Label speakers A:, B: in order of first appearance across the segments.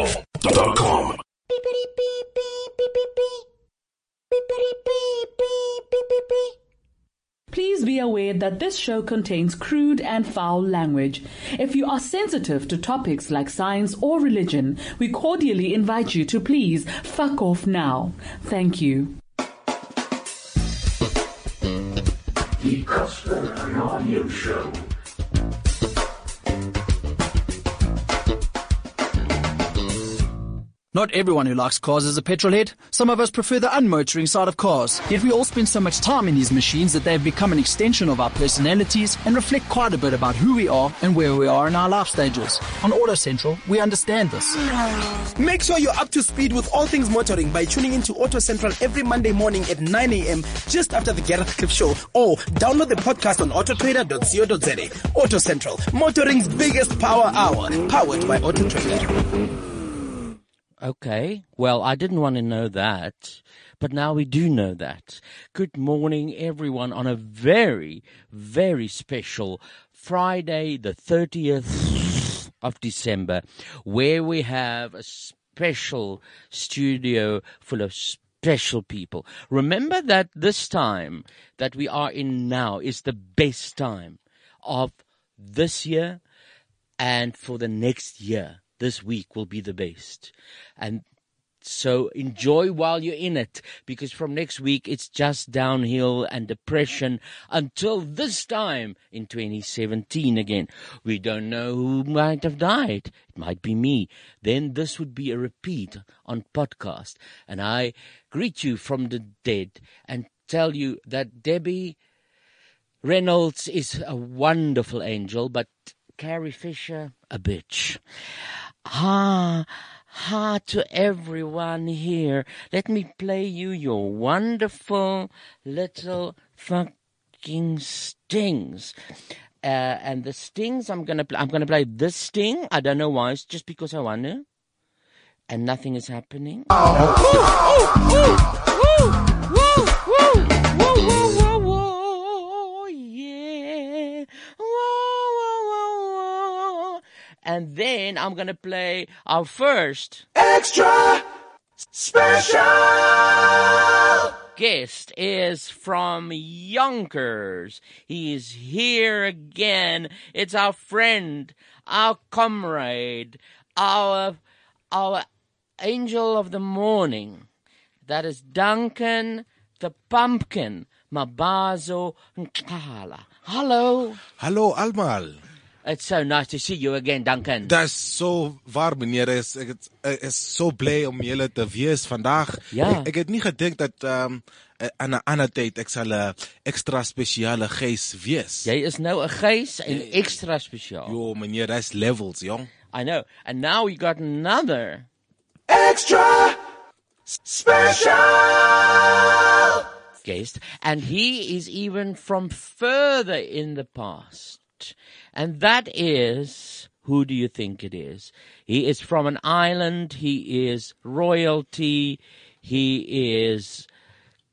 A: CliffCentral.com.
B: Please be aware that this show contains crude and foul language. If you are sensitive to topics like science or religion, we cordially invite you to please fuck off now. Thank you.
C: The Casper Radio Show.
D: Not everyone who likes cars is a petrol head. Some of us prefer the unmotoring side of cars. Yet we all spend so much time in these machines that they have become an extension of our personalities and reflect quite a bit about who we are and where we are in our life stages. On Auto Central, we understand this.
E: Make sure you're up to speed with all things motoring by tuning into Auto Central every Monday morning at 9 a.m. just after the Gareth Cliff Show or download the podcast on autotrader.co.za. Auto Central, motoring's biggest power hour, powered by Auto Trader.
F: Okay. Well, I didn't want to know that, but now we do know that. Good morning, everyone, on a very, very special Friday, the 30th of December, where we have a special studio full of special people. Remember that this time that we are in now is the best time of this year and for the next year this week will be the best. And so enjoy while you're in it because from next week it's just downhill and depression until this time in 2017 again. We don't know who might have died. It might be me. Then this would be a repeat on podcast. And I greet you from the dead and tell you that Debbie Reynolds is a wonderful angel, but Carrie Fisher, a bitch. Ha, ha to everyone here. Let me play you your wonderful little fucking stings. Uh, and the stings I'm gonna play, I'm gonna play this sting. I don't know why. It's just because I wanna. And nothing is happening. yeah. Whoa, whoa, whoa. And then I'm gonna play our first
C: Extra Special.
F: guest is from Yonkers. He is here again. It's our friend, our comrade, our our angel of the morning. That is Duncan the Pumpkin Mabazo Nkala. Hello.
G: Hallo allemaal.
F: It's so nice to see you again, Duncan.
G: Dit is so warm meneer. Ek is ek is, ek is so bly om julle te wees vandag.
F: Ja.
G: Ek, ek het nie gedink dat ehm um, aan 'n ander tyd ek sal 'n ekstra spesiale gees wees.
F: Jy is nou 'n gees en extra spesiaal.
G: Jo meneer, dis levels, jong.
F: I know. And now we got another
C: Extra Special.
F: guest, and he is even from further in the past. And that is, who do you think it is? He is from an island. He is royalty. He is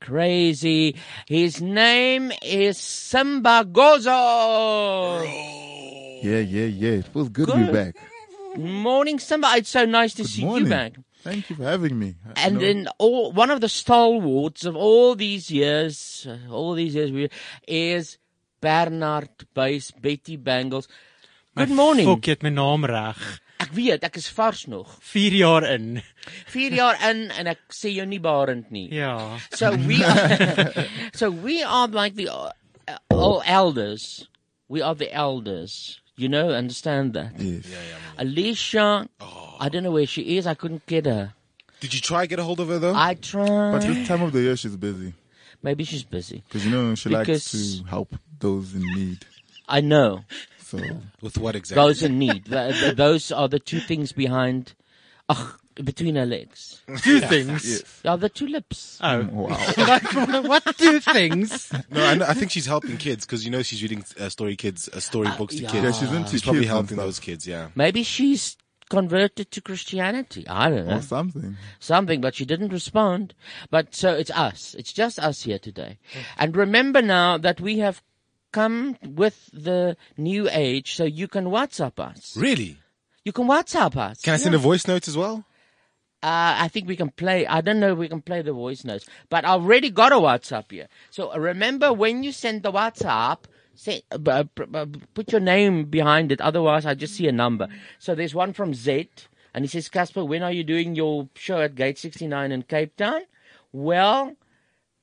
F: crazy. His name is Simba Gozo.
H: Yeah, yeah, yeah. It feels good, to
F: Good.
H: be back.
F: Morning, Simba. It's so nice to see
H: Morning.
F: you back.
H: Thank you for having me. I-
F: And
H: no,
F: then all, one of the stalwarts of all these years, uh, all these years, we, is Bernard Buys, Betty Bangles. Good morning.
I: Fok, jy het my naam reg.
F: Ek weet, ek is vars nog.
I: 4 jaar in.
F: 4 jaar in en ek sê jou nie barend nie.
I: Ja.
F: So we are, so we are like the uh, all elders. We are the elders. You know, understand that.
H: Yes.
F: Alicia, I don't know where she is. I couldn't get her.
G: Did you try get a hold of her though?
F: I
H: But
F: tried.
H: this time of the year, she's busy
F: Maybe she's busy.
H: because you know she likes
F: Because-
H: to help those in need.
F: I know.
H: So
G: With what exactly?
F: Those in need. Th- th- Those are the two things behind, ugh, between her legs.
I: Two things.
H: yes.
F: Are the two lips.
H: Ah.
I: Oh.
H: Wow.
I: what two things?
G: No, I, know, I think she's helping kids because you know she's reading uh, story kids, uh, story books to
F: Ah, yeah.
G: kids.
H: Yeah, she's into
G: She's probably
H: kids and
G: helping
H: stuff.
G: those kids. Yeah.
F: Maybe she's converted to Christianity. I don't know.
H: Or something.
F: Something, but she didn't respond. But so it's us. It's just us here today. And remember now that we have come with the new age so you can WhatsApp us.
G: Really?
F: You can WhatsApp us.
G: Can I send a voice note as well?
F: Uh, I think we can play. I don't know if we can play the voice notes, but I already got a WhatsApp here. So uh, remember when you send the WhatsApp, say, uh, b- uh, p- uh, put your name behind it. Otherwise, I just see a number. So there's one from Z, and he says, Casper, when are you doing your show at Gate 69 in Cape Town? Well,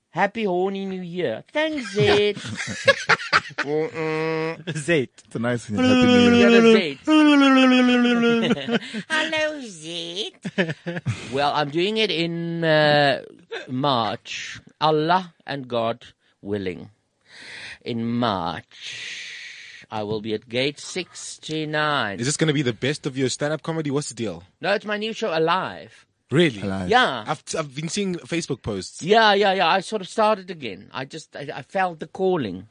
F: happy horny new year. Thanks, Z.
I: Zait.
H: It's a nice happy new year.
F: The other Zed. Hello, Zed. well, I'm doing it in uh, March. Allah and God willing. In March, I will be at gate 69.
G: Is this going to be the best of your stand-up comedy? What's the deal?
F: no, it's my new show, Alive.
G: Really?
H: Alive.
F: Yeah.
G: I've, I've been seeing Facebook posts.
F: Yeah, yeah, yeah. I sort of started again. I just, I, I felt the calling.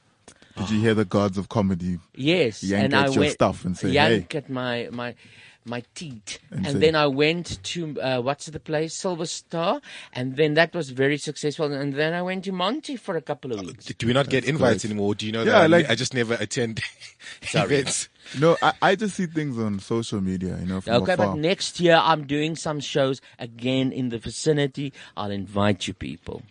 H: Did you hear the gods of comedy?
F: Yes,
H: Yank
F: and
H: at
F: I
H: your
F: went,
H: stuff and say,
F: yank at my my my teeth, and,
H: say-
F: then I went to uh, what's the place, Silver Star, and then that was very successful, and then I went to Monty for a couple of weeks.
G: Do we not get invites anymore? Do you know
H: Yeah,
G: that? I-
H: like-
G: I just never attend events.
H: No, I, I just see things on social media, you know, from
F: Okay,
H: afar.
F: but next year I'm doing some shows again in the vicinity. I'll invite you people.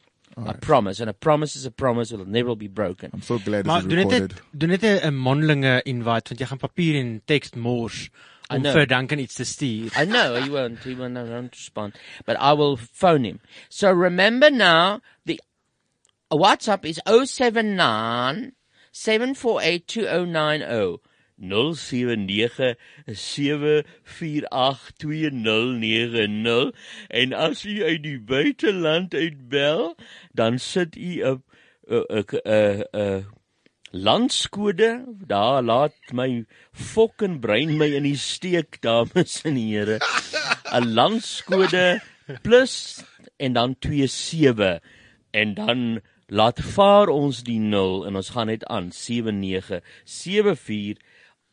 F: I promise, and a promise is a promise; it'll never be broken.
H: I'm so glad
I: Maar
H: it's
I: doen net 'n-
H: recorded.
I: doen net 'n 'n mondelinge invite want jy gaan papier en teks mors om
F: know.
I: vir Duncan iets te stuur.
F: I know he won't. He won't, I won't respond. But I will phone him. So remember now, the WhatsApp is 079 748 2090. 079-748-2090 en as u uit die buiteland uitbel dan sit u eh, 'n 'n 'n 'n eh, landskode daar laat my fucking brein my in die steek dames en here 'n landskode plus en dan 27 en dan laat vaar ons die 0 en ons gaan net aan 7974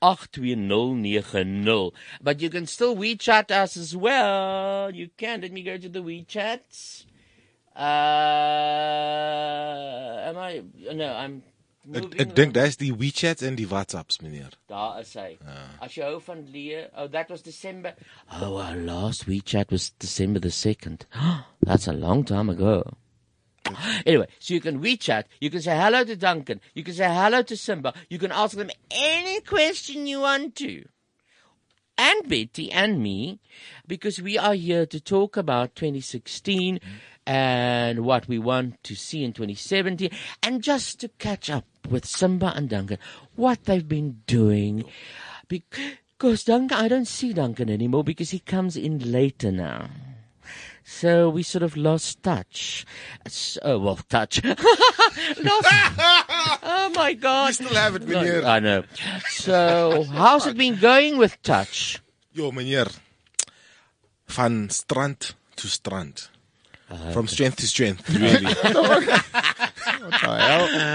F: 82090. But you can still WeChat us as well. You can. Let me go to the WeChats. Uh, am I? No, I'm.
G: Ek,
F: moving
G: ek dink dis die WeChat en die WhatsApps meneer.
F: Daar is hy. As jy hou van leer, oh that was December. Oh, our last WeChat was December the 2nd. That's a long time ago. Anyway, so you can WeChat, you can say hello to Duncan, you can say hello to Simba, you can ask them any question you want to. And Betty and me, because we are here to talk about 2016 and what we want to see in 2017, and just to catch up with Simba and Duncan, what they've been doing. Because Duncan, I don't see Duncan anymore because he comes in later now. So we sort of lost touch. So, oh, well, touch. lost. oh my God. You
G: still have it, meneer.
F: I know. So how's it been going with touch?
G: Jo meneer. Van strand to strand. From strength to strength, Ah, really.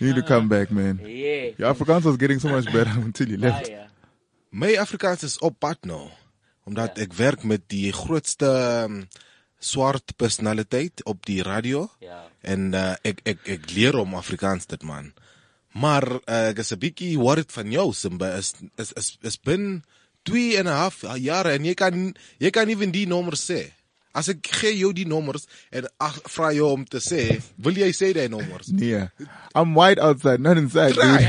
H: You need to come back, man.
F: Yeah.
H: Your Afrikaans was getting so much better until you left.
F: yeah.
G: My Afrikaans is op pad nou
I: Ja.
G: omdat ek werk met die grootste um, swart personaliteit op die radio.
F: Ja.
G: En uh, ek ek ek leer om Afrikaans dit man. Maar uh, ek is 'n bietjie worried van jou Simba is is is, is bin 2 en 'n half jare en jy kan jy kan nie even die nommers sê. As ek gee jou die nommers en ag- vra jou om te sê, wil jy sê daai nommers?
I: Nee.
H: Yeah. I'm white outside, not inside, dude.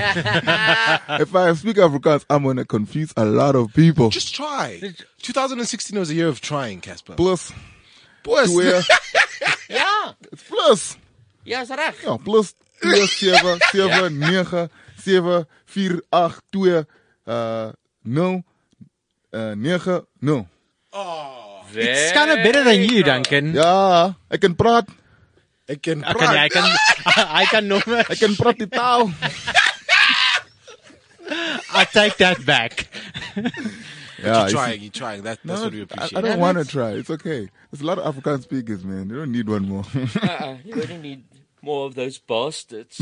H: if I speak Afrikaans, I'm gonna confuse a lot of people.
G: Just try. 2016 was a year of trying, Casper.
H: plus,
G: Boys,
H: where
F: Yeah.
H: it's plus.
F: Yes, reg.
H: Ja, plus 2 7 7 9 7 4 8 2 uh 0 uh 9 0.
I: Oh. It's kind of better than you Duncan.
H: Ja, ek kan praat.
G: ek kan
I: Ek kan
G: praat.
I: ek kan I can nommer.
H: Ek kan praat die taal.
I: I take that back.
H: Ja,
G: You're
H: you see-
G: trying, you're trying. That, that's what we
H: I,
G: appreciate.
H: I don't want to try. It's okay. There's a lot of African speakers, man. You don't need one more.
F: Uh-uh, you only need more of those bastards.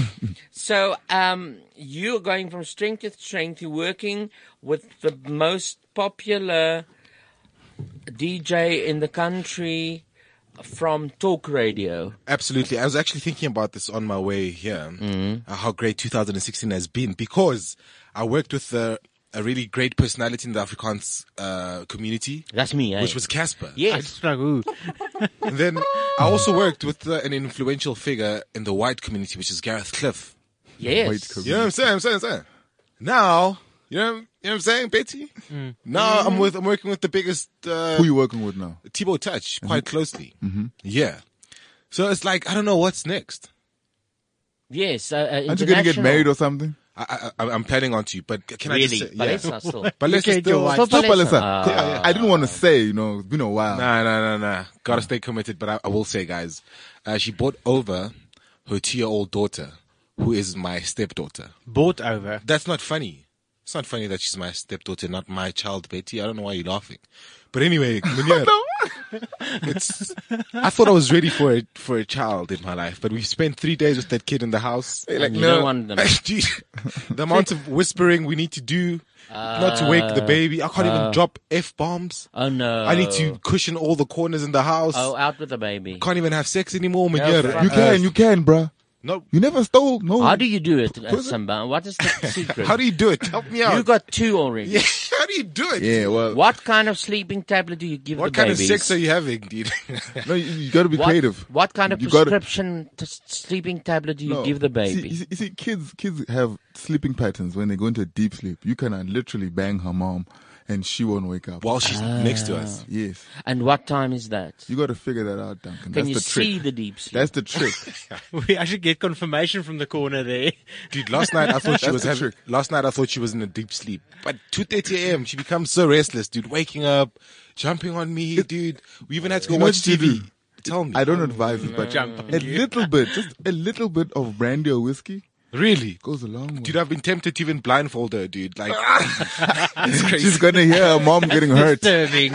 F: so, um, you're going from strength to strength. You're working with the most popular DJ in the country from talk radio.
G: Absolutely. I was actually thinking about this on Mm-hmm. my way here, uh, how great 2016 has been because I worked with the a really great personality in the Afrikaans uh, community,
F: That's me, eh?
G: which was Casper.
F: yes.
I: Like, ooh.
G: And then I also worked with uh, an influential figure in the white community, which is Gareth Cliff.
F: Yes.
H: White Caribbean.
G: You know what I'm saying? I'm saying, I'm saying. Now, you know, you know what I'm saying, Betty. Now I'm with I'm working with the biggest uh,
H: Who you working with now?
G: Thibaut Touch quite closely. Yeah. So it's like I don't know what's next.
F: Yes. Uh, uh,
H: Aren't you gonna get married or something?
G: I, I, I'm planning on to, but can I
F: Really?
G: just say,
F: But
G: yeah.
F: it's not still.
G: but let's just still like,
H: Stop, stop,
F: Palesa.
H: Palesa. I didn't want to say, you know, it's been a while.
G: Nah, nah, nah, nah. Gotta stay committed. But I, I will say, guys, uh, she bought over her two-year-old daughter, who is my stepdaughter.
I: Bought over.
G: That's not funny. It's not funny that she's my stepdaughter, not my child, Betty. I don't know why you're laughing. But anyway, Muneer, it's, I thought I was ready for a, for a child in my life, but we spent three days with that kid in the house.
F: like, you don't want them.
G: Gee, the amount of whispering we need to do, not to wake the
F: Uh,
G: baby. I can't even drop F bombs.
F: Oh no.
G: I need to cushion all the corners in the house.
F: Oh, out with the baby.
G: Can't even have sex anymore, Muneer.
F: fuck.
H: You can, you can, bruh.
G: No.
H: You never stole. No.
F: How do you do it, uh,
H: Pussy.
F: Samba? What is the secret?
G: How do you do it? Help me out.
F: you got two already.
G: yeah, how do you do it?
H: yeah, well,
F: What kind of sleeping tablet do you give
G: What
F: the
G: kind
F: babies?
G: of sex are you having, dude?
H: no, you, you got to be
F: what,
H: creative.
F: What kind of
H: You gotta-
F: prescription t- sleeping tablet do you
H: No.
F: give the
H: See-
F: baby?
H: you see, you see, kids kids have sleeping patterns when they go into a deep sleep. You can uh, literally bang her mom, and she won't wake up.
G: While she's next to us.
H: yes,
F: and what time is that?
H: you got to figure that out, Duncan.
F: Can
H: That's
F: you
H: the trick.
F: see the deep sleep?
H: That's the trick.
I: We actually get confirmation from the corner there.
G: Dude, last night I thought she
H: That's
G: was
H: the
G: having,
H: trick.
G: last night I thought she was in a deep sleep. But 2.30 a.m., she becomes so restless, dude. Waking up, jumping on me, dude. We even had to go
H: You know
G: watch
H: what you
G: TV.
H: do?
G: Tell me.
H: I don't advise it, but
I: Jump on
H: a little bit, just a little bit of brandy or whiskey
G: really?
H: goes a long way.
G: Dude, I've been tempted to even blindfold her, dude. Like, it's crazy.
H: She's gonna hear her mom getting hurt.
I: Disturbing.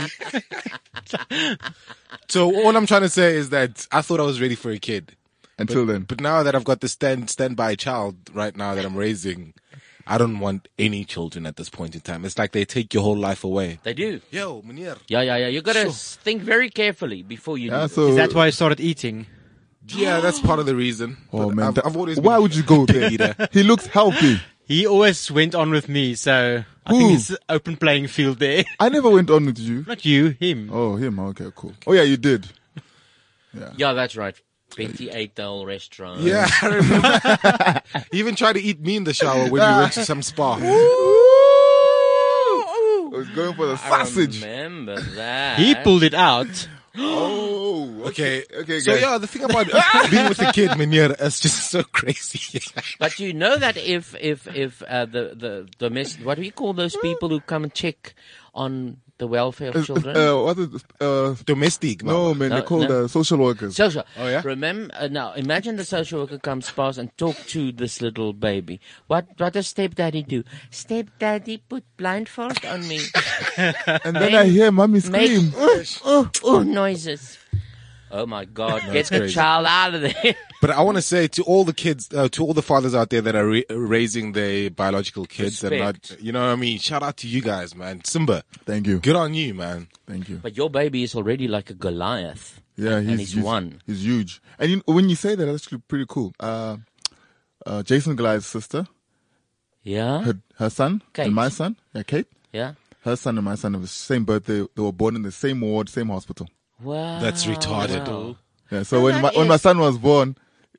G: So all I'm trying to say is that I thought I was ready for a kid.
H: Until then,
G: But now that I've got the stand standby child right now that I'm raising, I don't want any children at this point in time. It's like they take your whole life away.
F: they do.
G: Yo, Munir.
F: Yeah, yeah, yeah. You gotta s think very carefully before you.
H: yeah,
F: do
H: so
I: Is that why I started eating?
G: Yeah, that's part of the reason.
H: Oh
G: But
H: man,
G: I've, I've always
H: why
G: been-
H: would you go there? he looks healthy.
I: He always went on with me, so I think
H: Who?
I: it's open playing field there.
H: I never went on with you.
I: Not you, him.
H: Oh, him. Okay, cool. Oh yeah, you did.
F: it. Yeah, that's right. Betty ate the whole restaurant.
G: Yeah, I remember. you even tried to eat me in the shower when we went to some spa.
H: I was going for the
F: I
H: sausage.
F: Remember that.
I: He pulled it out.
H: Oh,
G: Okay,
H: okay,
G: So
H: guys.
G: yeah, the thing about Ah! being with a kid, Munir, is just so crazy.
F: But you know that if if if uh, the the domestic, what do you call those people who come and check on the welfare of children?
H: Uh, what is uh,
G: Domestic,
H: no
G: no.
H: man?
F: No,
H: They're called
F: no.
H: uh, social workers.
F: Social.
G: Oh, yeah?
F: Remember uh, now. Imagine the social worker comes past and talk to this little baby. What what does stepdaddy do? Stepdaddy put blindfold on me,
H: and then I hear mommy scream.
F: Ooh, Oh, noises. Oh my God! Get the
G: crazy.
F: child out of there.
G: But I want to say to all the kids, uh, to all the fathers out there that are ra- raising their biological kids and not,
F: Respect.
G: you know what I mean? Shout out to you guys, man. Simba,
H: Thank you.
G: good on you, man.
H: Thank you.
F: But your baby is already like a Goliath.
H: Yeah, he's,
F: and he's one.
H: He's huge. And you, when you say that, that's actually pretty cool. Uh, uh, Jason Goliath's sister,
F: Yeah,
H: her, her son,
F: Kate.
H: and my son, yeah, Kate.
F: yeah.
H: Her son and my son have the same birthday. They were born in the same ward, same hospital.
F: Wow.
G: That's retarded.
F: Wow.
H: Yeah. So when my, when my son was born,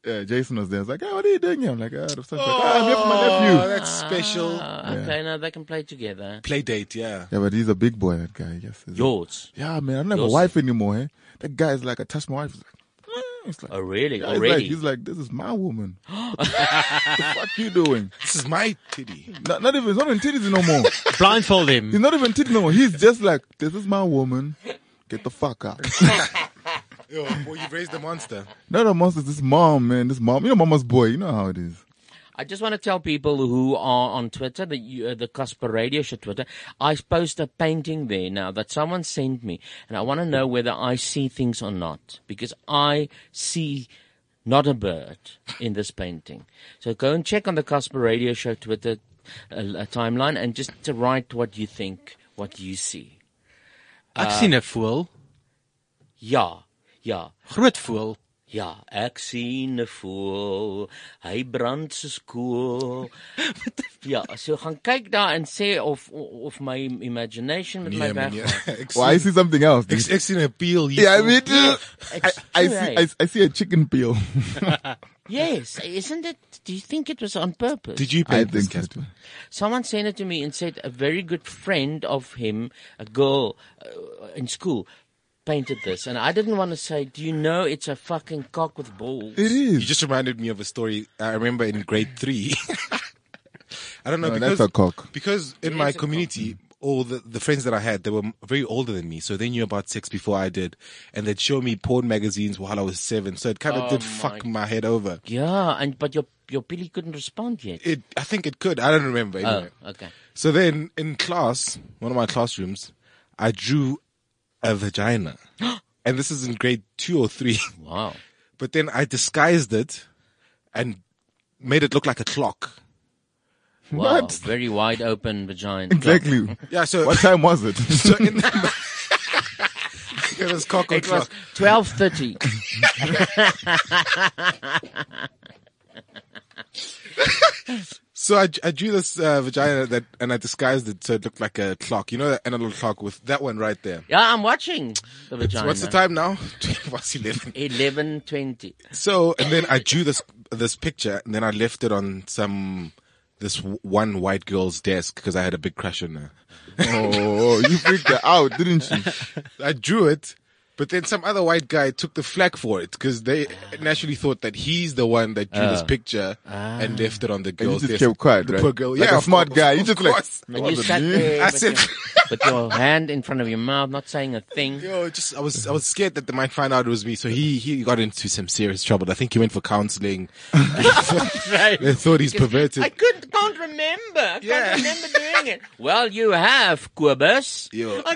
H: uh, Jason was there. I was like, "Hey, what are you doing here?" I'm like, "Ah, the son's like, "Ah, I'm here for my nephew."
G: that's special.
F: Ah, okay, now they can play together.
G: Play date, yeah.
H: Yeah, but he's a big boy. That guy, yes. He's a-
F: Yours.
H: Yeah, man, I don't have
F: Yours.
H: a wife anymore. Eh? That guy's like, I touched my wife. He's like, "Mm," it's like,
F: Oh, really?
H: yeah, he's like,
F: Already?
H: he's like, this is my woman. what the fuck you doing?
G: This is my titty.
H: Not, not even, he's not even titties no more.
I: Blindfold
H: He's
I: him.
H: not even titties no more. He's just like, this is my woman. Get the fuck out.
G: Yo, boy, you've raised a monster.
H: not a monster. This mom, man. This mom. You know, mama's boy. You know how it is.
F: I just want to tell people who are on Twitter, the you- uh, the Casper Radio Show Twitter, I post a painting there now that someone sent me, and I want to know whether I see things or not because I see not a bird in this painting. So go and check on the Casper Radio Show Twitter uh, uh, timeline and just to write what you think, what you see.
I: I've seen a fool.
F: Yeah, yeah.
I: Groot fool.
F: Ja, ek sien 'n voël, hy brand soos kool. ja, so gaan kyk daar en sê of of my imagination met my
G: Nee,
F: weg.
G: meneer. Ek
H: Well, I
G: sien
H: see something else.
G: ek,
H: dude.
G: ek sien 'n peel hier.
H: Yeah, I mean, I,
F: It's
H: I
F: true,
H: see,
F: eh?
H: I, I see a chicken peel.
F: Yes, isn't it? Do you think it was on purpose?
G: Did you
H: I
G: paint this
H: think
G: cat?
H: it was.
F: Someone sent it to me and said a very good friend of him, a girl uh, in school, painted this, and I didn't want to say, "Do you know it's a fucking cock with balls?"
H: It
G: You
H: is.
G: just reminded me of a story I remember in grade three. I don't know
H: No,
G: because
H: that's a cock.
G: because in
F: Yeah,
G: my
F: it's a cock.
G: community, all the, the friends that I had, they were m- very older than me, so they knew about sex before I did, and they'd show me porn magazines while I was seven. So it kind of
F: Oh
G: did
F: my
G: fuck my head over.
F: Yeah, and Ja, but your your Billy couldn't respond yet.
G: It, I think it could. I don't remember.
F: Oh,
G: Anyway.
F: okay.
G: So then in class, one of my classrooms, I drew a vagina, and this is in grade two or three.
F: Wow.
G: but then I disguised it and made it look like a clock.
F: Wow.
H: What?
F: Very wide open vagina.
H: Exactly.
G: Yeah, so
H: What time was it?
G: so in it was cock or
F: It was
G: clock.
F: twelve thirty.
G: So I, I drew this uh, vagina that and I disguised it so it looked like a clock. You know that analog clock with that one right there.
F: Yeah, I'm watching the vagina.
G: What's the time now? What's eleven?
F: Eleven twenty.
G: So and then I drew this this picture and then I left it on some this w- one white girl's desk because I had a big crush on her.
H: oh, you freaked her out, didn't you?
G: I drew it, but then some other white guy took the flag for it because they naturally thought that he's the one that drew this picture and left it on the
H: Ah. And you
G: girl's
H: just
G: desk.
H: kept quiet,
G: the
H: right?
G: poor girl,
H: Like
G: yeah,
H: a
G: of
H: smart
G: course,
H: guy. You
G: of
H: just like,
G: course.
F: And
H: "That
F: you
H: wasn't
F: sat
H: me."
F: there
G: I
F: with,
G: said-
F: your, with your hand in front of your mouth, not saying a thing.
G: Yo, just I was I was scared that they might find out it was me, so he he got into some serious trouble. I think he went for counselling. they thought he's perverted.
F: I couldn't, can't remember. I
G: Yeah.
F: can't remember doing it. Well, you have, Quibus.
G: Yo.
F: I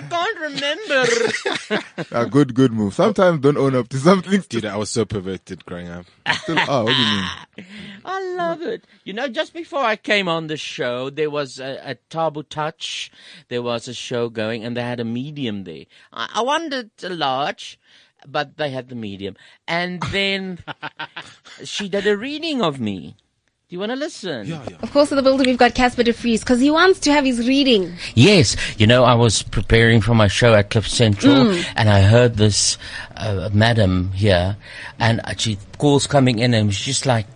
F: can't remember.
H: A good, good move. Sometimes don't own up to something.
G: Dude, I was so perverted growing up.
H: Still, oh, what do you mean?
F: I love it. You know, just before I came on the show, there was a, a Tabu Touch. There was a show going, and they had a medium there. I, I wanted a large, but they had the medium. And then she did a reading of me. Do you want to listen?
A: Of course, in the building, we've got Casper de Vries because he wants to have his reading.
F: Yes, you know, I was preparing for my show at Cliff Central
A: Mm.
F: and I heard this uh, madam here and she calls coming in and she's just like,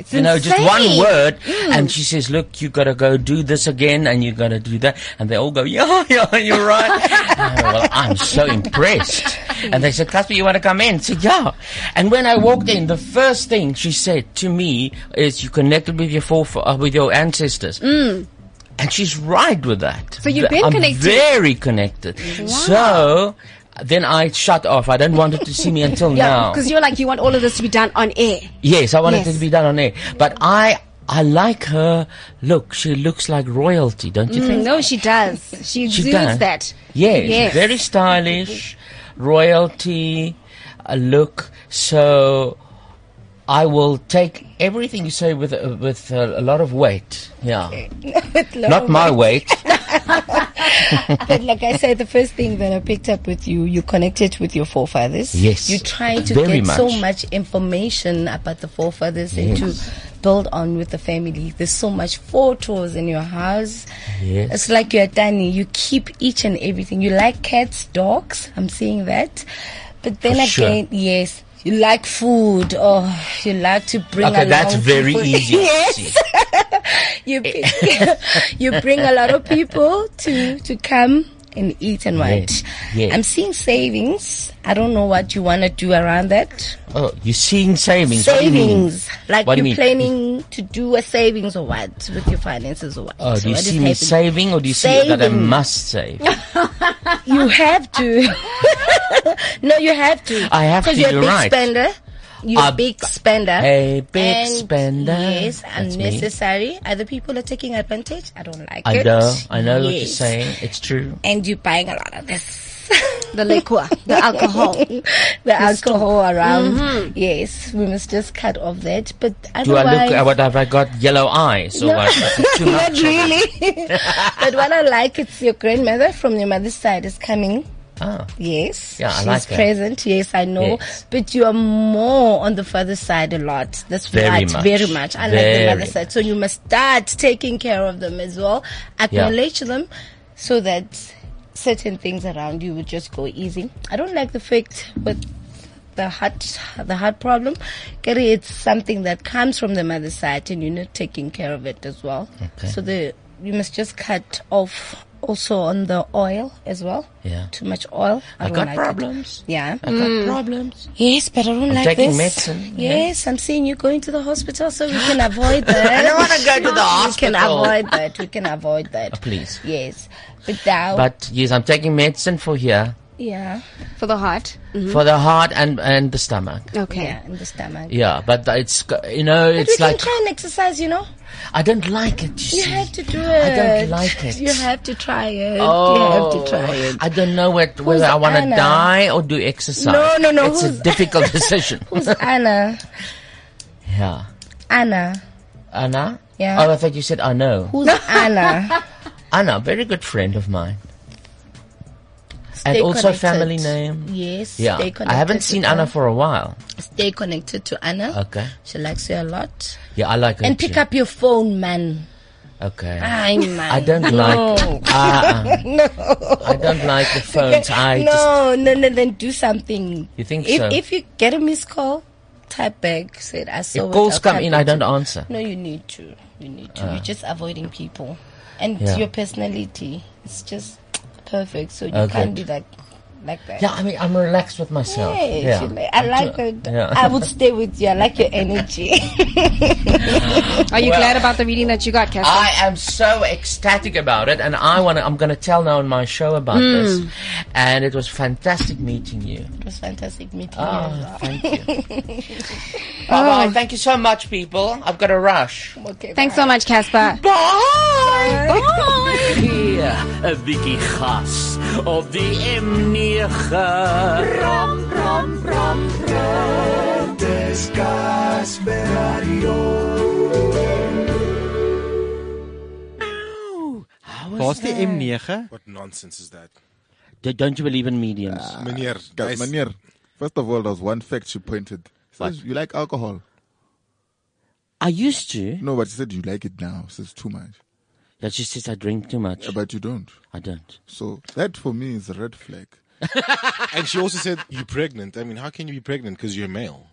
A: It's
F: you know, just one
A: insane. Mm.
F: word. And she says, look, you gotta go do this again and you gotta do that. And they all go, yeah, yeah, you're right. And I go, well, I'm so impressed. And they said, Casper, you wanna come in? I said, yeah. And when I walked in, the first thing she said to me is, you connected with your foref- uh, with your ancestors. And she's right with that. So
A: you've been
F: I'm
A: connected.
F: Very connected. So then I shut off. I don't want it to see me until
A: Yeah,
F: now.
A: because you're like, you want all of this to be done on air.
F: Yes, I wanted
A: Yes.
F: it to be done on air. But I I like her look. She looks like royalty, don't
J: Mm.
F: you think?
A: No, she does. Mm. She exudes
F: does.
A: that.
F: Yeah,
A: Yes.
F: she's very stylish, royalty uh, look. So I will take everything you say with uh, with uh, a lot of weight. Yeah, not my weight.
J: But like I said, the first thing that I picked up with you, you connected with your forefathers.
F: Yes,
J: You try to
F: very
J: get so
F: much.
J: much information about the forefathers and to build on with the family. There's so much photos in your house.
F: Yes.
J: It's like you're tiny. You keep each and everything. You like cats, dogs. I'm seeing that. But then
F: For sure.
J: again, yes. You like food, or you like to bring
F: Okay,
J: along
F: that's very
J: people.
F: easy.
J: yes,
F: See.
J: you bring, you bring a lot of people to to come and eat and watch.
F: yes.
J: I'm seeing savings. I don't know what you want to do around that.
F: Oh, you're seeing savings. What do you mean?
J: Savings, like
F: What do
J: you're
F: you mean?
J: planning to do a savings or what with your finances or what?
F: Oh, do you
J: What is
F: see me
J: happening?
F: saving or do you see that I
J: Saving.
F: must save?
J: You have to. no, you have to.
F: I have
J: Because
F: to,
J: you're
F: you're
J: a big
F: right.
J: spender. You're
F: A
J: a big spender.
F: a big
J: And
F: spender.
J: Yes,
F: That's me.
J: unnecessary. Other people are taking advantage. I don't like
F: I
J: it.
F: know, I know what you're
J: Yes.
F: saying. It's true.
J: and you're buying a lot of this.
A: The liquor, the alcohol. Mm-hmm.
J: the alcohol around. Yes, we must just cut off that. But
F: Do
J: otherwise,
F: I look? uh, What have I got? Yellow eyes or
J: No.
F: what? Is it Too
J: not
F: much.
J: really. but what I like, it's your grandmother from your mother's side is coming Ah. Yes.
K: Yeah, I
J: she's
K: like her.
J: present. Yes, I know.
K: Yes.
J: But you are more on the father's side a lot. That's
K: Very
J: right.
K: much.
J: Very much. I
K: Very
J: like the mother's side. So you must start taking care of them as well. Acknowledge them so that certain things around you would just go easy. I don't like the fact with the heart, the heart problem. Kerry, it's something that comes from the mother's side and you're not taking care of it as well.
K: Okay.
J: So the, you must just cut off also on the oil as well.
K: Yeah.
J: Too much oil.
K: I
J: don't
K: got
J: like it.
K: problems.
J: Yeah.
K: I got problems.
J: Yes, but I don't
K: I'm
J: like
K: taking
J: this.
K: medicine, yeah.
J: Yes, I'm seeing you going to the hospital, so we can avoid that.
K: I don't wanna go to the
J: We can
K: hospital. Oh,
J: avoid that. We can avoid that.
K: Please.
J: Yes, but now.
K: But yes, I'm taking medicine for here,
J: yeah.
A: For the heart.
J: Mm-hmm.
A: Mhm.
K: for the heart and, and the stomach.
A: Okay.
J: Yeah, in the stomach.
K: Yeah, but it's, go- you know,
J: But
K: it's
J: we
K: like,
J: can try and exercise, you know.
K: I don't like it. you
J: You
K: see.
J: have to do it.
K: I don't like it.
J: You have to try it.
K: Oh,
J: You have to try it.
K: I don't know what, whether I want to
J: Anna?
K: die or do exercise.
J: No, no, no,
K: It's a
J: who's-
K: difficult decision.
J: Who's Anna?
K: yeah.
J: Anna.
K: Anna?
J: Yeah.
K: Oh, I thought you said I know.
J: Who's Anna?
K: Anna, very good friend of mine.
J: Stay
K: and also
J: connected.
K: family name.
J: Yes.
K: Yeah.
J: Stay
K: I haven't
J: connected
K: seen
J: with
K: Anna
J: her.
K: for a while.
J: Stay connected to Anna.
K: Okay.
J: She likes you a lot.
K: Yeah, I like her.
J: And pick
K: too.
J: up your phone, man.
K: Okay.
J: Ay, man.
K: I don't
J: No.
K: like. Uh-uh.
J: no.
K: I don't like the phones. I
J: no,
K: just.
J: no, no. Then do something.
K: You think
J: if,
K: so?
J: If you get a missed call, type back. Said I
K: if
J: saw. it,
K: calls
J: I'll
K: come
J: come
K: in, I
J: back to
K: don't
J: you."
K: answer.
J: No, you need to. You need to.
K: Ah.
J: You're just avoiding people, and
K: Yeah.
J: your personality is just perfect. So you
K: Okay.
J: can't be like like that.
K: Yeah, I mean, I'm relaxed with myself.
J: Yes,
K: yeah.
J: you like- I like it.
K: Yeah.
J: I would stay with you. I like your energy.
A: Are you
K: Well-
A: glad about the reading that you got, Casper?
K: I am so ecstatic about it, and I want to. I'm going to tell now on my show about
J: Hmm.
A: Mm.
K: this, and it was fantastic meeting you.
J: it was fantastic meeting you.
K: Ah,
J: as well.
K: thank you.
J: Oh.
K: Bye bye. Thank you so much, people. I've got a rush.
J: Okay,
A: Thanks so much, Casper.
K: Bye.
L: Hier, 'n bietjie gas op die M9. Ram ram ram ram. Dis gas by radio.
I: Waar's die M9?
G: What nonsense is that?
F: Don't you believe in mediums?
G: Ah, Meneer,
H: Guys,
G: nice.
H: Manier, first of all, there was one fact she pointed. She says, you like alcohol?
F: I used to.
H: No, but she said you like it now. She says too much.
F: That she says I drink too much.
H: Yeah, but you don't.
F: I don't.
H: So that for me is a red flag.
G: and she also said you're pregnant. I mean, how can you be pregnant because you're male?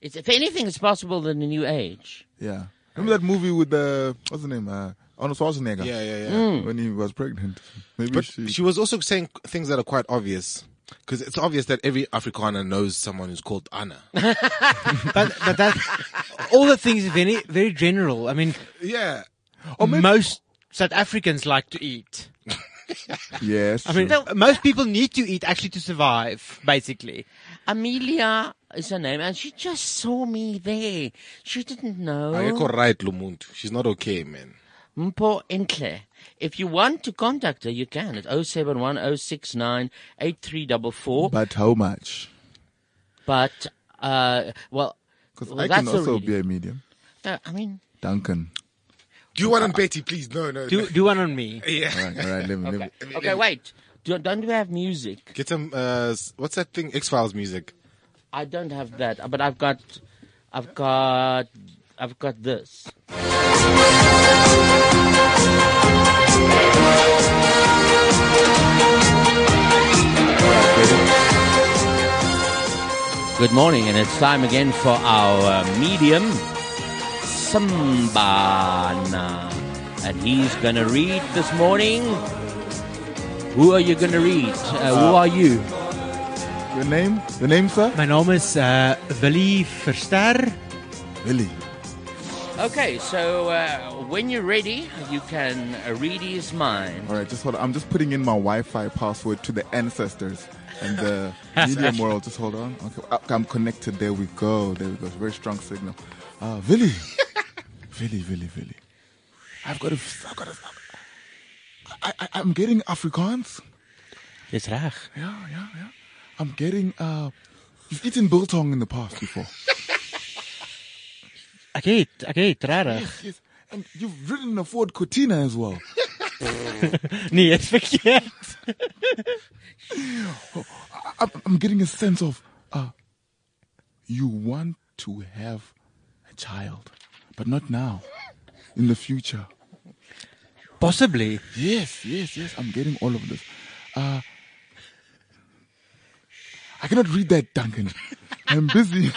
F: It's, if anything is possible in the new age.
H: Yeah. Remember that movie with the what's the name? Uh, Arnold Schwarzenegger.
G: Yeah, yeah, yeah.
H: When he was pregnant, maybe
G: But
H: she.
G: Mm. she was also saying things that are quite obvious. Because it's obvious that every Afrikaner knows someone who's called Anna.
I: but, but that all the things are very very general. I mean,
G: yeah,
I: most South Africans like to eat.
H: yes.
I: I mean,
H: true.
I: most people need to eat actually to survive, basically.
F: Amelia is her name, and she just saw me there. She didn't know.
G: Ayeko right, Lumuntu. She's not okay, man.
F: Mpo Entle. If you want to contact her, you can at 071 069 8344.
H: but how much?
F: But, uh, well,
H: Because
F: well,
H: I
F: that's
H: can
F: a
H: also
F: really-
H: be a medium.
F: No, I mean,
H: Duncan.
G: Do you want on Betty, please? No, no.
I: Do
G: no.
I: do one on me.
H: All
G: Yeah.
H: right, all right. Let me. Let me.
F: okay, wait. Do, don't we have music?
G: Get some, uh, s- what's that thing? X Files music.
F: I don't have that, but I've got, I've got, I've got this. Good morning, and it's time again for our uh, medium, Sambana. And he's going to read this morning. Who are you going to read? Uh, who are you?
H: Your name? Your name, sir?
I: My name is uh, Willy Verster.
H: Really?
F: Okay, so uh, when you're ready, you can uh, read his mind.
H: All right. Just hold. On. I'm just putting in my Wi-Fi password to the ancestors and the medium world. Just hold on. Okay. okay, I'm connected. There we go. There we go. It's a very strong signal. Uh, Vili. Vili, Vili, Vili. I've got to. I've got to. I, I, I'm getting Afrikaans.
I: Dis reg.
H: Yeah, yeah, yeah. I'm getting. Uh, you've eaten biltong in the past before.
I: Ek het, ek het reg.
H: yes, and you've ridden a Ford Cortina as well.
I: Nee, dit is verkeerd.
H: I'm, I'm getting a sense of uh, you want to have a child, but not now, in the future.
I: Possibly.
H: Yes, yes, yes. I'm getting all of this. Uh, I cannot read that, Duncan. I'm busy.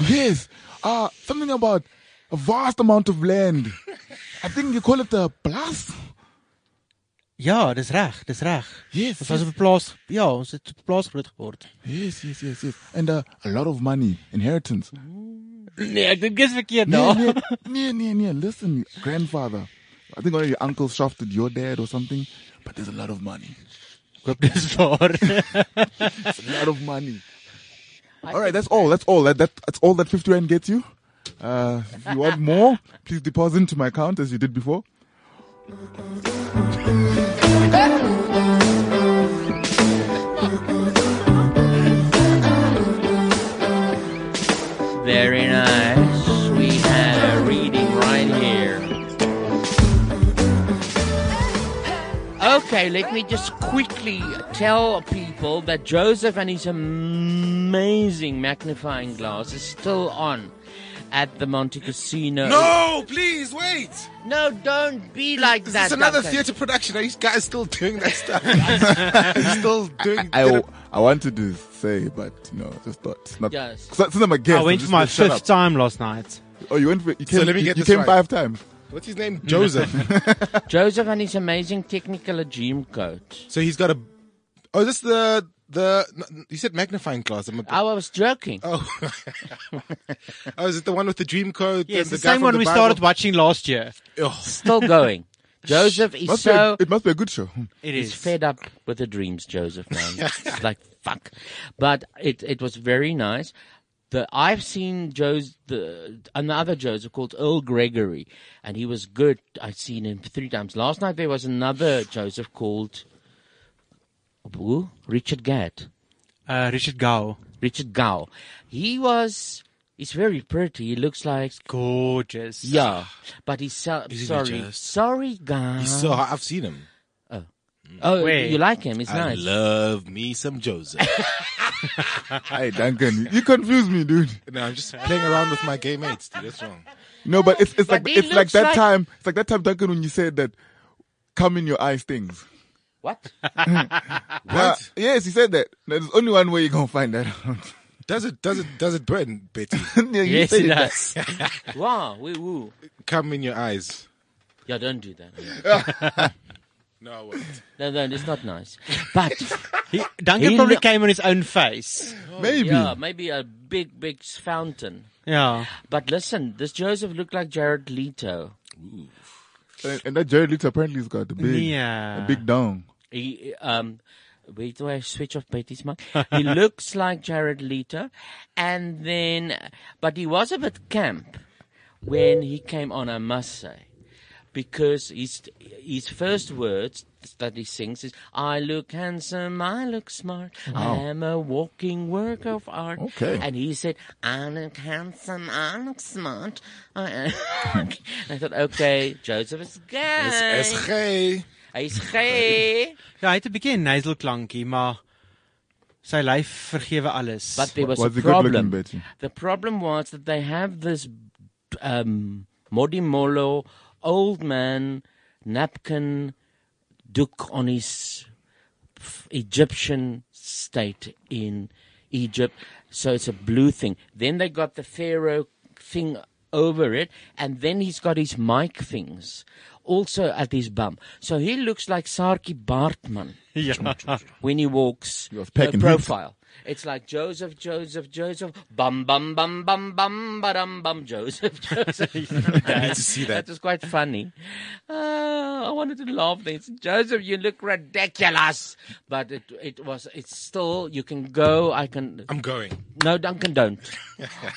H: yes, uh, something about a vast amount of land. I think you call it a plus.
I: Ja, dis reg, dis reg.
H: Yes.
I: Ons was op 'n plaas. Ja, ons het op 'n plaas groot geword.
H: Yes, yes, yes, yes. And uh, a lot of money, inheritance.
I: Nee, ek dink dis verkeerd
H: No,
I: daar.
H: no, no, no, no. Listen, grandfather. I think one of your uncles shafted your dad or something, but there's a lot of money.
I: It's a
H: lot of money. all right, that's all. That's all. That, that that's all that fifty rand gets you. Uh, if you want more, please deposit into my account as you did before.
F: Very nice. We had a reading right here. Okay, let me just quickly tell people that Joseph and his amazing magnifying glass is still on at the Monte Casino.
G: No, Oh, please wait.
F: No, don't be like
G: this
F: that,
G: It's another
F: Duncan.
G: theatre production. Are you guys still doing that stuff? still doing.
H: I, I, I wanted to say, but you know, just thought it's not.
G: Yes.
H: 'cause Since I'm a guest,
I: I went
H: I'm
I: for my
H: just gonna shut
I: fifth time last night.
H: up. Oh, you went. For, you
G: So
H: came,
G: let me
H: you-
G: get
H: you
G: this
H: came
G: right.
H: five times.
G: What's his name? Joseph.
F: Joseph and his amazing technical gym coat.
G: So he's got a. Oh, this is the the. no, You said magnifying glass. I'm a,
F: oh, I was joking.
G: Oh. oh, is it the one with the dream code? and
I: Yes, the,
G: the guy
I: same
G: from
I: one
G: the
I: we
G: Bible? Oh,
I: started watching last year.
F: Still going. Joseph is
H: Must be a-
F: so.
H: it must be a good show. Hmm.
I: It
F: is. fed up with the dreams, Joseph. Man, it's like fuck. But it it was very nice. The I've seen Joe's the another Joseph called Earl Gregory, and he was good. I've seen him three times. Last night there was another Joseph called who? Richard Gadd.
I: Uh, Richard Gao.
F: Richard Gao. He was. He's very pretty. He looks like
I: gorgeous.
F: Yeah, but he's so,
G: Isn't he
F: sorry.
G: just?
F: Sorry, guy.
G: He's so hot. I've seen him.
F: Oh. Oh, you like him? He's
G: I
F: nice.
G: love me some Joseph.
H: hey, Duncan, you confuse me, dude.
G: No, I'm just playing around with my gay mates, dude. That's wrong.
H: No, but it's it's
G: But
H: like
G: he
H: it's like
G: looks
H: that
G: like-
H: time. It's like that time, Duncan, when you said that come in your eyes things.
F: What?
H: Nah, yes, he said that. There's only one way you're gonna find that out.
G: Does it? Does it? Does it burn, Betty?
H: Yeah, you Yes, said it it
F: does. wow, woo woo.
G: Come in your eyes.
F: Yeah, don't do that. no, wait. No, no, it's not nice. But
I: he, Duncan
F: He
I: probably
F: kno-
I: came on his own face.
F: Yeah, maybe a big, big fountain.
I: Yeah.
F: But listen, this Joseph looked like Jared Leto.
H: And, and that Jared Leto apparently has got the big,
F: Yeah.
H: a big dong.
F: He, um, wait till I switch off Betty's mic. He looks like Jared Leto, and then, but he was a bit camp when he came on. I must say, because his his first words that he sings is, "I look handsome, I look smart,
L: Wow.
F: I am a walking work of art."
L: Okay.
F: and he said, "I look handsome, I look smart." I am. I thought, okay, Joseph is gay.
I: Is- is
G: gay.
F: Hy's gay.
I: Ja, hy het 'n bietjie 'n nasal klankie, maar sy lyf vergewe alles.
F: But there was a problem. The problem was that they have this um, Modimolo old man napkin duke on his f- Egyptian state in Egypt. So it's a blue thing. Then they got the pharaoh thing over it, and then he's got his mic things also at his bum. So he looks like Sarki Bartman when he walks.
L: packing
F: uh,
L: heat.
F: profile. It's like Joseph, Joseph, Joseph, bum bum bum bum bum badum bum Joseph, Joseph.
L: I need to see that.
F: That was quite funny. Uh, I wanted to laugh. This Joseph, you look ridiculous, but it it was. It's still. You can go. I can.
G: I'm going.
F: No, Duncan, don't.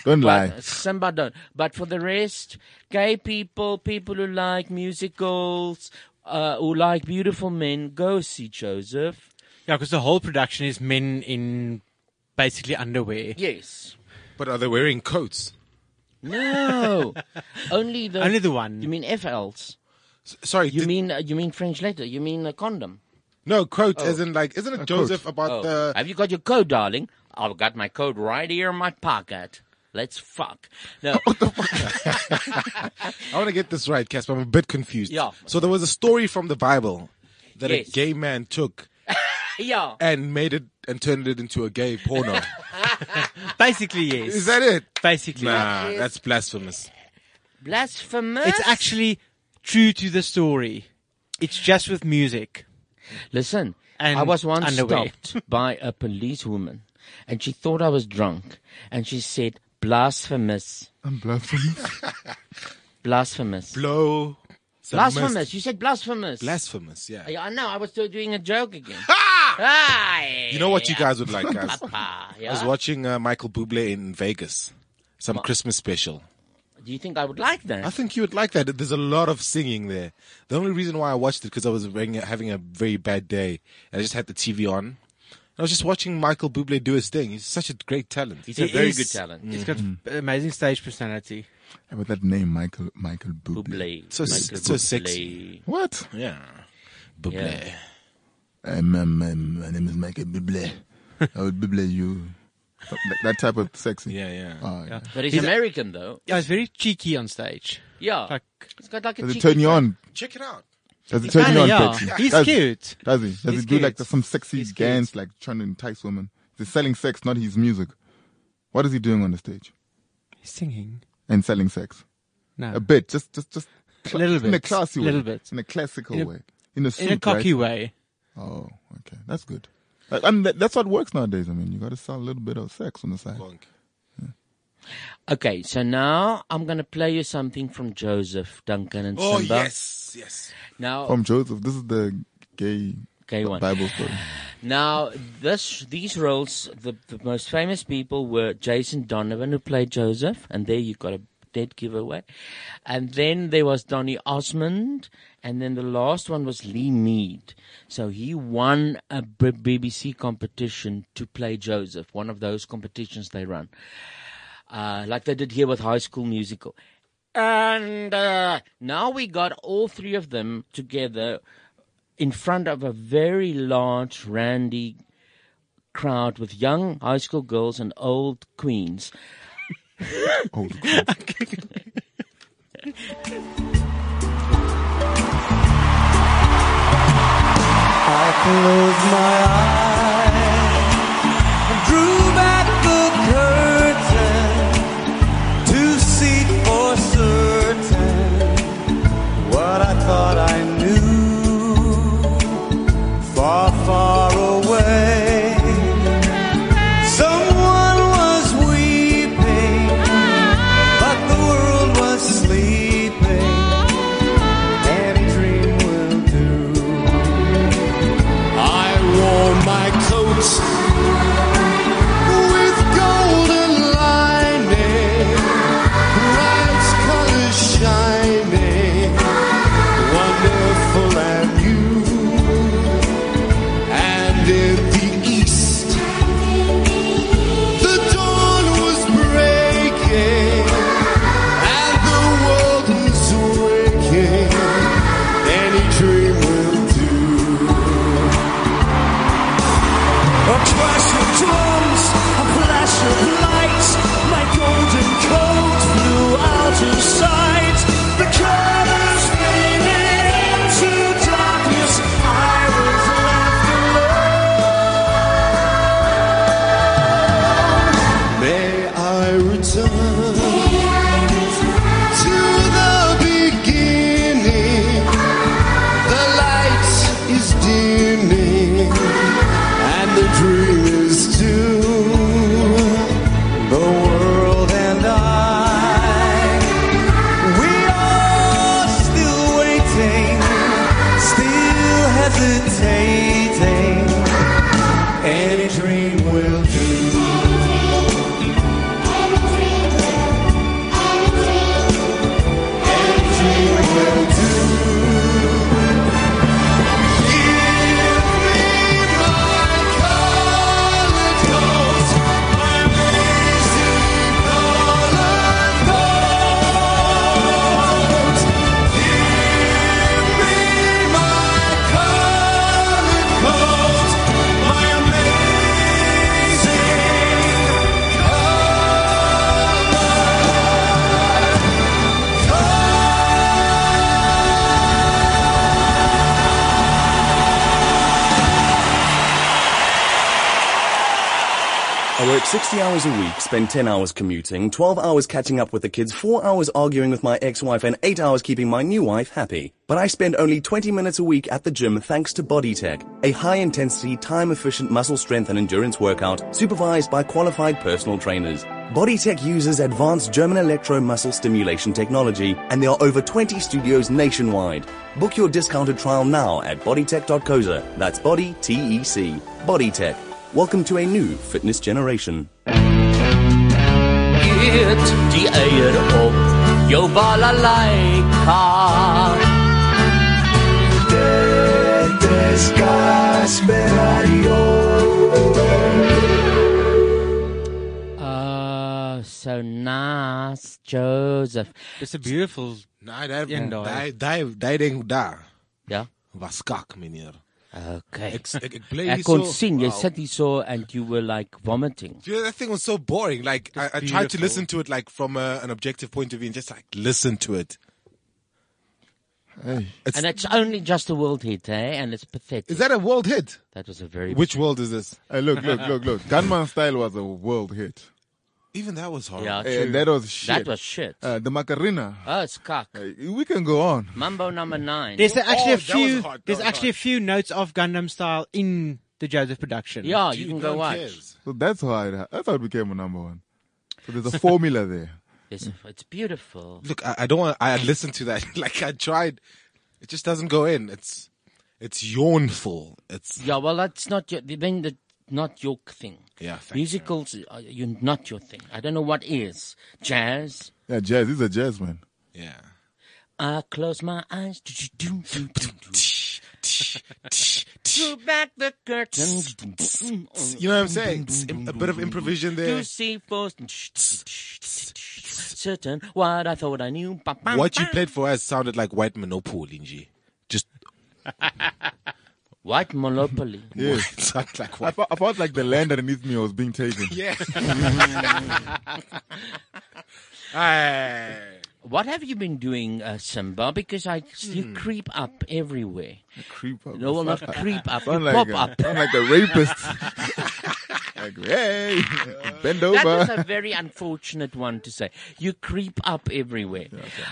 H: Don't lie.
F: But, uh, Simba, don't. But for the rest, gay people, people who like musicals, uh, who like beautiful men, go see Joseph.
I: Yeah, because the whole production is men in basically underwear.
F: Yes.
G: But are they wearing coats?
F: No, only the
I: Only the one.
F: You mean FLs?
G: sorry,
F: you mean uh, you mean French letter? You mean a condom? Oh.
G: No, quote as in like isn't it Joseph about the
F: Have you got your code, darling? I've got my code right here in my pocket. Let's fuck. No.
G: I want to get this right, Casper. I'm a bit confused.
F: Yeah.
G: So there was a story from the Bible that
F: Yes.
G: a gay man took
F: yeah.
G: and made it and turned it into a gay porno.
I: Basically, yes.
G: Is that it?
I: Basically,
G: Nah,
F: Yes.
G: that's blasphemous.
F: Blasphemous.
I: It's actually true to the story. It's just with music.
F: Listen,
I: and
F: I was once
I: underwear.
F: stopped by a policewoman, and she thought I was drunk, and she said blasphemous.
H: I'm blasphemous.
F: Blasphemous.
G: Blow. some
F: Blasphemous.
G: mist.
F: You said blasphemous.
G: Blasphemous, yeah.
F: I know. I was still doing a joke again.
G: You know what you guys would like, guys?
F: Papa,
G: I was
F: yeah?
G: watching uh, Michael Bublé in Vegas, some Christmas special.
F: Do you think I would like that?
G: I think you would like that. There's a lot of singing there. The only reason why I watched it because I was having a, having a very bad day. And I just had the TV on. And I was just watching Michael Bublé do his thing. He's such a great talent.
F: He's a very good talent.
I: He's got
G: Mm.
I: amazing stage personality.
H: Yeah, but that name, Michael Michael Bublé.
G: So s- Michael so sexy.
H: What?
G: Yeah. Bublé.
H: I'm, um, um, my name is Michael Bublé. I would Bublé you. That, that type of sexy.
G: Yeah, yeah.
H: Oh, yeah.
F: But he's,
I: He's a-
F: American, though.
I: Yeah, he's very cheeky on stage.
F: Yeah.
I: Like,
F: He's got like a
H: Does it
F: cheeky
H: turn you on?
G: Check it out.
H: Does it
I: Kinda,
H: turn you on,
I: yeah.
H: Pepsi?
I: He's
H: Does-
I: cute.
H: Does he? Does
I: He's
H: he do like
I: cute.
H: the, some sexy dance, like trying to entice women? He's selling sex, not his music. What is he doing on the stage?
I: He's singing.
H: And selling sex?
I: No.
H: A bit, just, just, just.
I: A little
H: In a
I: bit.
H: classy way.
I: Little bit.
H: In a classical
I: In a-
H: way. In a suit,
I: in a cocky
H: right?
I: way.
H: Oh, okay. That's good. Like, I mean, that, that's what works nowadays. I mean, you got to sell a little bit of sex on the side.
F: Okay, so now I'm going to play you something from Joseph Duncan and
G: Oh,
F: Simba.
G: yes, yes.
F: Now,
H: From Joseph, this is the gay,
F: Gay one.
H: Bible story.
F: now this these roles, the, the most famous people were Jason Donovan, who played Joseph, and there you got a dead giveaway. And then there was Donny Osmond, and then the last one was Lee Mead. So he won a B- BBC competition to play Joseph, one of those competitions they run, uh, like they did here with High School Musical. And uh, now we got all three of them together in front of a very large, randy crowd with young high school girls and old queens.
H: old
C: I closed my eyes and drew back the curtain to see for certain what I thought I knew. Far, far away, someone was weeping, but the world was sleeping. Any dream will do.
L: I wore my coat with golden lining, bright colors shining, wonderful and new. And in the east, the dawn was breaking, and the world was waking. Any dream will do.
C: A clash of drums, a flash of lights. My golden coat flew out of sight. The colors faded into darkness. I was left
L: May I return to the beginning? The light is dimming and the dream is due. The world and I,
C: We are still waiting, still hesitating. Any dream will do. Any dream will do. Give
M: I work 60 hours a week, spend 10 hours commuting, 12 hours catching up with the kids, 4 hours arguing with my ex-wife, and 8 hours keeping my new wife happy. But I spend only 20 minutes a week at the gym thanks to BodyTech, a high-intensity, time-efficient muscle strength and endurance workout supervised by qualified personal trainers. BodyTech uses advanced German electro muscle stimulation technology, and there are over 20 studios nationwide. Book your discounted trial now at bodytech.coza. That's body, T-E-C. BodyTech. Welcome to a new fitness generation.
C: Eet die eier op jou balalaika. Dit is Casper Radio.
F: Oh, so nice, Joseph.
I: It's a beautiful.
G: Nee, daai
I: een
G: daai
I: daai.
G: daai daai ding daar.
F: Ja.
G: Was kak, meneer.
F: Okay.
G: Ek ek, ek bly
F: Ek
G: hierso.
F: kon sien jy
G: Wow.
F: sit hier so and you were like vomiting.
G: Dude, that thing was so boring. Like I, I tried to
F: beautiful.
G: listen to it like from a, an objective point of view and just like listen to it.
F: and it's only just a world hit, eh? And it's pathetic. Is
G: that a world hit?
F: That was a very
G: Which world is this?
H: Hey, look, look, look, look. Gunman Style was a world hit.
G: Even that was horrible.
F: Yeah,
H: Eh,
F: true.
H: that was
F: That
H: shit.
F: was shit.
H: Uh, the Macarena.
F: Oh, it's cock.
H: We can go on.
F: Mambo number nine.
I: There's actually a
F: Oh, that was
I: few.
F: hot, that
I: There's
F: was
I: actually a few notes of Gundam style in the Joseph production.
F: Yeah, Oh, you Dude, can go no one watch. cares.
H: So that's how it, that's how it became a number one. So there's a formula there.
F: It's, it's beautiful.
G: Look, I, I don't want. I listened to that. like I tried. It just doesn't go in. It's it's yawnful. It's
F: Yeah, well, that's not your. Then the not your thing.
G: Yeah, thank
F: musicals, uh, you're not your thing. I don't know what is jazz.
H: Yeah, jazz. He's a jazz man.
G: Yeah.
F: I close my eyes. Pull back the curtain.
G: You know what I'm saying? It's im- a bit of improvisation there.
F: You see, first certain what I thought I knew. Ba- ba-
G: what you
F: ba.
G: played for us sounded like white monopoly, G. Just
F: white monopoly.
H: Yeah. I, felt, I felt like the land underneath me was being taken.
G: Yeah.
F: What have you been doing, uh, Simba? Because I
G: Hmm.
F: you creep up everywhere.
H: creep up.
F: No, well, not creep up. You
H: Sound like
F: pop
H: a,
F: up.
H: sound like a rapist. like, hey, bend over.
F: That was a very unfortunate one to say. You creep up everywhere.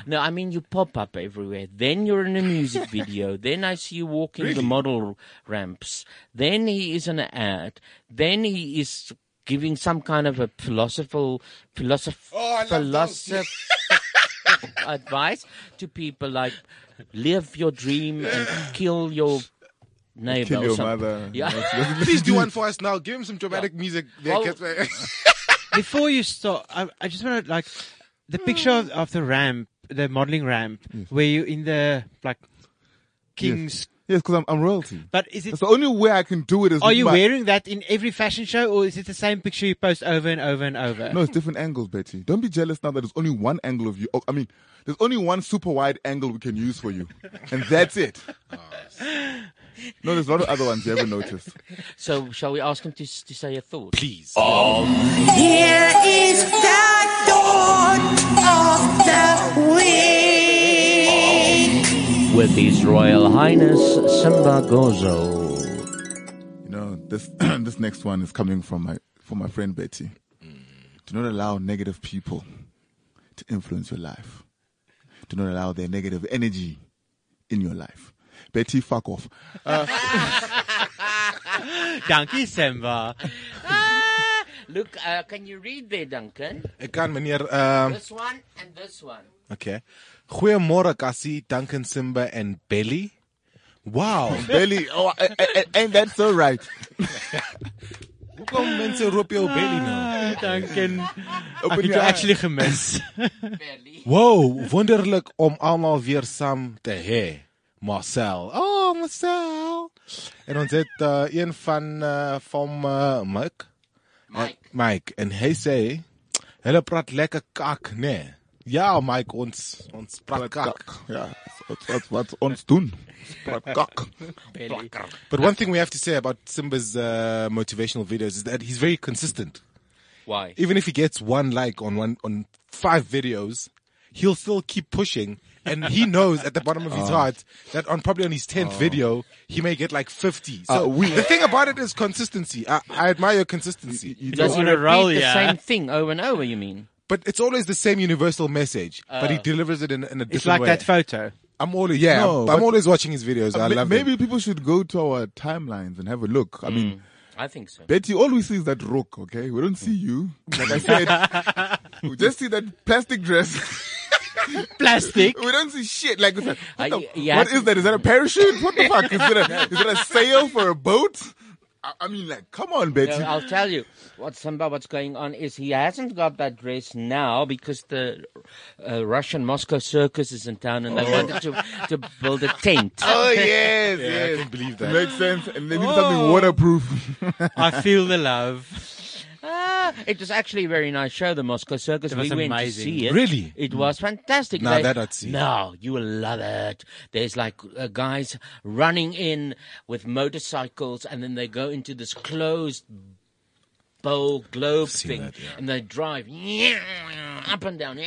F: No, I mean you pop up everywhere. Then you're in a music video. then I see you walking the model ramps. Then he is in an ad. Then he is giving some kind of a philosophical
G: Oh,
F: philosoph- philosoph- advice to people like live your dream and kill your neighbor
G: Kill
F: or
G: your
F: something.
G: mother.
F: Yeah.
G: Please do one for us now. Give him some dramatic music. There, Casper.
I: Before you start, I, I just want to like the picture of, of the ramp, the modeling ramp, where you in the like king's.
H: Yes, because I'm, I'm royalty.
I: But is it?
H: That's the only way I can do it is
I: Are
H: with
I: you
H: my-
I: wearing that in every fashion show, or is it the same picture you post over and over and over?
H: No, it's different angles, Betty. Don't be jealous now that there's only one angle of you. Oh, I mean, there's only one super wide angle we can use for you, and that's it. No, there's a lot of other ones you haven't noticed.
F: So, shall we ask him to, s- to say a thought?
G: Please.
C: Here is the thought of the week.
F: With His Royal Highness Simba Gozo.
H: You know, this this next one is coming from my from my friend Betty. Do not allow negative people to influence your life. Do not allow their negative energy in your life. Betty, fuck off. Uh,
I: Donkey Simba.
F: Ah, look, uh, can you read there, Duncan?
G: Ek kan meneer ehm
F: this one and this one.
G: okay. Goeiemôre Cassie, Duncan Simba and Belly. Wow,
H: Belly. Oh, a- a- a- ain't that so right?
G: Hoekom mense roep jou Belly nou?
I: Duncan.
H: Open
I: Ek het
H: your
I: jou
H: eye.
I: actually gemis.
G: Wow, wonderlik om almal weer saam te hê. Marcel. Oh, Marcel. En ons het uh, een van uh, van uh, Mike. Mike. Mike en hy sê hulle praat lekker kak, né? Nee. Ja, Mike, ons ons praat kak.
H: Ja, wat wat wat ons doen. Praat kak.
F: Belly.
G: But one thing we have to say about Simba's uh, motivational videos is that he's very consistent.
F: Why?
G: Even if he gets one like on one on five videos, he'll still keep pushing and he knows at the bottom of his
H: Oh.
G: heart that on probably on his tenth
H: Oh.
G: video he may get like fifty.
H: Uh,
G: So
H: we-
G: the thing about it is consistency. I, I admire your consistency.
F: You just want to repeat the same thing over and over. You mean?
G: But it's always the same universal message, but he
F: Oh.
G: delivers it in, in a different
I: It's like
G: way.
I: that photo.
G: I'm always yeah.
H: No,
G: I'm, I'm
H: but- Uh,
G: always watching his videos. I
H: Ma-
G: love
H: Maybe people should go to our timelines and have a look. I mean,
F: I think so.
H: Betty, all we see is that rook, okay? We don't see you. Like I said, we just see that plastic dress.
I: plastic?
H: we don't see shit. Like, it's like, what, the,
F: yeah,
H: what
F: I-
H: is that? Is that a parachute? What the fuck? Is it a, is it a sail for a boat? I, I mean, like, come on, Betty.
F: No, I'll tell you what Simba, what's going on is he hasn't got that dress now because the uh, Russian Moscow circus is in town and they wanted to, to build a tent.
H: Oh yes,
F: Yeah, I
H: yes.
F: can believe that.
H: Makes sense. And they need
F: Oh.
H: something waterproof.
I: I feel the love.
F: Ah, it was actually a very nice show, the Moscow Circus.
I: It was
F: we went
I: amazing.
F: to see it.
I: Really?
F: It was fantastic.
G: Now
F: They-
G: that I'd see.
F: No, you will love it. There's like uh, guys running in with motorcycles and then they go into this closed bowl globe thing and they drive up and down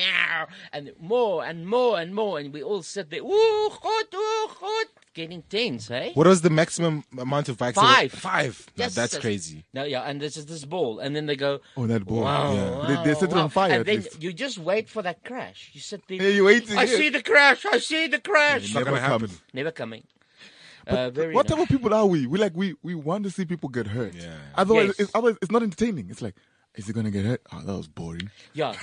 F: and more and more and more and we all sit there ooh, hot, ooh, hot, getting tense, eh?
G: What was the maximum amount of bikes?
F: Five.
G: Five. Now,
F: Yes,
G: that's
F: yes.
G: crazy.
F: No, yeah, and this is this ball, and then they go.
H: Oh, that ball.
F: Wow,
H: Yeah.
F: wow,
H: They- they set it
F: wow."
H: on fire,
F: And
H: at
F: then
H: least.
F: you just wait for that crash. You sit there.
H: Yeah, you're waiting,
F: I
H: yeah.
F: see the crash. I see the crash.
H: It never Never comes. happen.
F: Never coming.
H: But
F: uh, very
H: what
F: nice.
H: type of people are we? We like we we want to see people get hurt. Yeah. Otherwise,
F: Yes.
H: it's, otherwise it's not entertaining. It's like, is he gonna get hurt? Oh, that was boring.
F: Yeah.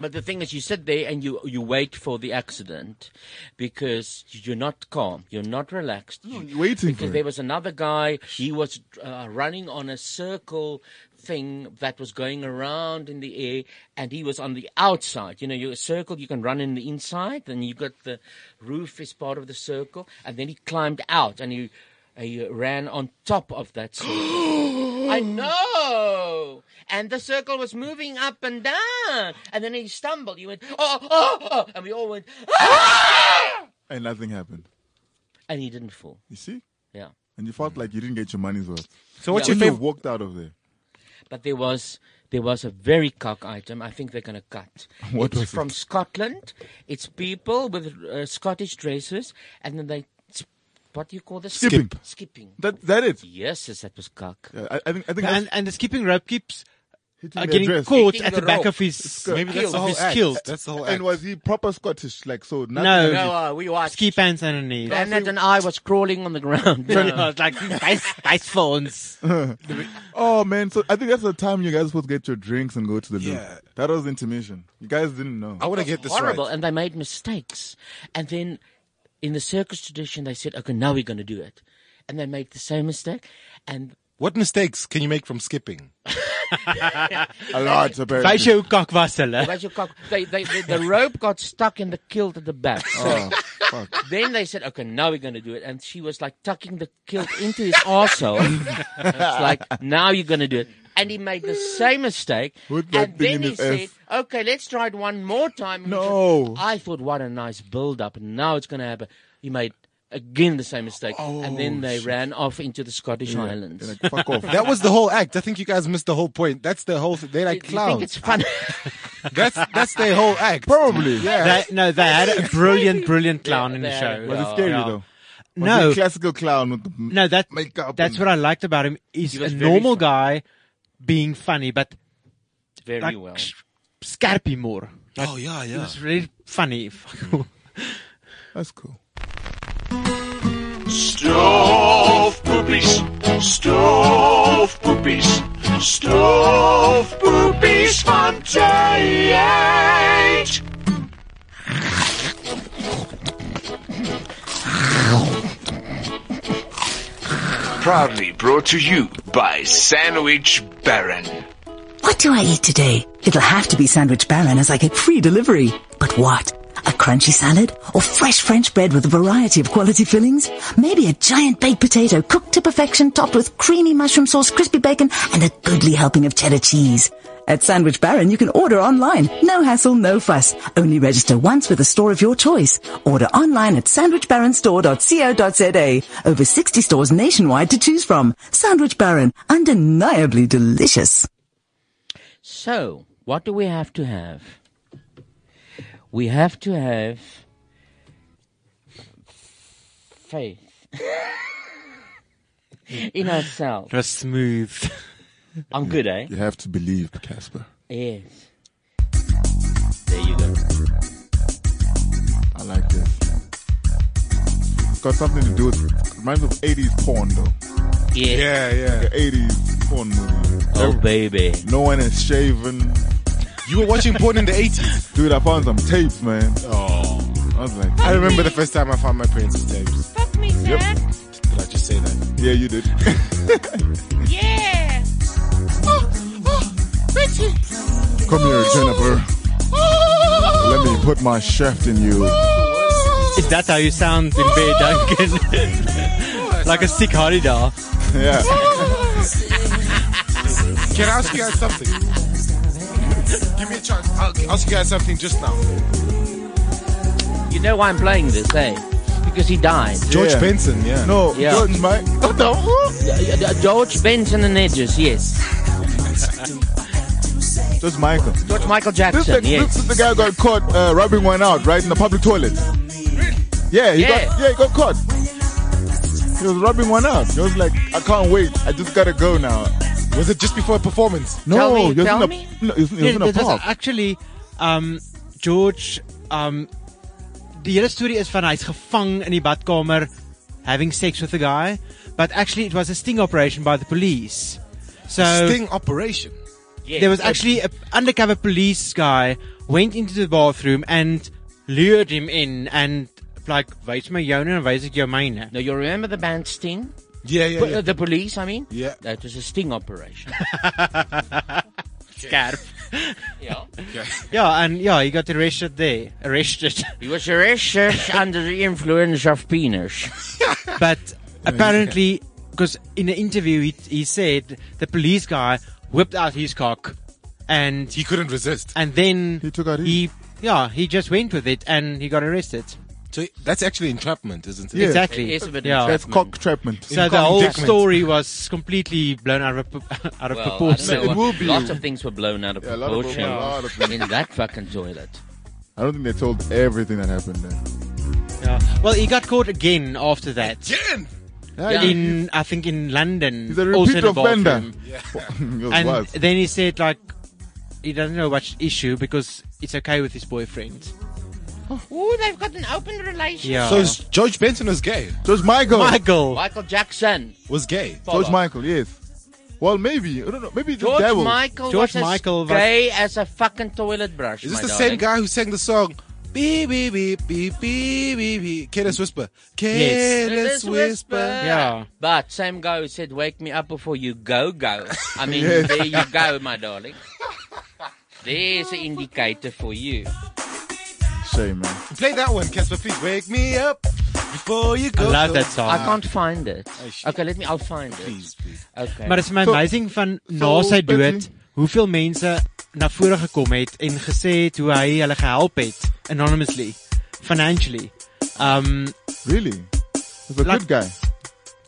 F: but the thing is, you sit there and you you wait for the accident because you're not calm, you're not relaxed.
H: you're waiting
F: because
H: for
F: there
H: it.
F: was another guy. He was uh, running on a circle thing that was going around in the air, and he was on the outside. You know, your circle you can run in the inside, and you got the roof is part of the circle, and then he climbed out and he. He ran on top of that circle. I know. And the circle was moving up and down. And then he stumbled. He went, oh, oh, oh. And we all went,
H: And nothing happened.
F: and he didn't fall.
H: You see?
F: Yeah.
H: And you felt like you didn't get your money's worth.
F: So what's
H: When
F: your
H: you
F: fav-
H: walked out of there?
F: But there was there was a very cock item. I think they're going to cut.
H: What
F: it's
H: was
F: from Scotland. It's people with uh, Scottish dresses, and then they sp- what do you call this?
I: Skipping.
F: Skipping.
H: That that it.
F: Yes, yes, that was cock.
H: I, I think I think
I: and, and the skipping rope keeps uh,
H: the
I: getting
H: dress.
I: caught
F: Hitting
I: at
F: the
I: the, back
F: rope.
I: of his
F: Skirt. Maybe
I: of his
H: act.
I: kilt.
H: And was he proper Scottish? Like so? Nothing
I: No,
F: No, uh, we watched.
I: ski pants underneath.
F: Bernard and I was crawling on the ground.
I: Yeah, I was like dice, dice phones.
H: oh man! So I think that's the time you guys were supposed to get your drinks and go to the loo.
F: Yeah.
H: That was intimation. You guys didn't know.
F: I want to get this horrible, and they made mistakes. And then, in the circus tradition, they said, "Okay, now we're going to do it," and they made the same mistake. And
G: What mistakes can you make from skipping?
H: A lot, apparently.
I: Wys jou kak was hulle.
F: Wys jou kak. They, they, the, the rope got stuck in the kilt at the back.
H: Oh,
F: So then they said, "Okay, now we're going to do it." And she was like tucking the kilt into his arsehole. it's like now you're going to do it. And he made the same mistake.
H: With that
F: And
H: thing
F: then
H: in
F: he
H: his
F: said,
H: ass.
F: "Okay, let's try it one more time." And he
H: No.
F: said, I thought, what a nice build-up, and now it's going to happen. He made again the same mistake, and
H: Oh,
F: then they ran off into the Scottish Highlands.
G: That was the whole act. I think you guys missed the whole point. That's the whole. They like
F: Do you think
G: clowns.
F: it's fun?
G: That's that's their whole act.
H: Probably.
G: Yeah.
I: They- no, they had a brilliant, brilliant clown in the
F: they had
I: show.
F: a
H: Was it scary
I: Yeah.
H: though? Was
I: No.
H: he a classical clown with the
I: No, that
H: makeup.
I: that's
H: and-
I: what I liked about him. He's
H: He
I: a
H: was very
I: normal guy, being funny, but
F: Very
I: like,
F: well.
I: Scarpy more. Like,
G: Oh, yeah,
I: He
G: yeah.
I: was really funny.
H: That's cool.
C: Stove poopies, stove poopies, stove poopies van tijd. Proudly brought to you by Sandwich Baron.
N: What do I eat today? It'll have to be Sandwich Baron as I get free delivery. But what? A crunchy salad? Or fresh French bread with a variety of quality fillings? Maybe a giant baked potato cooked to perfection topped with creamy mushroom sauce, crispy bacon, and a goodly helping of cheddar cheese. At Sandwich Baron, you can order online. No hassle, no fuss. Only register once with a store of your choice. Order online at sandwichbaronstore.co.za. Over 60 stores nationwide to choose from. Sandwich Baron, undeniably delicious.
F: So, what do we have to have? we have to have faith in ourselves.
I: Just smooth.
F: I'm good, eh?
H: You have to believe, Casper.
F: Yes. There you go.
H: I like this. Got something to do with reminds of 80s porn though.
F: Yeah.
H: Yeah, yeah. 80s porn movie.
F: Oh baby.
H: No one is shaven. You were watching porn in the 80s. Dude, I found some tapes, man. Oh. I was like,
G: I remember the first time I found my parents' tapes.
O: Fuck me, Zach.
G: Did I just say that?
H: Yeah, you did.
O: Yeah. Oh, oh, Richie.
H: Come here, Jennifer.
G: Oh.
H: Let me put my shaft in you.
I: Is that how you sound in bed, Duncan? like a sick holiday.
H: Yeah.
G: Can I ask you guys something? Give me a chance. I'll ask you guys something just now.
F: You know why I'm playing this, eh? Because he died.
G: George Benson, yeah.
H: No,
F: Yeah.
H: George, mate. What the
F: George Benson and Edges, yes.
H: That's Michael.
F: George Michael
H: This,
F: Jackson,
H: the,
F: yes.
H: this is the guy who got caught uh, rubbing one out, right, in the public toilet. Yeah, he
F: Yeah.
H: Got, yeah, he got caught. He was rubbing one out. He was like, I can't wait. I just gotta go now. Was it just before a performance? No,
I: Tell me,
H: he was
I: tell
H: in a,
I: me.
H: No, he was, he was
I: Yeah,
H: in a
I: because
H: park.
I: Actually, um, George, um, die hele story is van hy's gevang in die badkamer having sex with a guy, but actually it was a sting operation by the police. So
G: Sting operation.
I: there was actually an undercover police guy went into the bathroom and lured him in and like wys my joune en wys ek jou myne.
F: Now you remember the band Sting?
G: Yeah,
I: yeah,
F: Po-
I: yeah.
F: uh, The police, I mean.
G: Yeah.
F: That was a sting operation.
I: Scarf.
F: yeah.
I: Yeah, and yeah, he got arrested there. Arrested.
F: He was arrested under the influence of penis.
I: but apparently, because in an interview he, he said the police guy whipped out his cock, and
G: he couldn't resist.
I: And then he took out he yeah he just went with it and he got arrested.
G: So that's actually entrapment, isn't it?
I: Yeah. Exactly.
F: It is a bit
I: Yeah.
H: That's cock trapment.
I: So the whole story was completely blown out of pro- out of
F: Well, I don't
I: proportion.
F: know what- Lots of things were blown out of
H: Yeah, a lot of-
F: proportion
H: a lot of
F: in that fucking toilet.
H: I don't think they told everything that happened then.
I: Yeah. Well, he got caught again after that.
G: Again.
F: Yeah.
I: In I think in London.
H: He's a
I: also in
H: repeat offender.
I: bathroom.
H: It
I: and
H: was.
I: then he said like he doesn't know what's the issue because it's okay with his boyfriend.
F: Ooh, they've got an open relationship.
I: Yeah.
G: So is George Benson was gay.
H: George Michael.
I: Michael.
F: Michael Jackson.
G: Was gay.
H: George Michael, yes. Well, maybe. I don't know. Maybe the
F: George
H: devil.
F: Michael was as gay as a fucking toilet brush.
G: Is this
F: my
G: the
F: darling.
G: same guy who sang the song? Beep, beep, beep, beep, beep, beep, beep. Careless Whisper.
F: Yes.
G: Careless Whisper.
I: Yeah.
F: But same guy who said, "Wake me up before you go go." I mean,
G: Yes.
F: there you go, my darling. There's an indicator for you.
H: Shame, man.
G: Play that one, Casper, please. Wake me up before you go. go.
F: I can't find it. Okay, let me. I'll find it. Please,
G: please.
F: Okay.
I: Maar dit is my amazing van na
F: so,
I: sy dood
F: Betty.
I: hoeveel mense na vore gekom het en gesê het hoe hy hulle gehelp het anonymously financially. Um
H: really? He's a good guy.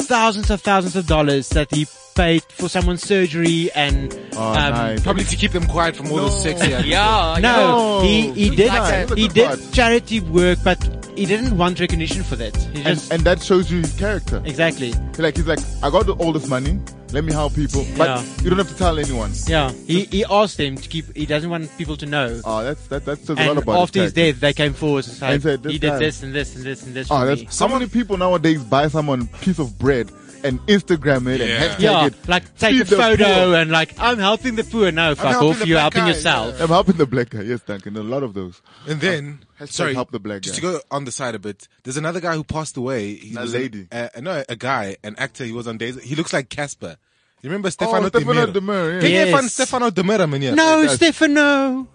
I: Thousands of thousands of dollars that he paid for someone's surgery and um,
H: Oh, nice.
G: Probably to keep them quiet from all those sexy ideas.
I: No, he he
H: Good
I: did
H: guy. That's a
I: he
H: good
I: did
H: part.
I: charity work but he didn't want recognition for that. He
H: And,
I: just
H: and that shows you his character.
I: Exactly.
H: Like he's like, I got all this money. Let me help people, but
I: Yeah.
H: you don't have to tell anyone.
I: yeah, he, he asked them to keep. He doesn't want people to know.
H: Oh, that's that. That says
I: and
H: a lot about
I: after his
H: his
I: death, they came forward and said,
H: And said, "This
I: "He did
H: guy-
I: this and this and this and this."
H: Oh,
I: for
H: that's,
I: me."
H: how many people nowadays buy someone a piece of bread and Instagram it and hashtag
I: yeah,
H: it?
I: like take
H: Feed
I: a
H: the
I: photo
H: poor.
I: and like I'm helping the poor. No, fuck
H: helping
I: off.
H: the
I: You're
H: black
I: helping
H: guy,
I: yourself.
H: I'm helping the black guy. Yes, Duncan. A lot of those.
G: And then,
H: Hashtag
G: sorry,
H: help the black
G: just
H: guy.
G: to go on the side a bit, there's another guy who passed away. He
H: A
G: was
H: lady.
G: a, a- no, a guy, an actor. He was on Days. He looks like Casper. You remember Stefano
H: Oh, Stefano
G: Demiro?
H: De Miro, yeah.
G: Ken jy
H: Yes.
G: van Stefano Demiro, meneer?
I: No, Stefano.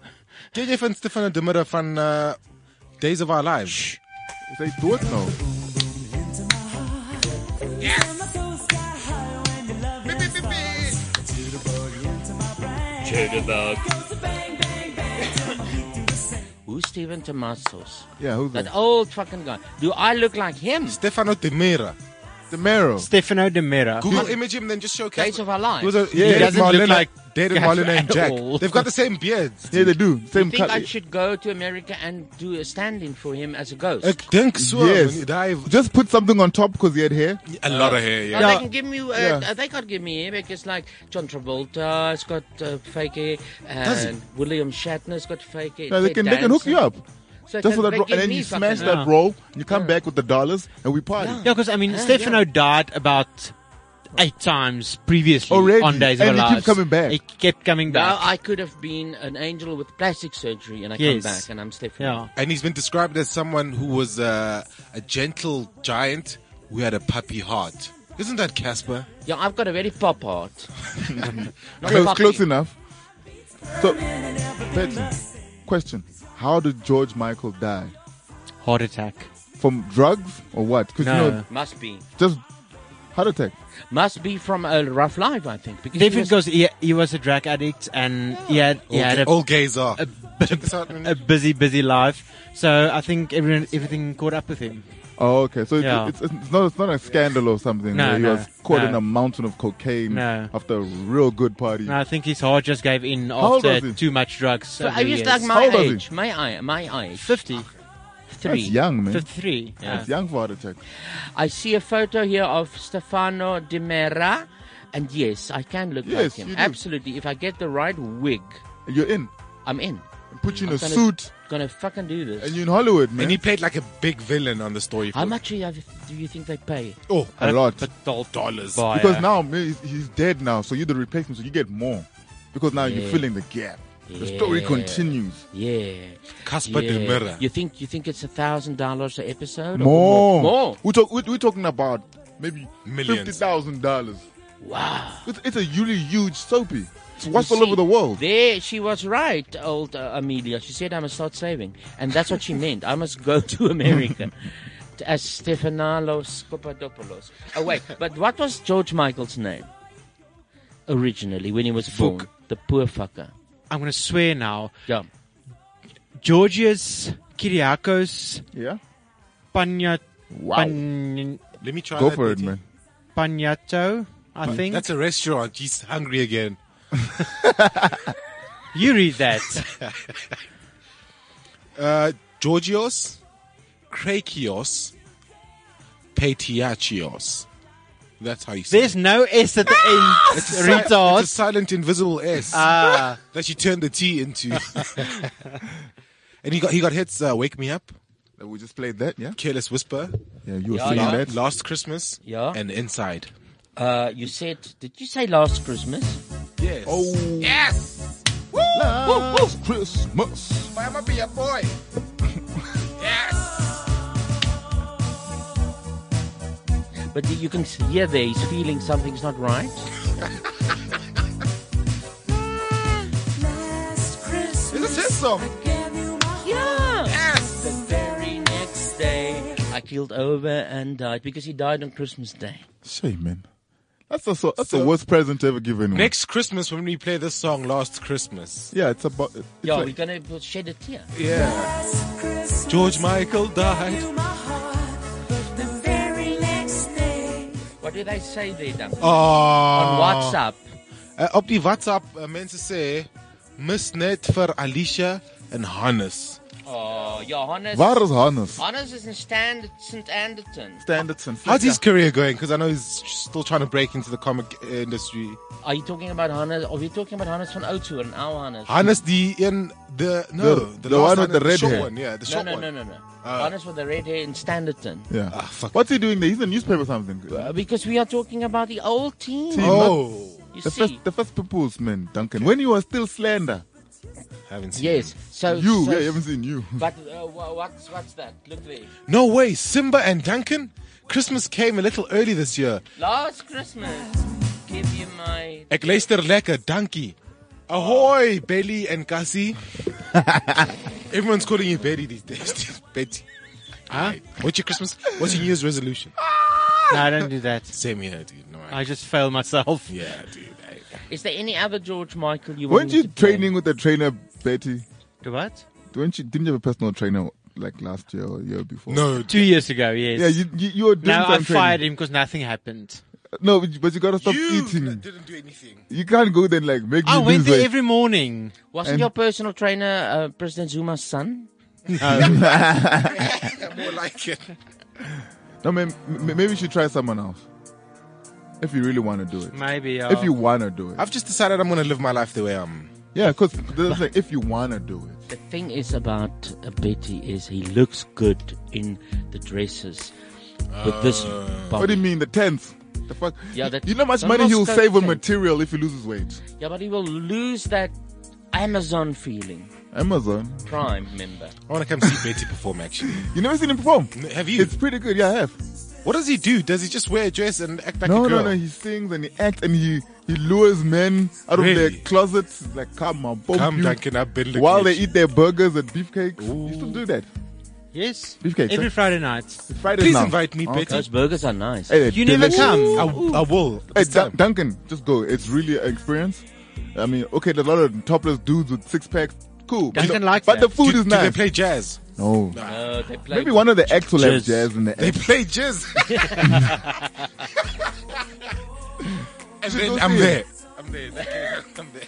G: Ken jy van Stefano Demiro van uh, Days of Our Lives?
H: They thought no.
F: Jitterbug. Who's Steven Tomasos?
H: Yeah, who's
F: that?
H: that?
F: old fucking guy. Do I look like him?
G: Stefano Demiro.
H: De Mero.
I: Stefano De Mera.
G: Google image him, then just show Days
F: of Our Lives.
H: Was it- yeah,
I: He
H: it's
I: doesn't
H: Marlon
I: look
H: and-
I: like
H: David
I: Gaffer
H: Marlon and
I: at
H: Jack.
I: all.
G: They've got the same beards.
H: Yeah, they do.
F: Do you
H: Same
F: think
H: cut.
F: I should go to America and do a stand-in for him as a ghost?
H: I
G: think
F: so,
H: Yes.
F: when Uh, you
H: Just put something on top because he had hair.
G: A lot of hair,
F: No, they can give me. Uh, They can't give me hair because, like John Travolta, has got uh, fake hair,
H: Does he?
F: and William Shatner's got fake hair.
H: No, they
F: Ted
H: can they can hook
F: Danson.
H: you up.
F: So
H: Just
F: can
H: for that,
F: they
H: ro-
F: give
H: and then
F: me
H: you
F: fucking-
H: smash
I: Yeah.
H: that roll. You come back with the dollars, and we party.
I: Yeah, because I mean, Stefano died about eight times previously
H: Already?
I: on Days of
H: And
I: Our
H: he keep
I: Lives.
H: coming back.
I: He kept coming back.
F: Now I could have been an angel with plastic surgery, and I
I: Yes.
F: come back and I'm Stefan.
G: And he's been described as someone who was uh, a gentle giant who had a puppy heart. Isn't that Casper?
F: Yeah, I've got a very pop heart. Not
H: close,
F: puppy.
H: close enough. So, Betty, question: How did George Michael die?
I: Heart attack.
H: From drugs or what? 'Cause you
F: No.
H: know-
F: Must be.
H: Just heart attack.
F: Must be from a rough life, I think. Because
I: David
F: he was-
I: goes. He, he was a drug addict, and he had he
F: All
I: had
F: ga-
I: a,
F: all
G: gays are
I: a, a busy, busy life. So I think everyone everything caught up with him.
H: Oh, okay. So
I: Yeah.
H: it's, it's, it's not it's not a scandal or something.
I: No,
H: where he
I: no,
H: was caught
I: no.
H: in a mountain of cocaine
I: No.
H: after a real good party.
I: No, I think his heart just gave in
H: How old was
I: after
H: he?
I: too much drugs.
F: So
I: over
F: I
I: the
F: was
I: years.
F: like my age, my eye, my age,
I: fifty.
F: Three.
H: That's young, man.
I: Fifty-three. Yeah.
H: That's young for heart attack.
F: I see a photo here of Stefano Di Mera, and yes, I can look
H: Yes,
F: like
H: you do.
F: him. Absolutely. If I get the right wig,
H: you're in.
F: I'm in.
H: Put you in
F: I'm
H: a
F: gonna-
H: suit.
F: Gonna fucking do this.
H: And you're in Hollywood, man.
G: And he played like a big villain on the story.
F: How much do you, do you think they pay?
G: Oh,
H: a lot.
G: dollars.
H: because now man, he's- he's dead now, so you're the replacement, so you get more. Because now
F: Yeah.
H: you're filling the gap. The story
F: Yeah.
H: continues.
F: Yeah.
H: Casper
F: yeah.
H: De Mera.
F: You think you think it's a thousand dollars an episode? or
H: More.
F: More.
H: We're, talk, we're, we're talking about maybe
F: Millions.
H: $50,000.
F: Wow.
H: It's, it's a really huge soapy. It's watched
F: You
H: all over
F: see,
H: the world.
F: There, she was right, old uh, Amelia. She said, I must start saving. And that's what she meant. I must go to America. To- As Stephanos Papadopoulos. Oh, wait. But what was George Michael's name originally when he was born? The poor fucker.
I: I'm gonna swear now.
F: Yeah.
I: Georgios Kyriakos.
H: Yeah.
I: Panya.
H: Wow.
G: Let me try
H: Go
G: that,
H: for it,
G: Betty.
H: man.
I: Panyato. I think
G: That's a restaurant. He's hungry again.
I: you read that.
G: uh, Georgios, Krakios, Petiachios. That's how you say
I: There's no S at the end.
G: It's a, si-
I: Retard.
G: it's a silent invisible S
I: Ah.
G: that you turn the T into. and he got he got hits. Uh, Wake me up.
H: We just played that. Yeah.
G: Careless whisper.
H: Yeah, you
F: were Yeah, singing yeah. that.
G: last Christmas.
F: Yeah.
G: And inside.
F: Uh, you said, did you say last Christmas?
G: Yes. Oh.
F: Yes!
G: Woo!
H: Last Christmas.
G: Why am I be a boy?
F: But you can hear there, he's feeling something's not right.
O: Is
H: this his song?
F: Yeah. The very next day, I keeled over and died because he died on Christmas Day.
H: Shame, man. That's the so, that's the worst present ever given.
G: Next Christmas when we play this song, Last Christmas.
H: Yeah, it's about. It's
F: Yeah,
H: like-
F: we're gonna we'll shed a tear.
G: Yeah. George Michael died.
F: What do they say there, Duncan?
G: Oh.
H: Ah.
F: On WhatsApp.
G: Uh, op die WhatsApp uh, mense sê mis net vir Alicia en Hannes.
F: Oh, Johannes.
G: Waar is Hannes?
I: Ah.
F: Hannes is in Stand St Anderton.
H: Standards and
G: How's his career going? Because I know he's still trying to break into the comic uh, industry.
F: Are you talking about Hannes? Are we talking about Hannes van Oudtshoorn? Our Hannes.
H: Ah,
G: Hannes the in the no
H: The-
G: the,
H: the
G: last
H: one with the red
G: short
H: hair.
G: one, yeah, the
F: no,
G: short
F: no,
G: one. Ah,
F: no, no, no,
H: Ah.
F: Hannes with the red hair in Standerton.
H: Yeah. Ah. Oh. What's he doing there? He's in the newspaper or something.
F: Uh, because we are talking about the old team.
H: Team,
F: You
H: the
F: see.
H: first, the first people's man, Duncan. When you were still slander.
G: Haven't seen.
F: Yes. So
H: you,
F: so-
H: yeah, you haven't seen you.
I: Oh,
F: But uh, wha- what's what's that? Look there.
G: No way, Simba and Duncan. Christmas came a little early this year.
F: Last Christmas, give you my.
G: Ek luister lekker, dankie. Ahoy, Belly and Cassie. Everyone's calling you Betty these days. Betty. Huh? What's your Christmas? What's your New Year's resolution?
I: no, I don't do that.
G: Same here, dude. No, I,
I: I just fail myself.
G: Yeah, dude.
F: Is there any other George Michael you want?
H: Weren't
F: me
H: you
F: to-
H: training with a trainer, Betty?
I: Do what?
H: Weren't you? Didn't you have a personal trainer like last year or year before.
I: No, two years ago, yes.
H: Yeah, you you, you were doing
I: Now I
H: something.
I: fired him because nothing happened.
H: No, but you- but you gotta stop eating. didn't do anything. You can't go there and like make me
I: I went
H: lose
I: there
H: weight.
I: every morning.
F: Wasn't
H: And-
F: your personal trainer uh, President Zuma's son?
G: More like it.
H: No, man, m- maybe you should try someone else. If you really want to do it.
I: Maybe,
H: If
I: uh,
H: you want to do it.
G: I've just decided I'm going to live my life the way I'm.
H: Yeah, because like, if you want to do it.
F: The thing is about uh, Betty is he looks good in the dresses with this
I: Uh,
H: What do
F: body.
H: you mean, the tenth? The fuck?
F: Yeah, that-
H: you know how much
F: Don't
H: money
F: ask
H: he'll
F: that
H: save on
F: thing.
H: material if he loses weight.
F: Yeah, but he will lose that Amazon feeling.
H: Amazon.
F: Prime member.
G: I want to come see Betty perform, actually.
H: You never seen him perform?
G: Have you? It's
H: pretty good, yeah, I have.
G: What does he do? Does he just wear a dress and act like
H: no,
G: a girl?
H: no, no. He sings and he acts and he, he lures men out of
G: Really?
H: their closets. Like, come on, bump
G: Come,
H: you.
G: Duncan, I build a
H: While they
G: connection.
H: eat their burgers and beefcakes. You still do that.
I: Yes.
H: Beefcakes,
I: Every
H: huh?
I: Friday night.
H: Friday
I: Please
H: now.
I: invite me, Betty.
F: Those burgers are nice.
H: Hey,
I: You never
H: delicious.
I: come. I w- I will
H: Hey, Dun- Duncan, just go. It's really an experience. I mean, okay, there's a lot of topless dudes with six packs. Cool. but-
G: Duncan
I: likes
H: But
G: that.
H: the food
G: Do-
H: is
G: do
H: nice.
G: they play jazz?
H: No.
F: No, they play
H: Maybe one of the acts will have
G: jazz.
H: jazz in the
G: They
H: act.
G: play jizz. and
H: Just go
G: then I'm
H: see
G: there.
H: it.
G: I'm there. I'm there.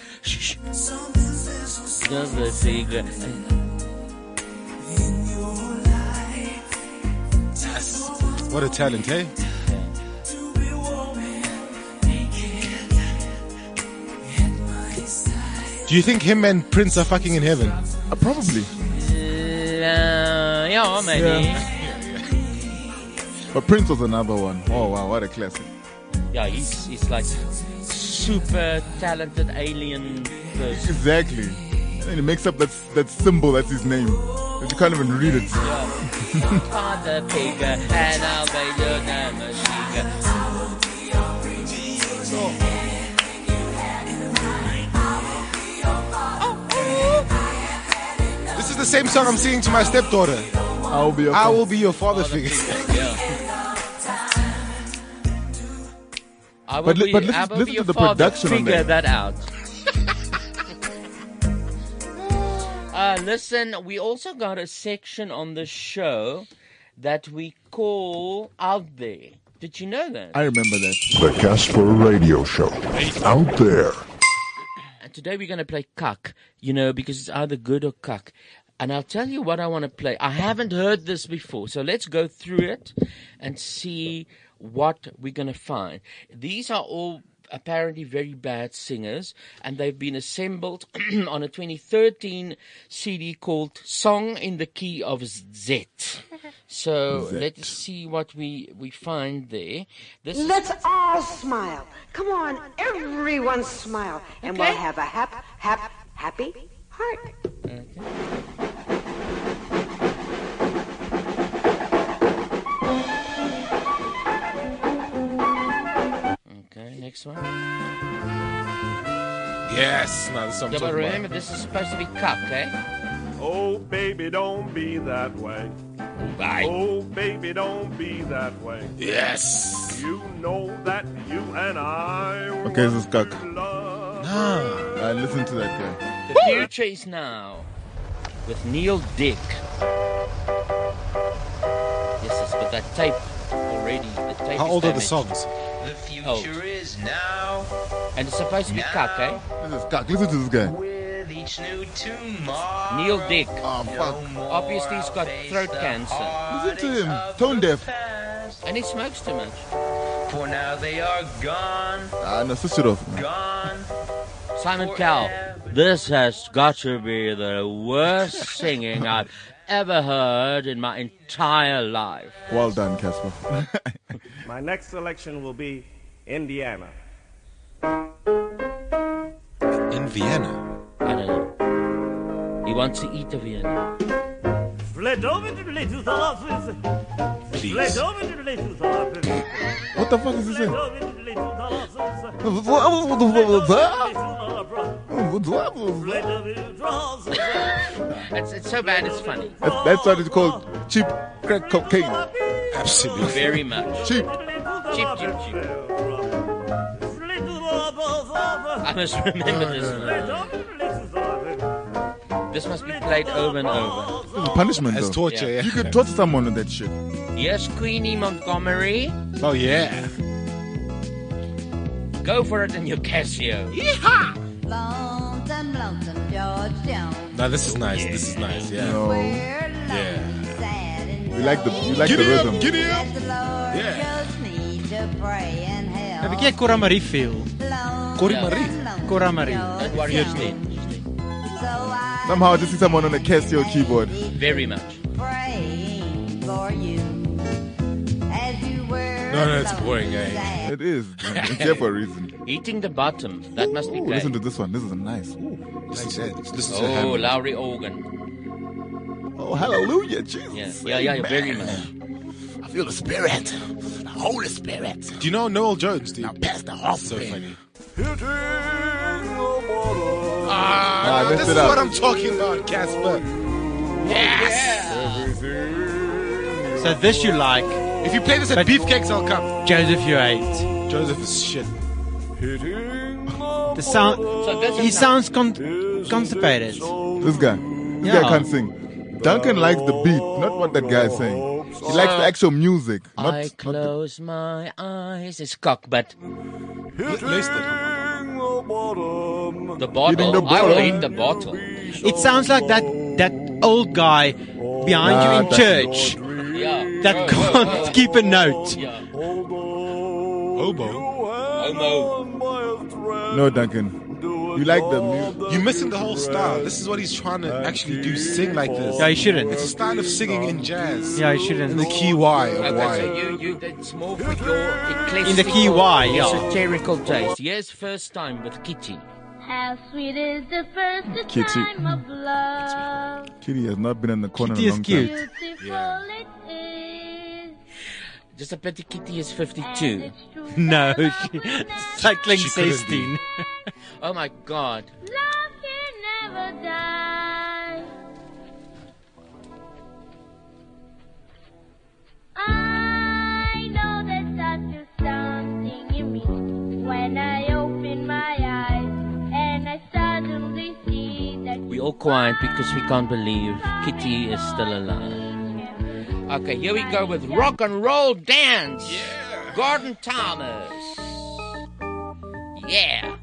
F: Another thing.
G: What a talent, hey? Do you think him and Prince are fucking in heaven?
H: probably.
F: Uh, yeah, maybe.
H: But Prince was another one. Oh, wow, what a classic.
F: Yeah, he's, he's like super talented alien person.
H: Exactly. And then he makes up that, that symbol that's his name. But you can't even read it.
F: Father pig and I'll be your machine.
G: This is the same song I'm singing to my stepdaughter.
H: I will be your,
G: I will be your father figure.
F: I will
H: But li-
F: be,
H: but listen-
F: I will
H: listen
F: be
H: to
F: your
H: the
F: father.
H: production on
F: Figure
H: that.
F: that out. uh, listen, we also got a section on the show that we call Out There. Did you know that?
H: I remember that.
P: The Casper Radio Show. Out there.
F: And today we're going to play cuck, you know, because it's either good or cuck. And I'll tell you what I want to play. I haven't heard this before, so let's go through it and see what we're going to find. These are all apparently very bad singers, and they've been assembled on a 2013 CD called Song in the Key of Z. So
Q: Zet.
F: let's see what we, we find there. This
Q: Let's all smile. Come on, everyone smile, and we'll have a hap, hap, happy heart.
F: Okay, next one.
G: Yes, now this song.
F: Yeah, but remember, this is supposed to be cuck, eh?
R: Oh, baby, don't be that way.
F: Bye.
R: Oh, baby, don't be that way.
G: Yes.
R: You know that you and I. were
H: Okay, this is Gug. Nah. I listened to that guy.
F: The future is now with Neil Dick. Yes, yes, but that tape already. The tape
G: How
F: is
G: old are the
F: damaged.
G: songs?
F: The future is now. Oh. And it's supposed to be cuck, eh?
H: This is Gak. Listen to this guy.
F: Neil Dick. Oh, fuck. Obviously, he's got throat cancer.
H: Ah, Listen to him. Tone deaf.
F: And he smokes too much. For now, they are gone.
H: Ah, no, switch it off.
F: Simon Cowell. This has got to be the worst singing I've ever heard in my entire life.
H: Well done, Casper.
R: My next selection will be Indiana.
G: In Vienna.
F: I don't know. He wants to eat the Vienna.
G: Please.
H: What the fuck is this? thing?
F: It's, it's so bad, it's funny.
H: That's, that's what it's called. Cheap crack cocaine.
G: Absolutely.
F: Very much.
H: Cheap.
F: Cheap, cheap, cheap. I must remember this one. This must be played over and over.
H: This is punishment.
F: As
H: though.
F: torture, yeah.
H: You could torture someone with that shit.
F: Yes, Queenie Montgomery.
H: Oh yeah.
F: Go for it in your Casio.
O: Lonesome, lonesome Georgetown.
G: Now this is nice. This is nice. Yeah.
H: No.
G: Yeah.
H: You Oh, like the you like
G: Giddy
H: the
G: up,
H: rhythm.
G: giddy
O: Let the Lord just need to pray and help.
I: Heb ek jy Cora Marie feel?
O: Corrie Marie?
I: Cora Marie.
F: Don't worry, it's me.
H: Somehow I just see someone on a Casio keyboard.
F: Very much.
O: Praying for you. As you were
H: No, no, it's
F: boring,
O: eh?
H: It is. It's there for a reason.
F: Eating the bottom. That must be
H: Ooh,
F: played.
H: listen to this one. This is a nice. Ooh, like that.
F: oh, Lowry organ.
H: Oh, hallelujah, Jesus.
F: Yeah, yeah, yeah, yeah, very much.
E: I feel the spirit, the Holy Spirit.
G: Do you know Noel Jones? Dude? Now
E: pass the horse.
G: So funny.
H: Ah, I
G: this
H: messed
G: is
H: it up.
G: what I'm talking about, Casper. Yes.
I: So this you like.
G: If you play this at Beefcakes, I'll come.
I: Joseph you hate.
G: Joseph is shit.
I: The sound
G: So this
I: he
G: is
I: sounds con- constipated.
H: This guy. This
I: Yeah.
H: guy can't sing. Duncan likes the beat, not what that guy is saying. He likes the actual music. Not,
F: I close my eyes. It's cock, but the
I: Hitting
F: bottle.
I: the
F: I will
I: bottle.
F: eat the bottle.
I: It sounds like that that old guy behind
F: Ah,
I: you in
F: that's-
I: church
F: Yeah.
I: that can't keep a note.
G: Hobo.
H: no, Duncan. You like the music.
G: You're missing the whole style. This is what he's trying to actually do. Sing like this.
I: Yeah, he shouldn't.
G: It's a style of singing in jazz.
I: Yeah, I shouldn't.
G: In the key Y
F: Okay,
G: of
F: so
G: Y.
F: you, you, it's more for your eclectic,
I: In the key Y, yeah.
F: esoterical taste. Yes, first time with Kitty.
O: How sweet is the first
H: Kitty.
O: time of love.
H: Kitty has not been in the corner
I: Kitty
H: in a
I: is
H: long
I: cute.
H: time.
O: Beautiful it is.
F: Just a petty Kitty is 52.
I: No, she, cycling
F: She couldn't be.
I: 16.
F: Oh my god.
O: Love can never die. I know that that's just something in me. When I open my eyes and I suddenly see that
F: We all quiet because we can't believe Kitty is still alive. Okay, here we go with rock and roll dance. Yeah. Gordon Thomas. Yeah.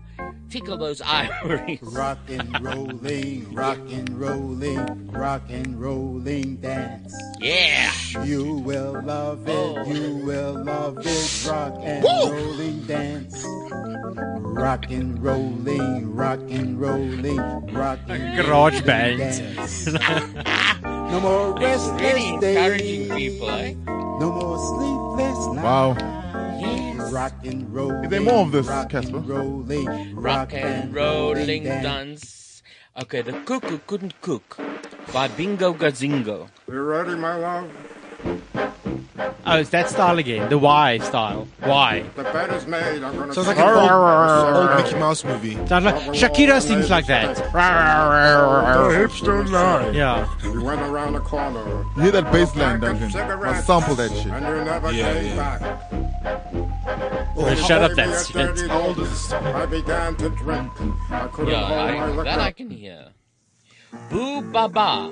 F: Tickle those ivories.
S: Rock and rolling, rock and rolling, rock and rolling dance.
F: Yeah.
S: You will love it, you will love it, rock and rolling dance. Rock and rolling, rock and rolling, rock and
I: Garage
S: rolling
I: band.
S: dance. no more restless days,
F: eh?
S: no more sleepless nights.
H: Wow.
S: Rock and rolling.
H: Is there more of this,
S: rock and
H: Casper?
S: Rolling,
F: Rock and rolling dance. Okay, the cook who couldn't cook by Bingo Gazingo.
S: We're ready, my love.
I: Oh, it's that style again. The Y style. Y.
S: The bed is made. I'm gonna
G: Sounds like
S: take
G: an
S: you
G: old,
S: out.
G: old Mickey Mouse movie.
I: Sounds like Shakira seems like that.
S: The hips don't lie.
I: Yeah.
S: You went around the corner.
H: You hear that bass line, Duncan. Now sample that shit.
S: And you never
H: Yeah,
S: came back.
H: Well, shut up
S: baby,
H: that
S: at
H: shit.
S: 30
F: Oh,
S: days, I began to drink. I couldn't
F: Yeah,
S: hold my
F: I,
S: liquor.
F: that I can hear. Boo Baba.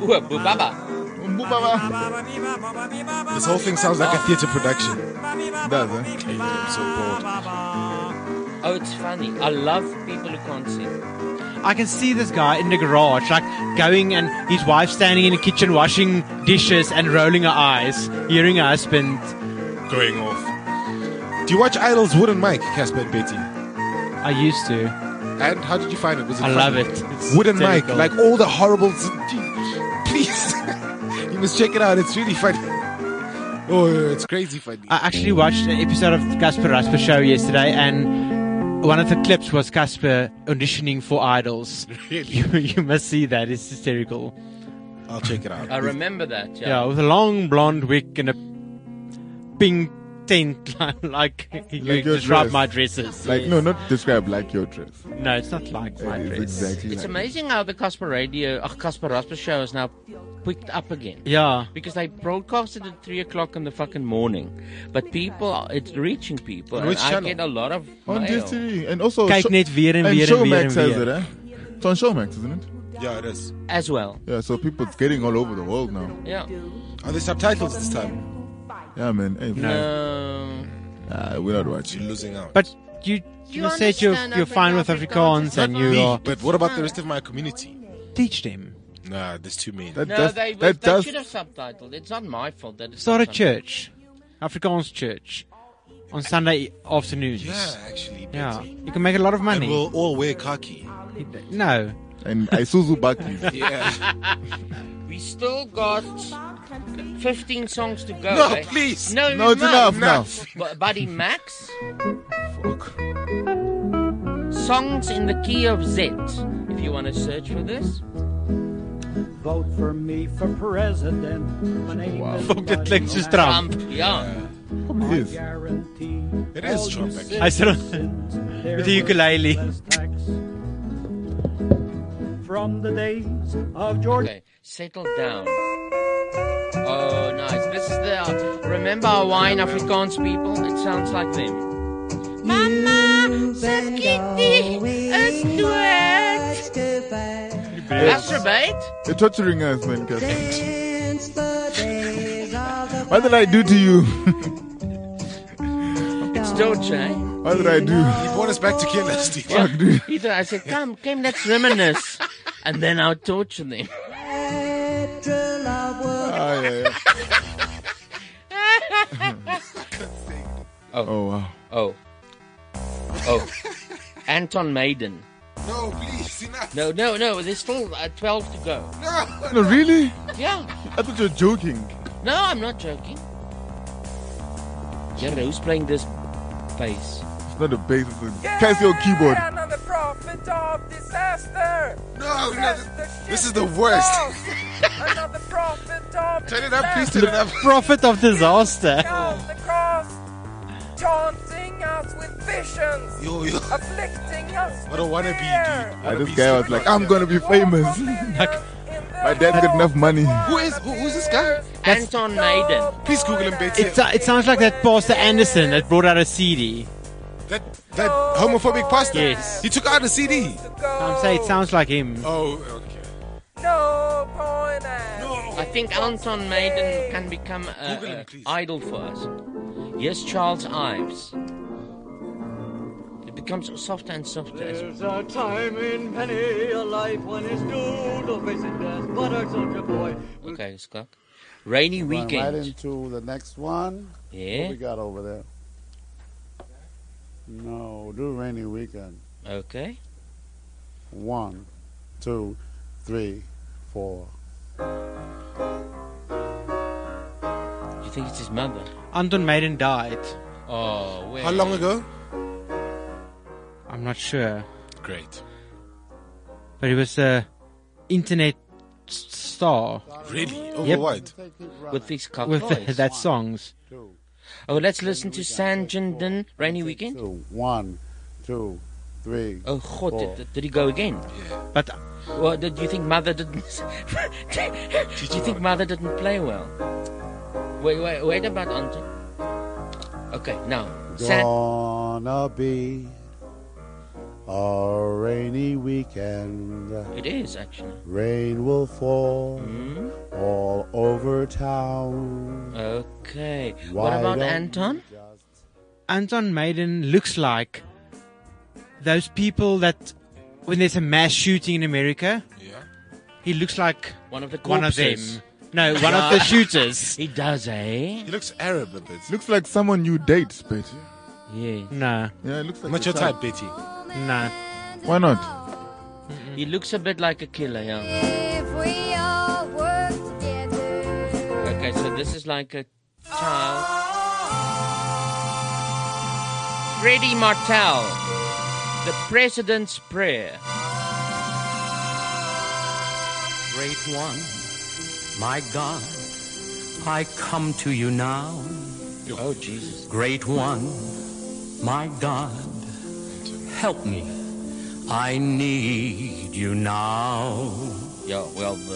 F: Ooh, Boo Baba.
G: This whole thing sounds like a theater production.
H: Does, eh?
G: I'm so
F: Oh, it's funny. I love people who can't sing.
I: I can see this guy in the garage, like going and his wife standing in the kitchen washing dishes and rolling her eyes, hearing her husband.
G: bored. Going off. Do you watch Idols Wooden Mike, Casper and Betty?
I: I used to.
G: And how did you find it? Was it
I: I
G: fun?
I: love it. It's
G: Wooden Mike,
I: hysterical.
G: like all the horrible. z- Please, you must check it out. It's really funny. Oh, yeah, it's crazy funny.
I: I actually watched an episode of Casper Rasper show yesterday, and one of the clips was Casper auditioning for Idols. You, you must see that. It's hysterical.
G: I'll check it out.
F: I remember that. Yeah.
I: Yeah, with a long blonde wig and a pink tent, like you
H: Like your
I: describe
H: dress.
I: my dresses.
H: Like no, not describe like your dress.
I: No, it's not like my
H: It is
I: dress.
H: exactly
F: It's
H: like
F: amazing how the Casper Radio, uh, Casper Rasper show is now picked up again.
I: Yeah.
F: Because they broadcast it at 3 o'clock in the fucking morning. But people, are, it's reaching people.
H: On
F: and
H: which
F: I
H: channel?
F: get a lot of.
H: On
F: mail.
H: DStv and also
I: Kijk
H: Sho-
I: net weer en weer en weer en
H: Showmax has
I: weer.
H: it, eh? It's on Showmax, isn't it?
G: Yeah, it is.
F: As well.
H: Yeah, so people it's getting all over the world now.
F: Yeah.
G: Are there subtitles this time?
H: Yeah, man. Hey,
F: No.
H: Ah, we're not watching.
G: You're losing out.
I: But you you, said you're you're fine with Afrikaans and you
G: Me,
I: are
G: But what about the rest of my community?
I: teach them.
G: Nah, there's too many.
I: That
F: no,
I: does-
F: they,
I: that
F: they
I: does-
F: should have subtitled. It's not my fault that it's
I: Start
F: not
I: a church, Afrikaans church, on Sunday afternoons.
G: Yeah, actually,
I: Yeah,
G: better.
I: you can make a lot of money.
G: And we'll all wear khaki.
I: No.
H: And Isuzu Bakis.
G: Yeah.
F: subtitled. We still got 15 songs to go.
G: No,
F: eh?
G: please.
F: No,
H: No,
F: we
H: it's
F: must.
H: enough
F: Bu- Buddy Max. Songs in the key of Z. If you want to search for this.
T: Vote for me for president. My name is
I: Dit klink soos
F: Trump.
I: Trump.
F: Ja.
H: It is.
G: It is Trump, actually.
I: Hy sit on- with the ukulele.
T: from the days of George.
F: Okay, settle down. Oh, nice. This is the. uh, Remember Hawaiian Afrikaans people? It sounds like them.
C: Mama,
F: Masturbate?
H: You're torturing us, man. Cass. What did I do to you?
F: It's torture, eh?
H: What did I do?
G: He brought us back to Kenya, Steve.
H: Fuck, dude.
F: He said- I said, come, come, let's reminisce. and then I'll torture them.
H: Ah, yeah, yeah.
F: Oh.
H: Oh, wow.
F: Oh. Oh. Anton Maiden.
G: No, please, enough.
F: No, no, no, there's still uh, 12 to go.
H: No, really?
F: Yeah.
H: I thought you were joking.
F: No, I'm not joking. Yeah, who's playing this bass?
H: It's not a bass, it's a Casio keyboard.
C: another prophet of disaster.
G: No, no,
C: Yes, the
G: this
C: ship
G: is the worst.
C: falls. another prophet of
G: Turn it up, please
C: disaster.
G: turn it up.
I: Prophet of disaster.
C: Down the cross, taunting us with visions,
G: Yo, yo.
C: afflicting us
G: What a wannabe, dude.
H: Ah,
G: Wannabe
H: this guy was
G: sick
H: like,
G: man.
H: I'm gonna be famous. My dad got enough money.
G: Who is who, who's this guy?
F: Anton Maiden.
G: Please Google him, Bates.
I: It, it sounds like that Pastor Anderson that brought out a CD.
G: that that homophobic pastor.
I: Yes.
G: He took out a CD.
I: I'm saying it sounds like him.
G: Oh, okay.
C: No point at
F: I think Anton Maiden can become
G: Google him,
F: an
G: please.
F: idol for us. Yes, Charles Ives. It becomes softer and softer. as-
T: There's a time in many a life when it's due to facing death, but our soldier boy will
F: Okay, Scott. Rainy
S: Going right
F: weekend.
S: into the next one. What
F: Yeah.
S: we got over there? No, do rainy weekend.
F: Okay.
S: One, two, three, four.
F: You think it's his mother?
I: Anton Maiden died.
F: Oh, where?
G: How long ago?
I: I'm not sure.
G: Great.
I: But he was a internet s- star
G: Really? Oh,
I: Yep.
G: what?
F: With these cock
I: with
F: toys.
I: that songs.
F: Oh, let's listen to San Jindan, Rainy Weekend.
S: Two, one, two, three.
F: Oh, God, did- did, did he go again?
I: But
F: Well, did you think mother didn't? do you think mother didn't play well? Wait, wait, wait about Anton. Okay, now San.
S: Gonna be a rainy weekend.
F: It is actually. Hmm?
S: Rain will fall all over town.
F: Okay. what
S: Why
F: about
S: don't
F: Anton?
I: Anton Maiden looks like those people that when there's a mass shooting in America,
G: Yeah.
I: he looks like
F: One of the
I: one of them.
F: corpses.
I: No, one of the shooters.
F: He does, eh?
G: He looks Arab a bit.
H: Looks like someone you date, Betty.
F: Yeah.
I: No,
H: Yeah, it looks like
G: Not your type, Betty.
I: no.
H: Why not?
F: He looks a bit like a killer, yeah. Okay, so this is like a child. Freddie Martel, The President's Prayer.
L: Great one, my God, I come to you now.
F: Oh, Jesus.
L: Great one, my God, help me. I need you now.
F: Yeah, well, the,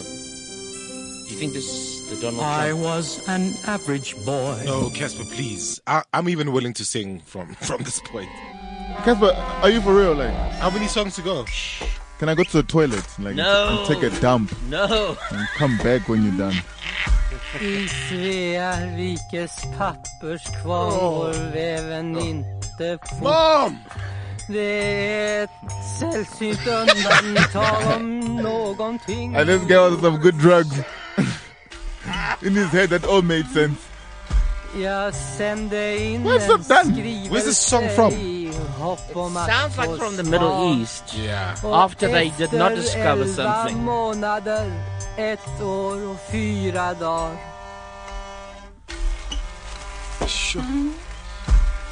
F: you think this is the Donald
L: I
F: Trump?
L: was an average boy.
G: No, Casper, please. I, I'm even willing to sing from from this point.
H: Casper, are you for real? Like,
G: How many songs to go?
H: Can I go to the toilet? Like,
U: No.
H: And take a dump.
U: No.
H: And come back when you're done.
C: I Svea rikes papperskvarn
U: Åh.
C: går väven
T: Oh.
C: inte fort.
U: Mom!
C: Det är ett sällsynt undantag om någonting.
H: And this guy was some good drugs. In his head, that all made sense.
C: Jag sände in
H: Where's
C: en
H: that done?
C: skrivelse
H: Where's this song from?
C: i hopp om att
F: Sounds
C: få
F: like from the
C: svar.
F: Middle East.
C: Yeah.
F: After they did not
C: efter
F: discover
C: elva
F: something.
C: månader, ett år och fyra dagar.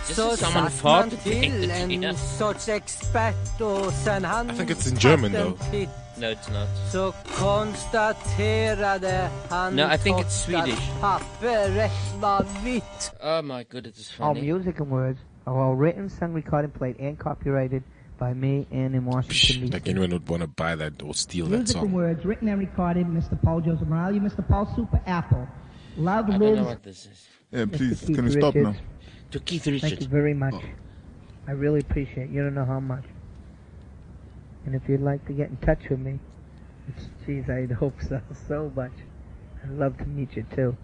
F: This
C: Så
F: is someone
C: satt man
F: farted.
C: till en sorts expert och sen han
G: I think it's in German,
C: satt en
G: though.
C: titt
F: No, it's not.
C: Så konstaterade han
F: No, I think it's
C: kort att
F: Swedish.
C: papperet var vitt.
F: Oh my god, it is
V: All
F: funny.
V: music and words are all written, sung, recorded, played, and copyrighted by me and in Washington, D.C.
G: Like anyone would want to buy that or steal that
V: Music
G: song.
V: and words written and recorded, Mr. Paul Joseph Morale, Mr. Paul Super Apple. Love
F: I don't know
V: lives.
F: what this is.
H: Yeah,
V: Mr.
H: please,
V: Keith
H: can we stop now?
V: Richards.
F: To Keith
V: Thank
F: Richards.
V: you very
H: Oh.
V: much. I really appreciate it. You don't know how much. And if you'd like to get in touch with me, which, geez, I'd hope so, so much. I'd love to meet you too.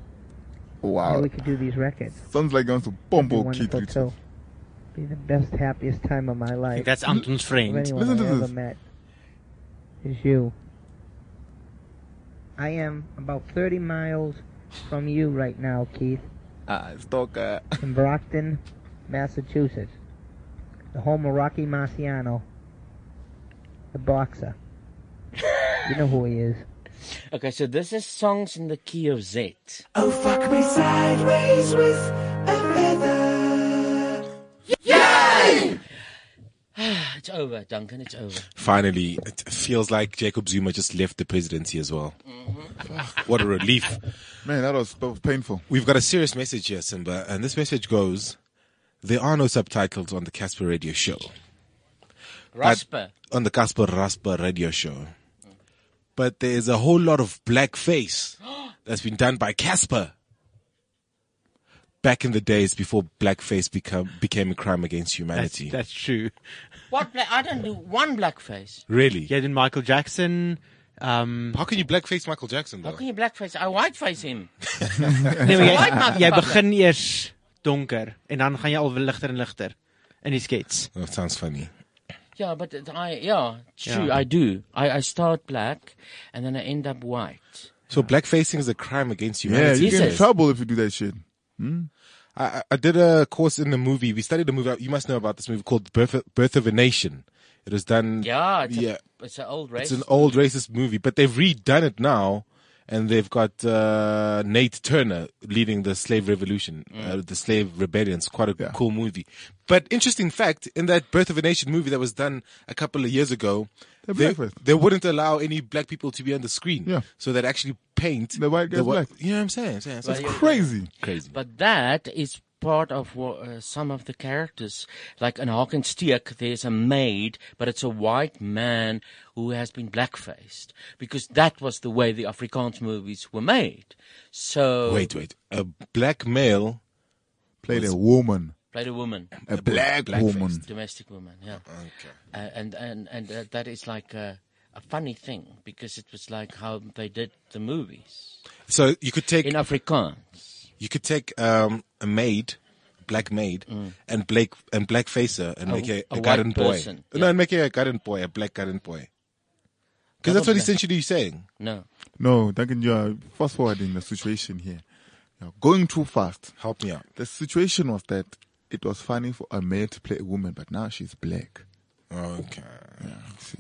H: Wow.
V: Maybe we could do these records.
H: Sounds like I'm some
V: It'd be
H: bombo kid.
V: wonderful too. Be the best, happiest time of my life.
I: that's Anton's friend.
V: Of anyone
I: Listen to
V: I ever
I: this.
V: met is you. I am about 30 miles from you right now, Keith.
H: Ah, stalker.
V: in Brockton, Massachusetts. The home of Rocky Marciano, the boxer. You know who he is.
F: Okay, so this is songs in the key of Z.
U: Oh, fuck me sideways with a feather. Yay!
F: it's over, Duncan. It's over.
G: Finally, it feels like Jacob Zuma just left the presidency as well. Fuck, what a relief.
H: Man, that was, that was painful.
G: We've got a serious message here, Simba, and this message goes There are no subtitles on the Casper Radio Show. But-
F: Rasper.
G: on the Casper Rasper Radio Show. But there's a whole lot of blackface that's been done by Casper. Back in the days before blackface become, became a crime against humanity.
I: That's true.
F: What? Bla- I don't do one blackface.
G: Really?
I: Yeah, then Michael Jackson. Um,
G: How can you blackface Michael Jackson
F: How can you blackface? I whiteface him.
I: Nee, maar
F: White
I: jy, jy
F: motherfucker.
I: begin eers donker en dan gaan jy al ligter en ligter in die skets.
G: That Oh, sounds funny.
F: Yeah, but it- I yeah, it's true.
G: Yeah.
F: I do. I, I start black, and then I end up white.
G: So blackfacing is a crime against
H: Yeah,
G: humanity.
H: you get in trouble if you do that shit.
G: I, I- I did a course in the movie. We studied a movie. You must know about this movie called Birth of, Birth of a Nation. It was done.
F: Yeah, it's
G: yeah.
F: A, it's an old race.
G: It's an old racist movie, but they've redone it now, and they've got uh, Nate Turner leading the slave revolution, uh, the slave rebellion. It's quite a cool movie. But interesting fact in that Birth of a Nation movie that was done a couple of years ago,
H: They're
G: they,
H: blackface.
G: they wouldn't allow any black people to be on the screen.
H: Yeah.
G: So they'd actually paint the
H: white guy's
G: whi-
H: black.
G: You know what I'm saying? I'm saying? So
F: Well,
G: it's
F: yeah.
G: crazy. Crazy.
F: But that is part of what, uh, some of the characters. Like in Hawkensteak, there's a maid, but it's a white man who has been blackfaced because that was the way the Afrikaans movies were made. So
G: Wait, wait. A black male
H: played
F: Was-
H: a woman.
F: played a woman,
H: A A black black- woman. blackface.
F: domestic woman. Yeah. Okay. Uh, and and and uh, that is like a, a funny thing because it was like how they did the movies.
G: So you could take
F: in Afrikaans.
G: You could take um, a maid, black maid, and black and blackface her and
F: Mm. A-
G: make her
F: a
G: a,
F: white
G: garden boy.
F: person,
G: No, and make her a garden boy, a black garden boy. Because that's what essentially you're saying.
F: No.
H: No, Duncan, you are fast forwarding the situation here. You're going too fast.
G: Help me out.
H: The situation was that it was funny for a male to play a woman, but now she's black.
G: Okay.
H: Yeah, see.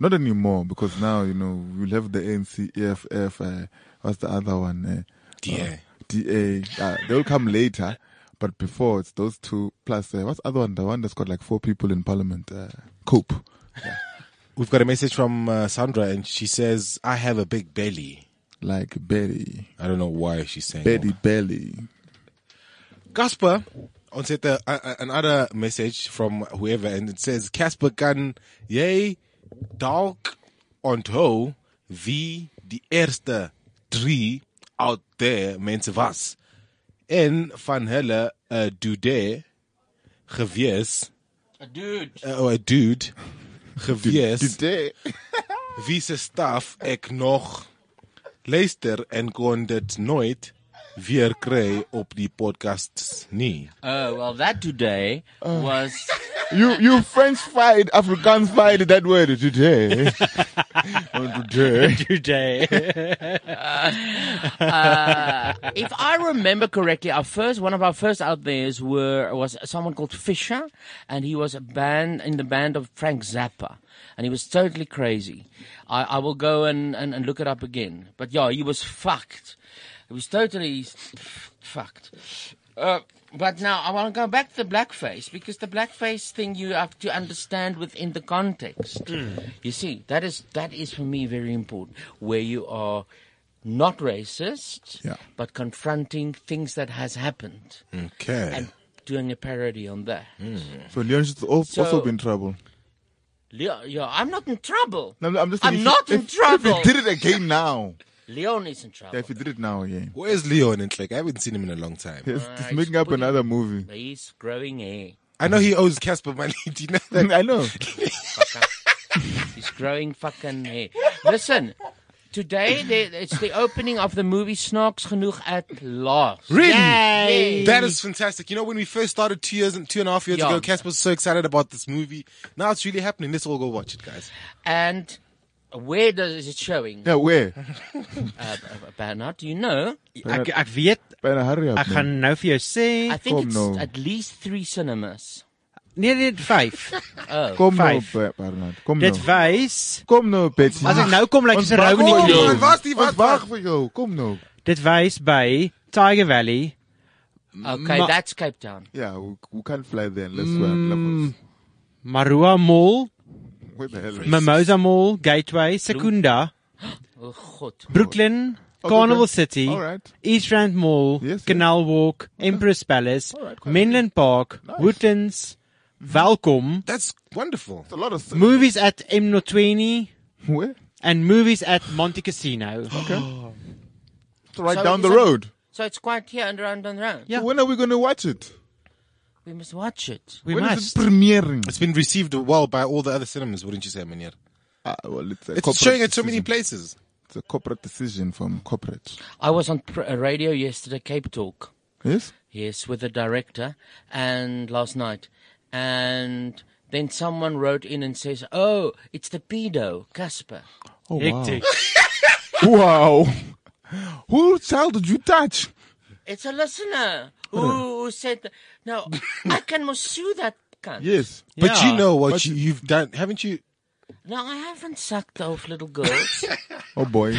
H: Not anymore, because now, you know, we'll have the ANC, EFF, uh, what's the other one? Uh,
G: DA.
H: uh, DA. Uh, they'll come later, but before it's those two, plus, uh, what's the other one? The one that's got like four people in parliament. Uh, Cope.
G: We've got a message from uh, Sandra, and she says, "I have a big belly."
H: Like belly.
G: I don't know why she's saying.
H: Betty Belly.
G: Casper on set uh, uh, another message from whoever, and it says Casper kan jij dalk onthou wie die eerste drie out there mensen was en van hulle 'n dude gewees
F: A dude.
G: uh, or a dude gewees
H: today
G: wie se staf ek nog luister en kon dit nooit weer kry op die podcasts nie.
F: Oh, well, that today was.
H: You you French fight, Afrikaans fight that word today. Oh, today.
F: today. uh, if I remember correctly, our first one of our first out there's were was someone called Fisher, and he was a band in the band of Frank Zappa, and he was totally crazy. I, I will go and, and, and look it up again. But yeah, he was fucked. He was totally f- fucked. Uh, but now I want to go back to the blackface because the blackface thing you have to understand within the context. You see, that is that is for me very important. Where you are not racist,
G: Yeah.
F: but confronting things that has happened
G: Okay.
F: and doing a parody on that.
H: So Leon's al-
F: So-
H: also been in trouble.
F: Leo, yeah, I'm not in trouble.
H: No, no, I'm just.
F: I'm
H: saying if
F: not
H: he,
F: in
H: if,
F: trouble.
H: If he did it again now,
F: Leon is in trouble.
H: yeah, if he did it now again,
G: Where's Leon? It's like I haven't seen him in a long time.
H: he's, he's making up another movie.
F: He's growing hair.
G: I know he owes Casper money. Do you know that?
H: I know.
F: He's growing fucking hair. Listen, today they, it's the opening of the movie Snarks Genoeg at last.
G: Really?
F: Yay.
G: That is fantastic. You know, when we first started two years and two and a half years
F: Yeah.
G: ago, Casper was so excited about this movie. Now it's really happening. Let's all go watch it, guys.
F: And where does is it showing?
H: Yeah, where?
F: Uh, Bernard, do you know?
I: Ek ek weet.
H: hurry
I: Ek gaan nou vir jou sê.
F: I think it's at least three cinemas.
I: Nee nee, vyf.
F: Oh.
H: Kom nou,
I: Vyf.
H: Ber- Bernard. Kom nou.
I: Dit wys
H: Kom nou, Betty.
I: As ek nou kom, lyk
H: Ons
I: dit 'n
G: Oh,
I: rou
H: wag
I: in die
H: vir
I: keel.
H: jou.
I: Wat was die-
H: Ons
I: wat was-
H: wag vir jou. Kom nou.
I: dit wys by Tiger Valley.
F: Okay,
I: Ma-
F: that's Cape Town.
H: Yeah, we, we can't fly there unless we're at levels.
I: Marua Mm, Mall,
H: Where the hell is
I: Mimosa Mall, Gateway, Secunda,
F: Oh, God.
I: Brooklyn,
H: Okay,
I: Carnival
H: okay.
I: City,
H: All right.
I: East Rand Mall, Canal Walk, Empress Palace, Menland Park, Woodlands, Welcome,
G: That's wonderful.
H: It's a lot of stuff.
I: movies at M020
H: Where?
I: and movies at Monte Casino.
H: Okay. It's right
F: So
H: down the
F: it's a-
H: road.
F: So it's quite here and round and round.
H: So when are we going to watch it?
F: We must watch it.
I: We
H: When is
I: must.
H: it premiering?
G: It's been received well by all the other cinemas, wouldn't you say, Manir?
H: Ah, well, it's a
G: It's
H: corporate
G: showing at so many
H: decision.
G: places.
H: It's a corporate decision from corporate.
F: I was on pr- uh, radio yesterday, Cape Talk.
H: Yes?
F: Yes, with the director, and last night, and then someone wrote in and says, "Oh, it's the pedo Casper."
H: Oh, wow.
I: Hectic.
H: wow. Whose child did you touch?
F: It's a listener who, who said, "No, I can must sue that cunt."
H: Yes.
G: But
I: Yeah.
G: you know what you, you've done, haven't you?
F: No, I haven't sucked off little girls.
H: Oh, boy.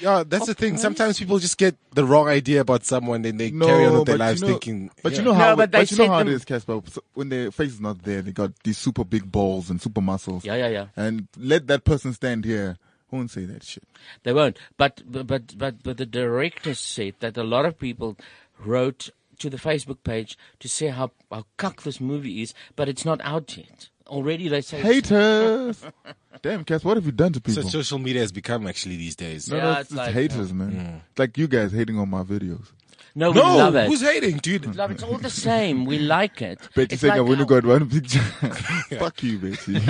G: Yeah, that's the thing. Sometimes people just get the wrong idea about someone and they
H: No,
G: carry on with
H: but
G: their lives
H: you know,
G: thinking.
H: But
G: yeah.
H: you know
F: No,
H: how, but,
F: but they
H: you know
F: said
H: how it
F: them-
H: is, Casper. So When their face is not there, they got these super big balls and super muscles.
F: yeah, yeah, yeah.
H: And let that person stand here. Who won't say that shit?
F: They won't. But but but but the director said that a lot of people wrote to the Facebook page to say how how cuck this movie is, but it's not out yet. Already they say it's-
H: Haters. Damn, Casper, what have you done to
G: so
H: people?
G: social media has become actually these days.
H: no,
F: Yeah,
H: no,
F: it's
H: it's, it's
F: like-
H: haters, man. It's like you guys hating on my videos.
F: No, we
G: No,
F: love it.
G: who's hating,
H: Hmm.
G: dude?
F: Love, it's all the same. We like it.
H: Betty
F: It's
H: saying
F: like
H: I have only
F: our-
H: got one picture. Fuck you, Betty.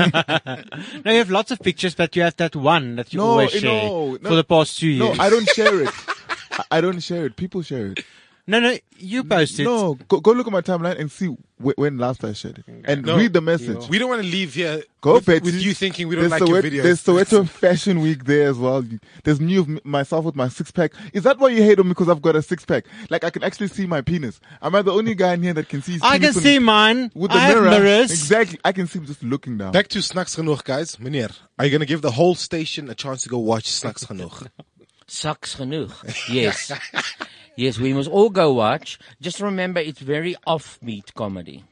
I: Now you have lots of pictures, but you have that one that you
H: No,
I: always
H: eh,
I: share
H: no, no.
I: for the past two
H: no,
I: years.
H: I don't share it. I- I don't share it. People share it.
I: no, no, you
F: Mm,
I: post it.
H: No, go, go look at my timeline and see wh- when last I shared it, and
G: No.
H: read the message.
G: We don't want to leave here
H: Go,
G: with,
H: Betty.
G: with you thinking we don't
H: there's
G: like your
H: Soweto-
G: videos.
H: There's Soweto Fashion Week there as well. You- There's me of m- myself with my six pack. Is that why you hate on me? Because I've got a six pack. Like I can actually see my penis. Am I the only guy in here that can see? His
I: I can
H: penis on-
I: see mine.
H: with the
I: I have
H: mirror.
I: mirrors.
H: Exactly. I can see him just looking down.
G: Back to Snacks Genoeg, guys. Meneer, are you going to give the whole station a chance to go watch Snacks Genoeg?
F: Sucks genoeg. Yes. yes, we must all go watch. Just remember, it's very offbeat comedy.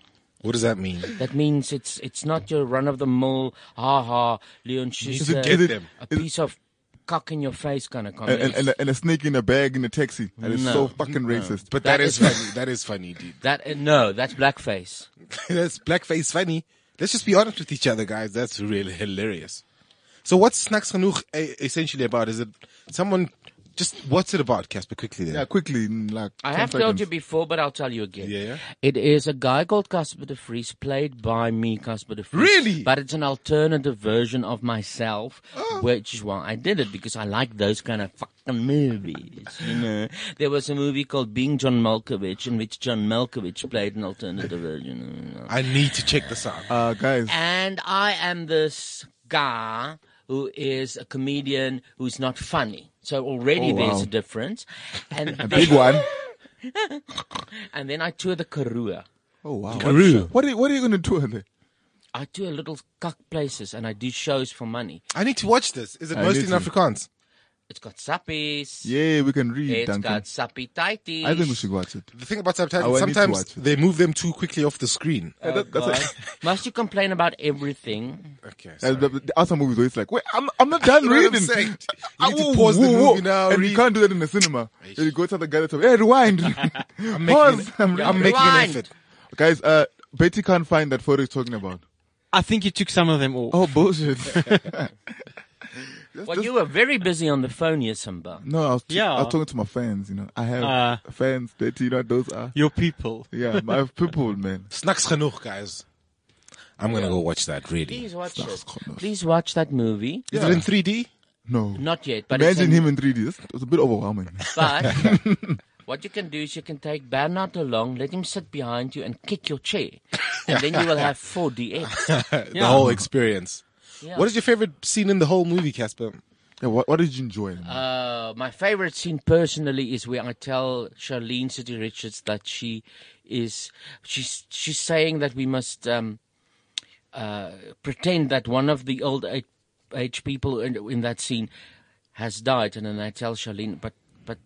G: what does that mean?
F: That means it's it's not your run of the mill, ha ha, Leon Schuster,
G: get them.
F: a piece of cock in your face kind of comedy.
H: and, and, uh, and, a, and a snake in a bag in a taxi. That is
F: No.
H: so fucking racist.
G: But
F: That
G: that is
F: is-
G: funny. That is funny, dude.
F: that uh, no, that's blackface.
G: that's blackface funny. Let's just be honest with each other, guys. That's really hilarious. So what's Snacks Genoeg eh, essentially about? Is it someone Just what's it about, Casper? Quickly there.
H: Yeah, quickly. in Like
F: I
H: 10
F: have
H: seconds.
F: told you before, but I'll tell you again. Yeah. It is a guy called Casper de Vries, played by me, Casper de Vries. Really? But it's an alternative version of myself,
H: Oh.
F: which is why I did it because I like those kind of fucking movies. You know, there was a movie called Being John Malkovich, in which John Malkovich played an alternative version.
G: I need to check this out.
H: Uh, guys.
F: And I am this guy who is a comedian who's not funny. So already
H: Oh,
F: there's
H: wow.
F: a difference. And
H: A big one.
F: and then I tour the Karoo.
H: Oh wow.
G: Karoo.
H: What are, what are you going to do with it?
F: I tour little cuck places and I do shows for money.
G: I need to watch this. Is it
H: I
G: mostly in
H: need to.
G: Afrikaans?
F: It's got sappies.
H: Yeah, we can read,
F: It's
H: Duncan.
F: got sappy tighties.
H: I think we should watch it.
G: The thing about
H: Oh, I
G: subtitles,
H: need to
G: sometimes
H: watch it. Uh,
G: they move them too quickly off the screen.
F: Oh, God. Must you complain about everything?
G: Okay.
H: Uh, the, the other movies, where it's like, wait, I'm, I'm not done
F: know what I'm
H: reading.
F: saying. You
H: Ah,
F: need to
H: whoa,
F: pause the
H: whoa, whoa.
F: movie now,
H: And
F: read.
H: you can't do that in the cinema. You go to the guy that's like, hey, rewind.
G: I'm
I: making
H: Pause.
I: an- I'm
H: reading.
I: making an Rewind. effort.
H: Guys, uh, Betty can't find that photo he's talking about.
I: I think you took some of them all.
H: Oh, bullshit.
F: well, you were very busy on the phone, Yasimba.
H: No, I was,
F: Yeah.
H: I was talking to my fans, you know. I have
F: Ah.
H: fans, Betty, you know what those are.
I: Uh. Your people.
H: Yeah, my people, man.
G: Snacks genoeg, guys. I'm gonna go watch that. Really?
F: Please watch it. Please watch that movie.
G: Is it in 3D?
H: No.
F: Not yet, but it's
H: Imagine
F: in-
H: him in 3D. This- It was a bit overwhelming.
F: But what you can do is you can take Bernard along, let him sit behind you, and kick your chair, and then you will have 4DX.
G: the whole experience.
F: Yeah.
G: What is your favorite scene in the whole movie, Casper?
H: Yeah, what, what did you enjoy?
F: Uh, my favorite scene personally is where I tell Charlene City Richards that she is she's she's saying that we must um, uh, pretend that one of the old a- age people in, in that scene has died, and then I tell Charlene, but but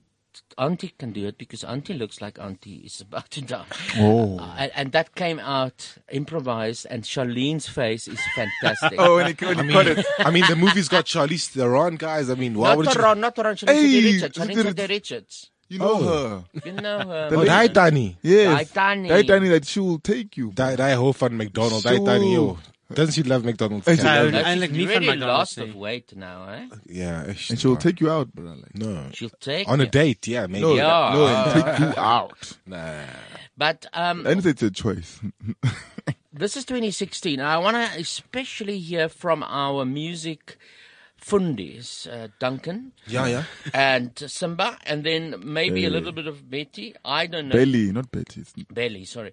F: Auntie can do it because Auntie looks like Auntie is about to die.
H: Oh.
F: Uh, and, and that came out improvised, and Charlene's face is fantastic.
G: Oh,
H: Oh,
G: I mean, I mean, the movie's got Charlize Theron, guys. I mean, why
F: Not
G: would you?
F: Theron, not Theron, Charlene City
G: Hey,
F: Richards. Charlene
G: Richards.
F: City Richards.
H: You
G: know Oh.
H: her.
F: You know um, her.
G: The Die Tani.
H: Yes.
F: Tani.
H: Die Tani that she will take you.
G: Die, die Hof and McDonald. Die Tani, yo. Doesn't she love McDonald's?
H: Hey, she
G: Casper?
H: loves
F: She's
H: Eindelijk niet van
F: really
H: McDonald's
F: lost
H: thing.
F: of weight now, eh?
G: Yeah. And
H: she'll take you out, bro. Like,
G: no. Uh.
F: She'll take
G: On a
F: you.
G: date, yeah, maybe.
H: No,
F: Yeah.
H: no, and take you out.
G: Nah.
F: But um,
H: I
G: Eh?
H: didn't say it's a choice.
F: this is 2016. I want to especially hear from our music fundis, uh, Duncan.
H: Yeah, yeah.
F: And Simba, and then maybe a
H: Belly.
F: little bit of Betty. I don't know.
H: Belly, not Betty. It's-
F: Belly, sorry.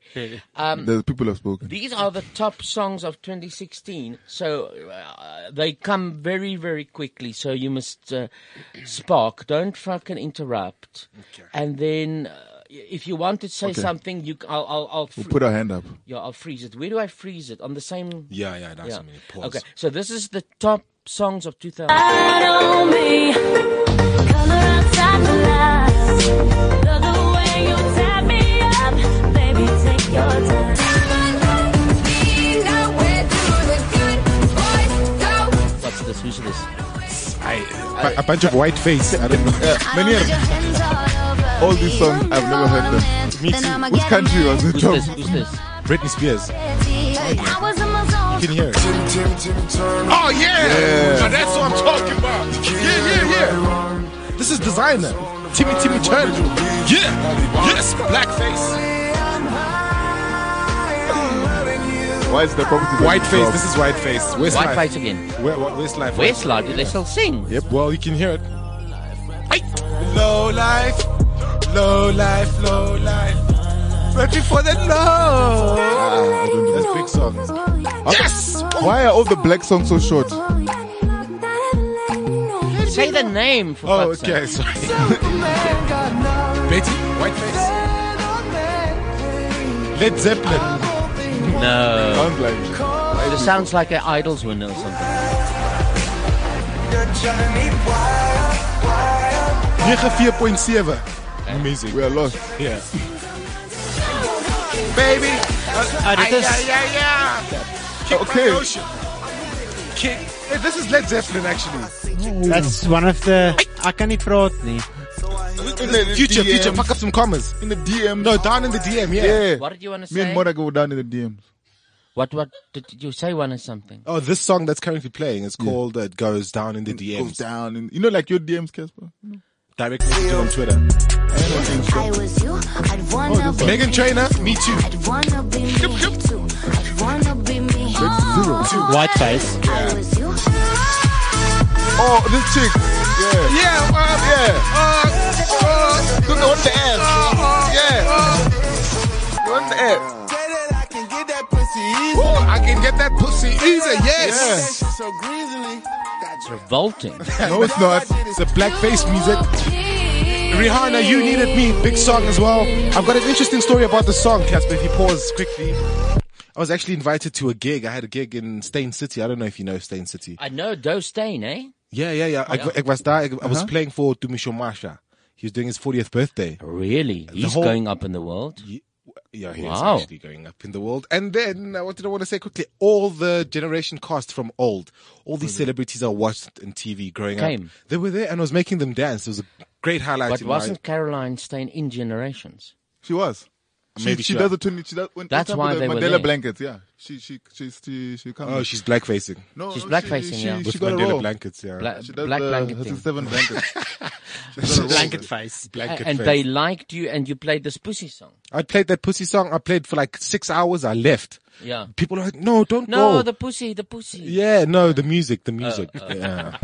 F: Um,
H: the people have spoken.
F: These are the top songs of 2016, so uh, they come very, very quickly. So you must uh, spark. Don't fucking interrupt. And then, uh, if you want to say
H: Okay.
F: something, you c- I'll I'll, I'll
H: We'll
F: fr-
H: put our hand up.
F: Yeah, I'll freeze it. Where do I freeze it? On the same.
G: Yeah, yeah, that's what I mean. Pause.
F: Okay, so this is the top songs of 2000. What's this? Who's this?
G: A a bunch of white face. I don't know.
H: All these songs, I've never heard them.
G: Me too.
H: Which country was it
G: Who's
H: from?
G: this?
F: Who's this?
G: Britney Spears. You can hear it.
C: Oh yeah! Now that's what I'm talking about. Yeah, yeah, yeah.
G: This is designer. Timmy Timmy Turner. Yeah. Yes. Blackface.
H: Why is the property
G: Whiteface. This is whiteface. Westlife.
F: Whiteface again.
G: Where, what, Westlife.
F: Westlife, do they still sing?
G: Yep. Well, you can hear it. Low life. Low life. Low life. Ready for the low. That's big song. Yes. Oh,
H: Why are all the black songs so short?
F: Say the name for
G: Oh,
F: fuck's
G: okay.
F: sake.
G: Sorry. Betty. Whiteface. Led Zeppelin.
F: No.
H: Sounds like.
F: It sounds like an Idols winner or something.
G: Nege 4.7. Amazing.
H: We are lost.
G: Yeah.
C: Baby.
I: Ah, dit is-
C: yeah, yeah, yeah. Kick
H: Okay.
C: my ocean.
G: Kick. Hey, this is Led Zeppelin, actually.
I: That's one of the I can nie praat nie.
G: Future,
H: DMs.
G: future. Fuck up some commas.
H: In the DM.
G: No, down in the DM, yeah.
H: Yeah.
F: What did you want to
H: Me and
F: say?
H: Mona go down in the DMs.
F: What what did you say one or something?
G: Oh, this song that's currently playing is called uh, It Goes Down in the DMs.
H: Goes down. And, you know, like your DMs, Casper?
G: Direct message on Twitter.
B: I was you, I'd
I: Oh,
B: wanna be
G: Megan Trainer, me too.
B: I'd wanna be me too. I'd wanna be me. Oh,
H: Zero.
I: White face.
B: I was you.
H: Oh, this chick. Yeah. Yeah, uh, yeah. Uh, uh, the one the ass.
G: uh,
H: yeah. The one the ass.
G: Oh, I can get that pussy easy. Yes.
F: Yes. It's revolting.
G: no, it's not. It's the blackface music. Rihanna, you needed me. Big song as well. I've got an interesting story about the song, Casper. If you pause quickly, I was actually invited to a gig. I had a gig in Stain City. I don't know if you know Stain City.
F: I know Dostane, eh?
G: Yeah, yeah, yeah. I,
F: Yeah.
G: I was there. I, I was
F: Uh-huh.
G: playing for Dumisho Masha. He was doing his 40th birthday.
F: Really? He's going up in the world?
G: Yeah, he's
F: Wow.
G: actually going up in the world. And then, uh, what did I want to say quickly? All the generation cast from old, all
F: Mm-hmm.
G: these celebrities I watched on TV growing
F: Came.
G: up, they were there and I was making them dance. It was a great highlight.
F: But
G: in my-
F: wasn't Caroline Stain in Generations?
H: She was. She,
G: Maybe
H: she
G: she
H: does
G: was.
H: it when she does when
F: That's
H: what's up
F: why
H: with
F: they
H: the
F: were
H: Mandela
F: there.
H: blankets. Yeah, she she she she she comes.
G: Oh, she's blackfacing.
H: No,
F: She's
H: no,
F: blackfacing,
H: She, she,
F: yeah.
H: she
G: With
H: got a
G: Mandela
H: role.
G: blankets, yeah. Bla-
H: she does
F: black
H: the,
F: blanket
H: her
F: thing.
H: seven blankets. She's got a role.
I: Blanket face.
G: Blanket
F: and
G: face.
F: they liked you and you played this pussy song.
G: I played that pussy song. I played for like six hours. I left.
F: Yeah.
G: People are like, no, don't
F: No,
H: Oh.
G: go.
F: the Uh, pussy, the pussy.
G: yeah, no, the music, the music. yeah.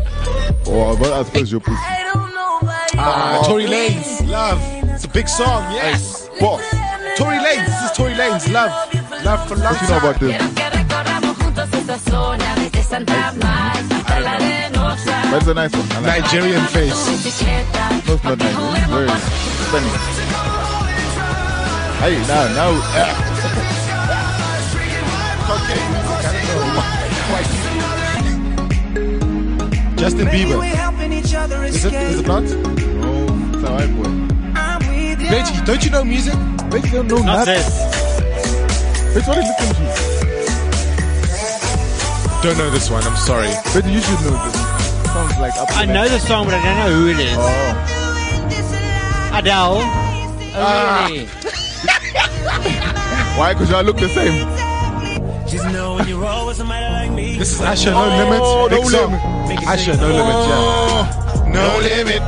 H: Oh, but I suppose your pussy.
G: Ah, Tory Lanez, love. It's a big song, yes. Boss. Tory Lanez, this is Tory Lanez, love. Love for love.
H: What you know about this? That's a nice one. I like it.
G: Nigerian face.
H: No, it's not Nigerian. It's Very Spanish. Hey, now, now. Uh,
G: Justin Bieber.
C: Is
G: Is it, is it not?
H: it's all right, boy.
G: Reggie, don't you know music?
H: Bitch, don't know nothing. Bitch, what are you listening to?
G: Don't know this one, I'm sorry.
H: Bitch, you should know this. Sounds like up to
I: I
H: that.
I: know the song, but I don't know who it is.
H: Oh,
I: Adele.
H: Ah.
F: Oh, really?
H: why? Because y'all look the same.
C: Just know when you're always somebody like me.
G: This is Usher, No Limit.
H: Oh,
G: big
H: No
G: song.
H: Limit.
G: Usher, No Limit, yeah. No Limit.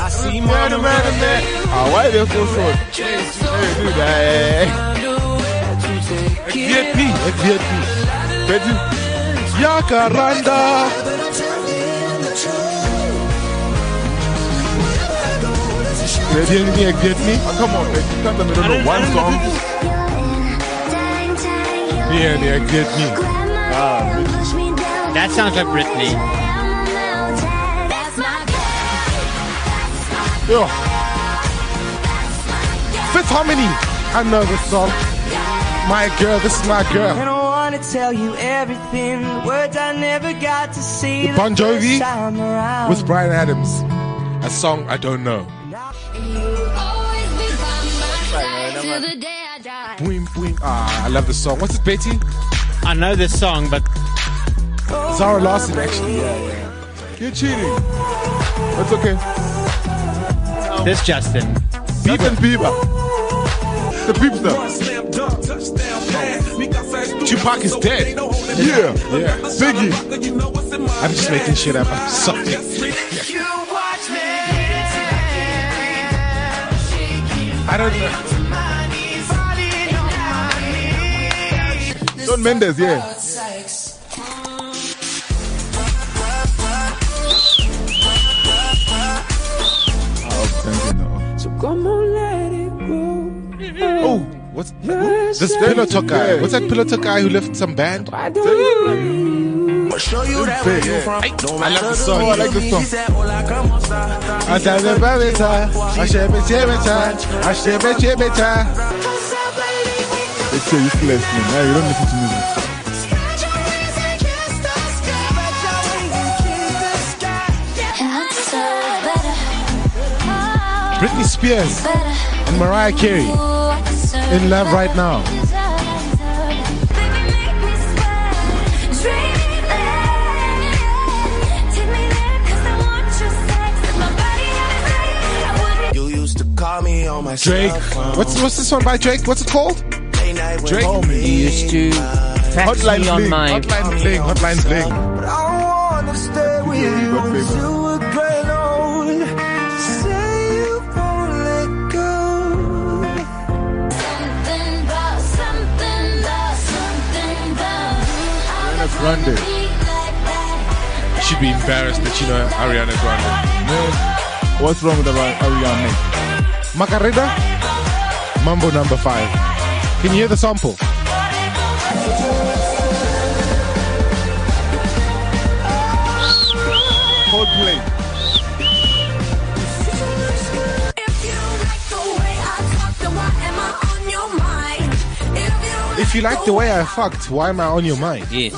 C: I see
H: Man, man, man. Ah, why they so short? Hey, dude, hey.
G: VIP. Ek VIP.
H: Betty,
G: Yakaranda. Ek weet nie, ek weet nie.
H: oh, come on, Betty. You can't tell me you don't know one song.
G: Nee, nee, ek weet nie.
I: That sounds like Britney.
G: Yo. Fifth Harmony. I know this song. My girl, this is my girl.
L: And I wanna tell you everything, the words I never got to see.
G: Bon
L: the first
G: Jovi
L: time around.
G: with Brian Adams. A song I don't know. Boom, boom. Ah, I love this song. What's it, Betty?
I: I know this song, but
G: Zara Larson, actually. Yeah, yeah.
H: You're cheating. That's okay.
I: this Justin.
H: Justin Bieber. The Beepster.
G: Tupac is dead.
H: Yeah.
G: Yeah.
H: Biggie.
G: I'm just making shit up. I'm sorry. I don't know.
H: Don Mendes, yeah. Oh, thank you, no.
L: So come on, let it go.
G: Oh, what's this pillow talk guy? What's that pillow talk guy who left some band?
L: I don't know.
G: I love this song.
H: Oh, I like this song.
G: I tell the barita, I share it, share it, I share it, share it.
H: They say you still listening. Hey, you don't listen to music.
B: Oh,
G: Britney Spears and Mariah Carey in love right now.
C: You used to call me on my
G: Drake.
C: cell phone.
G: What's what's this one by Drake? What's it called?
C: Late night when
G: Drake.
C: homie
F: He used to fax
G: Hotline
F: me on
G: Bling.
F: my...
G: Hotline Bling. Hotline Bling.
C: But I wanna stay with
H: Yeah, you
C: you
H: got
C: until
H: favor.
C: we're grey old.
H: Grande.
G: She'd be embarrassed that you know Ariana Grande.
H: What's wrong with Ari- Ariana?
G: Macarena? Mambo number five. Can you hear the sample?
H: Coldplay.
G: If you like the way I fucked, why am I on your mind?
F: Yes.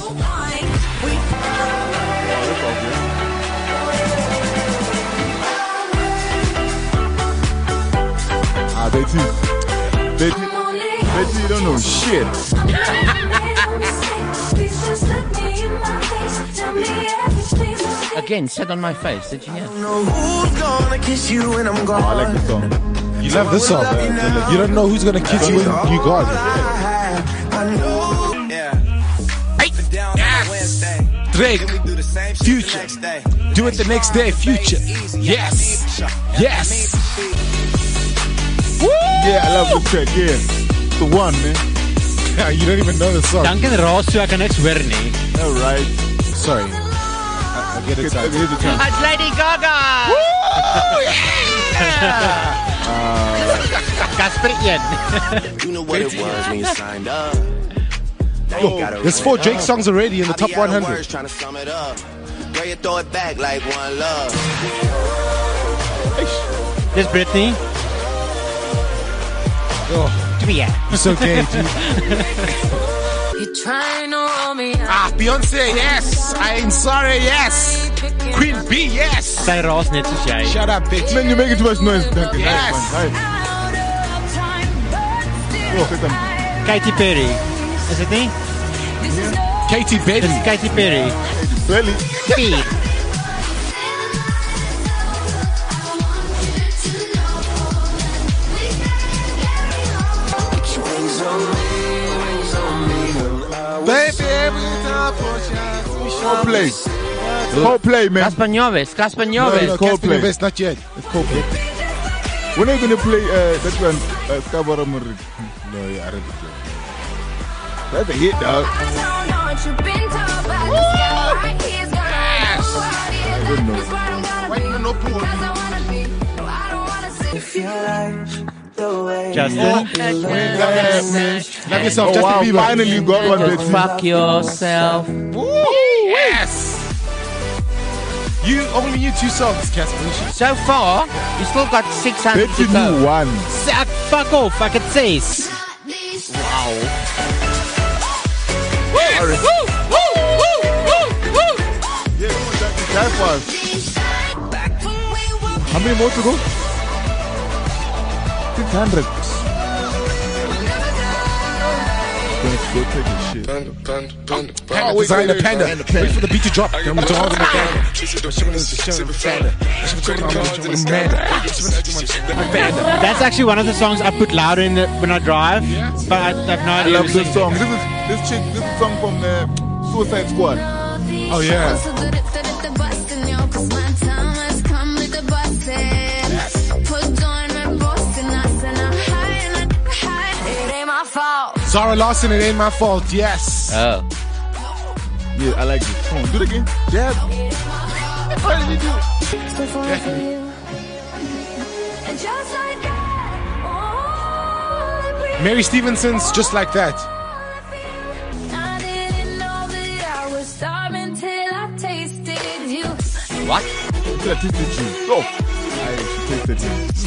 H: Ah, Betty. Betty. Betty, you don't know shit.
F: Again, sat on my face. Did you hear?
H: Oh, I like the song.
G: You love this song. You don't know who's gonna kiss you when you gone. Drake, Future, do it the next day, Future. Yes, yes.
H: Yeah, I love this track. Yeah, It's the one man.
G: you don't even know the song.
I: Duncan Ross, so I can next wear nie.
H: All right.
G: Sorry, I, I get excited.
H: Here's the track.
I: It's Lady Gaga. Casper
C: You know what it was when you signed up. Now you gotta
G: Yo, there's
C: run
G: four
C: it
G: Drake
C: up.
G: songs already in the
C: I
G: top
C: be out of
G: 100.
C: words tryna sum it up. Girl, you throw it back like one love.
I: This Britney.
G: Oh,
I: give me that.
G: It's okay, dude. Ah, Beyonce, yes. I ain't sorry, yes. Queen B, yes.
I: Sy raas net soos jy.
G: Shut up, bitch.
H: Man, you're making too much noise, Duncan.
G: Yes.
H: Nice one. Nice. Oh, sit down.
I: Katy Perry. Is dit nie?
G: Katy Perry.
I: Dis Katy Perry.
H: Really?
I: Speed.
H: Coldplay. Coldplay, man.
F: Casper Nyovest, Casper
G: No,
F: Nyovest.
G: no,
H: Coldplay.
G: Casper Nyovest, not yet.
H: It's Coldplay. When are you gonna play uh, that one, uh, Scarborough Marie?
G: No, yeah, I don't think so.
H: That's a hit, dog.
T: Oh.
I: Justin.
G: Love yourself,
H: Oh,
G: Justin
H: wow,
G: Bieber.
H: finally you got one,
F: Just
H: Betsy.
F: fuck yourself.
G: Yes. You only knew two songs, Casper. You should-
F: So far, you still got 600
H: Betsy
F: to go.
H: knew one.
I: Sack fuck off. Ek het ses.
H: Yeah, come on, Jackie, that fast. How many more to go? 600. Don't go take a shit.
G: Panda,
H: Oh,
G: design a panda. Wait for the beat to drop. Then we draw the panda.
I: That's actually one of the songs I put louder in the, when I drive. But I, I've no
H: I
I: idea.
H: love
I: who
H: this
I: sings
H: song.
I: it.
H: This is this chick. This is song from uh, Suicide Squad.
G: Oh, yeah. Zara Larson, it ain't my fault. Yes.
F: Oh.
H: Yeah, I like it. Come on, do it again. Dab. What did you do?
G: Mary Stevenson's just like that.
F: What?
H: It's a tasty juice. Go. I should taste it.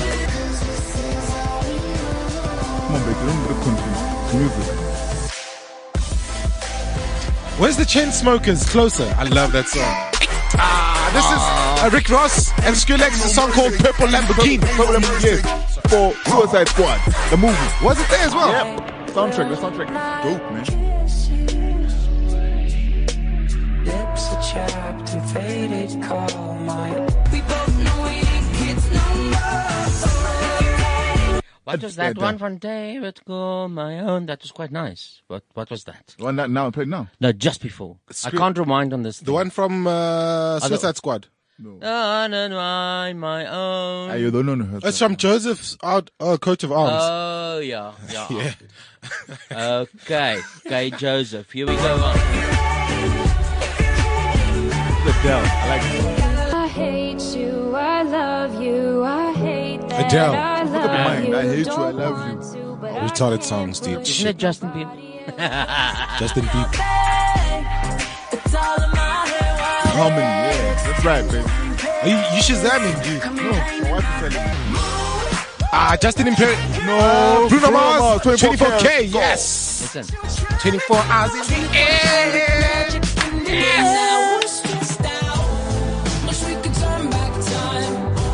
H: Come on, baby. Don't get confused. It's music.
G: Where's the chain smokers? Closer. I love that song. Ah, this is uh, Rick Ross and Skrillex. A song called Purple Lamborghini.
H: Purple Lamborghini. Yes. For Suicide Squad, the movie. Was it there as well? Yeah. Soundtrack. The soundtrack is dope, man.
F: What was that
H: Yeah,
F: one from David Go My Own? That was quite nice. What What was that?
H: Well, not now. Play it now.
F: No, just before. I
G: Script.
F: can't remind on this.
G: The one from uh, Suicide Squad.
F: On and on my
H: Ah,
F: own.
H: you don't know her.
G: It's from Joseph's out, uh, coat of arms.
F: Oh yeah, yeah. okay, okay, Joseph. Here we go. On.
I: Adele. I like it.
W: I hate you, I love you, I hate that
G: Adele.
W: I
G: Look
W: love
G: at mine,
W: you,
G: I hate you,
W: don't
G: I love you.
W: want to, but I
G: Retarded songs, dude.
F: Isn't
G: Shit.
F: it Justin Bieber?
G: Justin Bieber.
W: It's all in my head.
G: Oh,
H: Harmony, yeah. That's right, baby.
G: Are you, you Shazamming, dude.
H: No, what is that?
G: Ah, Justin Imperial.
H: No,
G: Bruno
H: Bruno
G: Mars.
H: Mars,
G: 24K,
H: 24K, go.
G: yes.
F: Listen.
G: 24 hours in the air.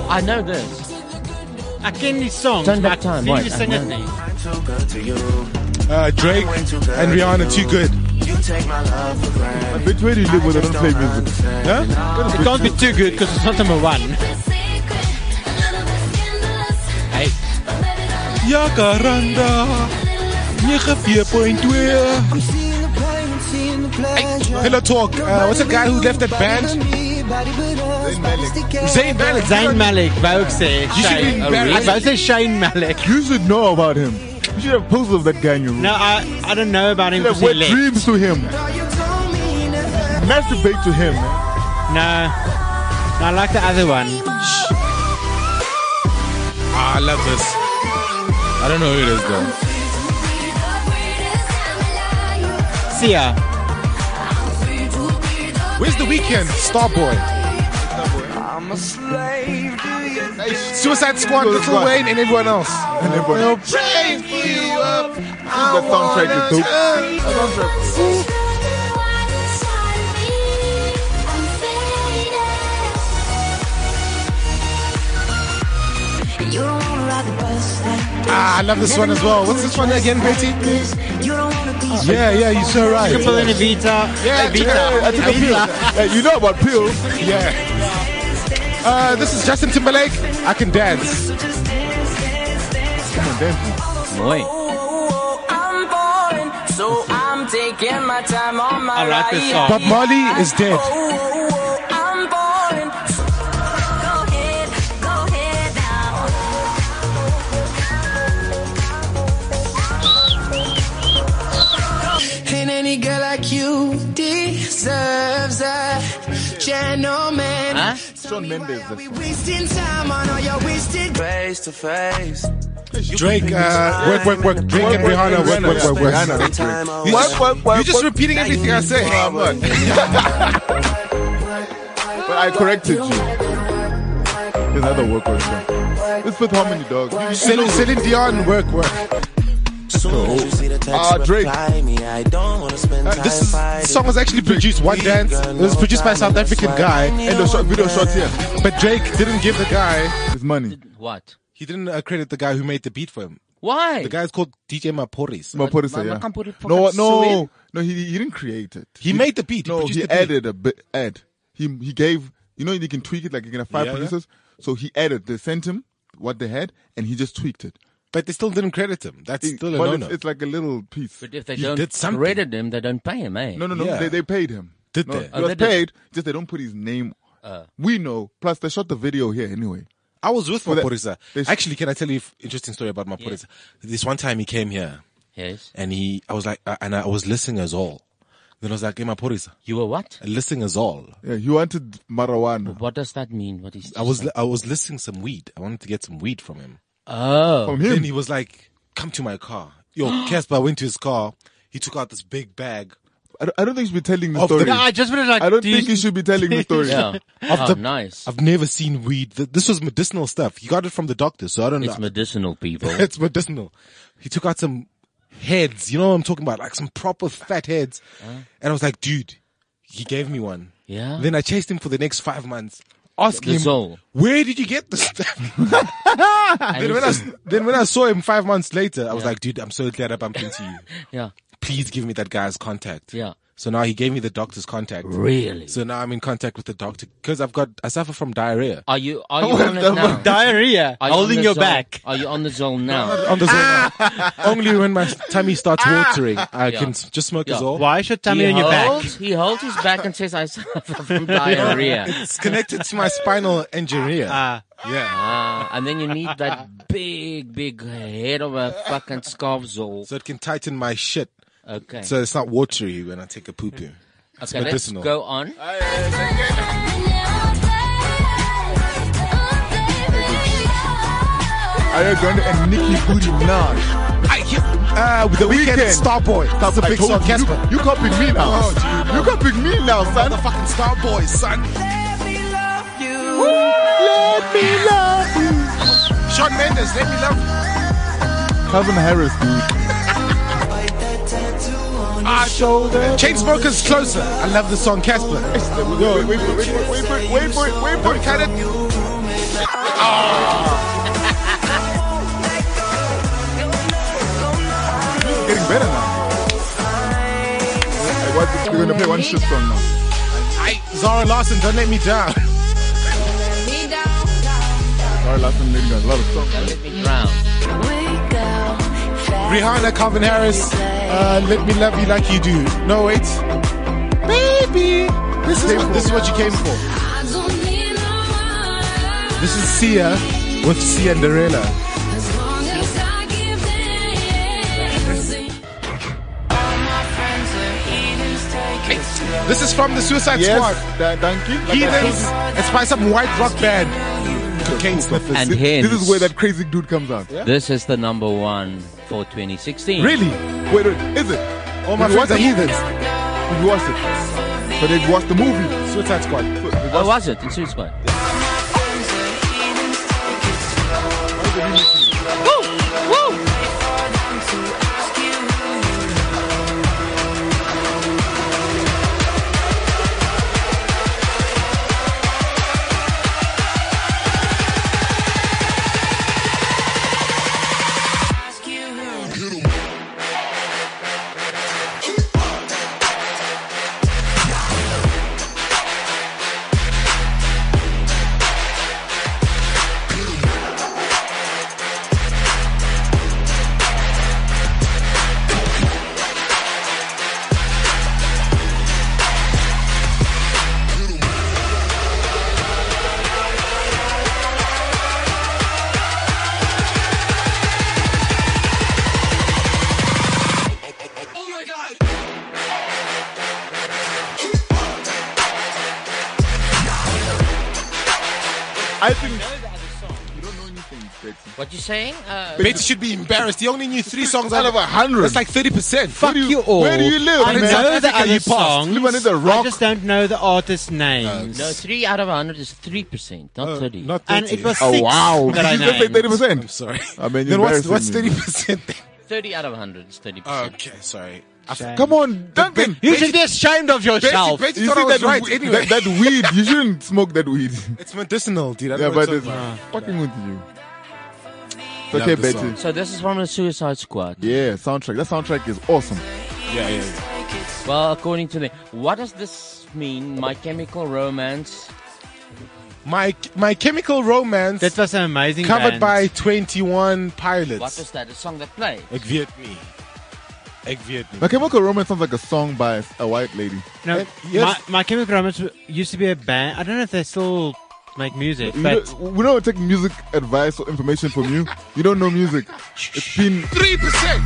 F: I know this.
I: I ken die songs,
F: Turn
I: maar
F: back time,
I: sien
F: right,
I: wie sing dit
F: I know.
I: nie.
G: Uh, Drake and Rihanna, too good.
H: A bitch where do you live where they don't play music?
I: Huh? It can't be too good because it's not number one.
F: Hey,
G: Jacaranda. 94.2. Hello Talk. Uh, what's the guy who left that band? Zayn Malik.
I: Zayn Malik, wou ek sê.
G: You should be
I: Shane.
G: embarrassed.
I: Ek wou sê Shane Malik.
H: You should know about him. You should have poses of that guy in your room.
I: No, I I don't know about him
H: You should
I: because
H: have wet
I: he left.
H: dreams to him. Masturbate to him. man.
I: No. No, I like the other one.
G: Ah, I love this. I don't know who it is though.
I: Sia.
G: Where's the weekend? Starboy.
C: I'm a slave to your
G: Suicide Squad,
H: Suicide
G: Little
H: Squad.
G: Wayne, and everyone else.
H: And everyone else.
G: Pray for you up.
H: That soundtrack is dope.
X: You don't wanna ride the bus like
G: Ah, I love this one as well. What's this one again, Betty?
X: this. You don't wanna be
G: Yeah, yeah, you're so right.
I: Triple and Evita.
G: Yeah,
I: Evita.
G: I took a
I: Evita.
H: Hey, you know about Pill.
G: Yeah. Uh, this is Justin Timberlake. I can dance.
H: Come on, dance.
F: boy.
C: I'm boring, so I'm taking my time on my
I: I like this song.
G: Bob Marley is dead.
C: I'm boring.
X: Go ahead, go ahead now.
C: And any girl like you deserves a gentleman.
F: Huh?
H: Shawn Mendes.
C: We wasting time on all your wasted
Y: Face to face.
G: Drake, uh, work, work, work. Drake and Rihanna, work, work, work, work.
H: Rihanna.
G: You just-
H: work, work,
G: You're just
H: work.
G: repeating everything I say.
H: No, I'm not. But I corrected you. There's another work on it. It's with Harmony Dog.
G: Celine, Celine Dion, work, work.
Y: Soon as you see the text
H: Ah, Drake.
Y: reply me, I don't wanna spend
G: Uh,
Y: time
G: this is,
Y: fighting.
G: this song was actually produced, One Dance. It was produced by a South African guy,
H: And the short video shots here.
G: but Drake didn't give the guy,
H: It's money.
F: What?
G: he didn't uh, credit the guy who made the beat for him.
F: Why?
G: The guy's called DJ Maporis.
H: Ma- put it
F: Ma-
H: say,
F: ma-
H: yeah.
F: can't put it for
H: No,
F: that
H: no,
F: suing.
H: no. He, he didn't create it.
G: He made the beat. He
H: No,
G: produced
H: he
G: the beat.
H: added a bit. Add. He he gave. You know you can tweak it like you can have five
G: Yeah, yeah.
H: producers. So he added. They sent him what they had, and he just tweaked it.
G: But they still didn't credit him. That's
H: It-
G: still a
H: well,
G: no no.
H: it's, it's like a little piece.
F: But if they
G: He
F: don't
G: did something.
F: credit him, they don't pay him, eh?
H: No, no, no.
G: Yeah.
H: They, they paid him.
G: Did Uh.
H: no,
G: they?
H: He
F: Oh,
H: was
F: they did.
H: paid. Just they don't put his name. we know. Plus they shot the video here anyway.
G: I was with
H: Well, that-
G: Maporisa.
H: there's-
G: Actually, can I tell you an interesting story about Maporisa? This one time he came here
F: Yes.
G: and he, I was like, uh, and I was listening as all. Then I was like, hey, Maporisa,
F: You were what?
G: listening as all.
H: Yeah, he wanted marijuana
F: What does that mean? What is?
G: I
I: Oh.
G: was, li- I was listing some weed. I wanted to get some weed from him.
F: Oh,
H: from
G: Then
H: him.
G: he was like, come to my car. Yo, Casper went to his car. He took out this big bag
H: I don't, I don't think he should be telling the
G: Of the-
H: story.
I: No, I just wanted like.
H: I don't
I: do you-
H: think he should be telling the story.
F: yeah. oh,
G: the-
F: nice.
G: I've never seen weed. Th- This was medicinal stuff. He got it from the doctor, so I don't
F: It's
G: know.
F: medicinal, people.
G: it's medicinal. He took out some heads. You know what I'm talking about? Like some proper fat heads. And I was like, dude, he gave me one.
F: Yeah.
G: Then I chased him for the next five months, asking
F: The
G: him,
F: soul.
G: where did you get this stuff?
F: And
G: then, when I,
F: it's-
G: s- then when I saw him five months later, I was like, dude, I'm so glad I bumped into you.
F: yeah,
G: Please give me that guy's contact.
F: yeah.
G: So now he gave me the doctor's contact.
F: Really?
G: So now I'm in contact with the doctor because I've got, I suffer from diarrhea.
F: Are you? Are you on it now?
I: Diarrhea.
F: Are you on
I: Holding
F: the
I: your
F: Zol-
I: back.
F: Are you on the zone now?
G: on the Zola. Only when my tummy starts watering, I
F: Ah! Yeah.
G: can s- just smoke
F: Yeah.
G: a Zol.
I: Why should tummy
F: he
I: on your back?
F: holds, He holds his back and says, "I suffer from diarrhea."
G: It's connected to my spinal injury.
I: Ah,
G: yeah.
F: Ah, and then you need that big, big head of a fucking scarf zool.
G: So it can tighten my shit.
F: Okay.
G: So it's not watery when I take a poo poo. It's
F: Okay, let's
G: medicinal.
F: go on.
G: Oh,
W: Oh,
H: Ariana Grande and Nicki Booty Minaj. Uh, the weekend, Starboy. That's a
G: big song, Casper.
H: You, you copying me now.
G: Oh,
H: you copying me now, son.
G: The fucking Starboy, son.
H: Let me love you.
G: Sean Mendes, let me love. you.
H: Calvin Harris, dude.
G: Ah, shoulder. Chainsmokers closer. I love the song Casper.
H: Yo, wait, wait, wait, wait, wait, wait, wait, wait,
G: Don't cut it.
H: Getting better now. Hey, what- we're gonna play one shit song now.
G: I, Zara Larson, don't let me down.
H: Sorry, last time they got a lot of songs.
F: Let me drown.
G: Rihanna, Calvin Harris, uh, let me love you like you do. No, wait. Baby. This is, what, this is what you came for. This is Sia with Cinderella. This is from the Suicide
H: Yes,
G: Squad.
H: da- thank you. Like I
G: Heathens.
H: said,
G: It's by some white rock band. Cocaine sniffers.
F: And
H: this,
F: hence,
H: this is where that crazy dude comes out.
F: this is the number one for 2016.
G: Really?
H: Wait, wait, is it?
G: Oh my
H: Did
G: friends
H: you watch
G: are
H: it?
G: heathens.
H: Did you watch it? But they watched the movie.
G: Suicide Squad.
H: So they
F: Oh,
H: watched-
F: was it? In Suicide Squad.
H: I think. You don't know anything, Betsy.
F: What you saying? Uh,
G: Bates should be embarrassed. He only knew three songs
H: Out of a hundred.
G: That's like 30%.
H: Where
F: fuck
H: do
F: you,
H: you-
F: all.
H: where do you live,
F: I'm
I: I
H: man?
F: in South
I: know the
F: Africa,
I: other
F: you pass.
I: songs.
H: Live under the
I: I
H: rock.
I: just don't know the artist names.
F: No, three out of 100 is 3%, not
H: Uh,
F: 30.
G: Not 30.
I: and it was
H: Oh,
I: six
H: wow.
I: that I
H: Did you just say
I: named.
H: 30%?
G: I'm sorry.
H: I mean,
G: then
H: you're
G: what's, what's
H: embarrassing me.
G: 30% then?
F: 30 out of 100 is 30%.
G: Okay, sorry.
I: Shame.
H: Uh, Come on, Duncan.
I: You should be ashamed of yourself.
G: Bates
H: You
G: thought I
H: see
G: was
H: that,
G: right
H: we-
G: anyway.
H: that, that weed? You shouldn't smoke that weed.
G: It's medicinal, dude. I
H: yeah,
G: don't know what
H: but
G: it's
H: it's
G: about.
H: fucking with you. It's
G: Love
H: okay,
G: the
H: Betty.
G: song.
F: So this is from the Suicide Squad.
H: Yeah, soundtrack. That soundtrack is awesome.
G: Yeah, yeah, yeah.
F: Well, according to them, what does this mean? My Chemical Romance.
G: My, my Chemical Romance,
I: That was an amazing
G: covered by
I: band.
G: 21 Pilots.
F: What was that? A song that played?
G: Ek weet nie. Ek weet nie.
H: My Chemical Romance sounds like a song by a white lady.
I: No,
G: Uh, yes.
I: my, my Chemical Romance w- used to be a band. I don't know if they still make music,
H: You
I: but
H: know, we don't take music advice or information from you. You don't know music. It's been
G: 3%!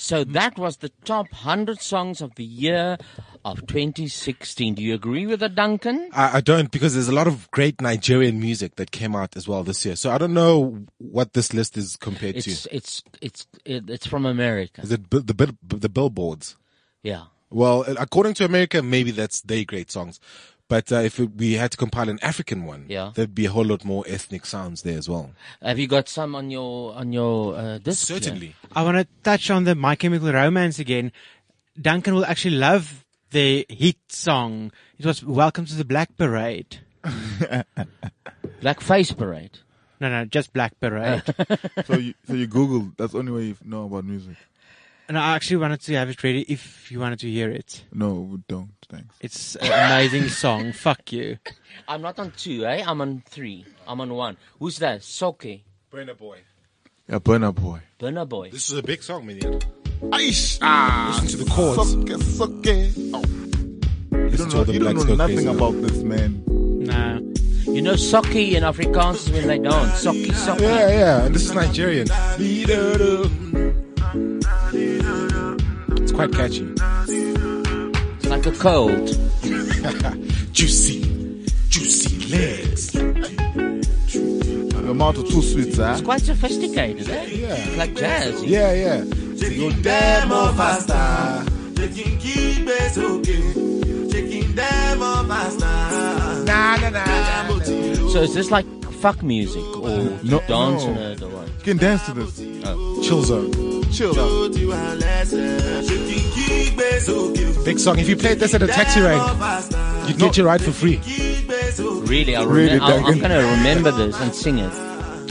F: So that was the top 100 songs of the year of 2016. Do you agree with that, Duncan?
G: I, I don't because there's a lot of great Nigerian music that came out as well this year. So I don't know what this list is compared
F: It's
G: to.
F: it's it's it- it's from America.
G: Is it bu- the bill- the billboards?
F: Yeah.
G: Well, uh, according to America, maybe that's their great songs. But uh, if we had to compile an African one,
F: Yeah.
G: there'd be a whole lot more ethnic sounds there as well.
F: Have you got some on your on your uh, disc?
G: Certainly.
I: I want to touch on the My Chemical Romance again. Duncan will actually love their hit song. It was Welcome to the Black Parade.
F: Black Face Parade.
I: No, no, just Black eh? Parade.
H: so you so you Googled. That's the only way you know about music.
I: And I actually wanted to have it ready if you wanted to hear it.
H: No, we don't. Thanks.
I: It's an amazing song. Fuck you.
F: I'm not on two, eh? I'm on three. I'm on one. Who's that? Soke.
G: Burner Boy.
H: Yeah, Burner Boy.
F: Burner Boy.
G: This is a big song, man.
H: Aish! Ah!
G: Listen to the chords.
H: Suck, suck. Oh. You
G: Listen
H: don't
G: to
H: know,
G: the
H: you don't
G: Black uh,
H: know
G: Scope
H: nothing
G: Case.
H: about this man.
I: Nah.
F: You know Soki in Afrikaans is when they dance. Soki, Soki.
G: Yeah, yeah. And this is Nigerian. It's quite catchy.
F: It's like a cold.
G: juicy, juicy legs.
H: Your mouth is too sweet, sir.
F: It's quite sophisticated, eh?
G: Yeah.
F: Like jazz.
G: Yeah, yeah.
D: Taking them off faster. Taking keep it okay. Taking them off faster.
G: Nah, nah, nah.
F: So is this like fuck music or
H: No,
F: dance
H: no.
F: nerd or what?
H: You can dance to this.
G: Chill zone.
H: Chill out.
D: Taking keep it okay.
G: Big song. If you played this at a taxi rank, you'd get your ride for free.
F: Really, I
H: Really,
F: remem- I'll, I'm
H: Duncan.
F: gonna remember this and sing it.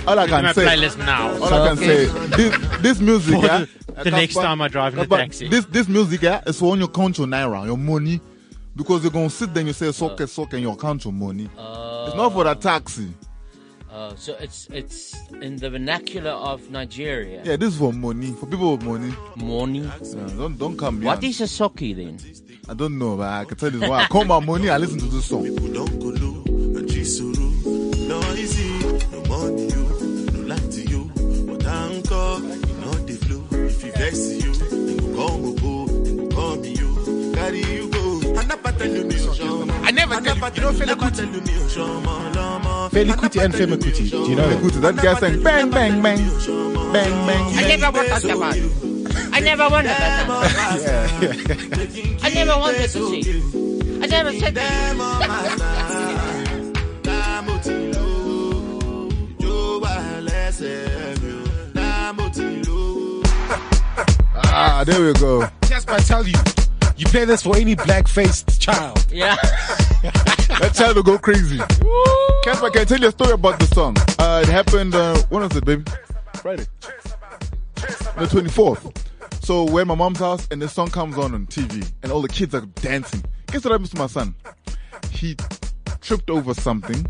H: All I can say.
I: now.
H: All I can say, this, this music, yeah,
I: the next time I drive in a
H: But
I: taxi.
H: This this music, yeah, is for when you count your naira, your money, because you're gonna sit there and you say sock, sock, and you count your money.
I: Uh,
H: it's not for the taxi.
F: Oh, so it's it's in the vernacular of Nigeria.
H: Yeah, this is for money, for people with money.
F: Morning.
H: Yeah, don't don't come here.
F: What is a soki then?
H: I don't know, but I can tell you why. I call my money, I listen to this song.
D: People don't go low and jisuru. No easy, no money you, no life to you. But anchor, you know the flow. If you vex you, then go come go, then go come you. Carry you go. I never tell you me, I never tell you. You know Fela Kuti.
G: Fela Kuti and Femi Kuti. Do you know
H: Look
G: them?
H: at that guy saying bang, bang, bang, bang, bang.
D: never wanted that one.
K: I never wanted that.
D: I never
K: to
D: wanted
K: see.
D: I never said
H: Ah, there we go.
G: Just I tell you, you play this for any black-faced child.
F: Yeah.
H: That child will go crazy. Casper, can I tell you a story about the song? Uh, it happened, uh, when was it, baby? Friday. The 24th. So we're at my mom's house and this song comes on on TV and all the kids are dancing. Guess what happens to my son? He tripped over something,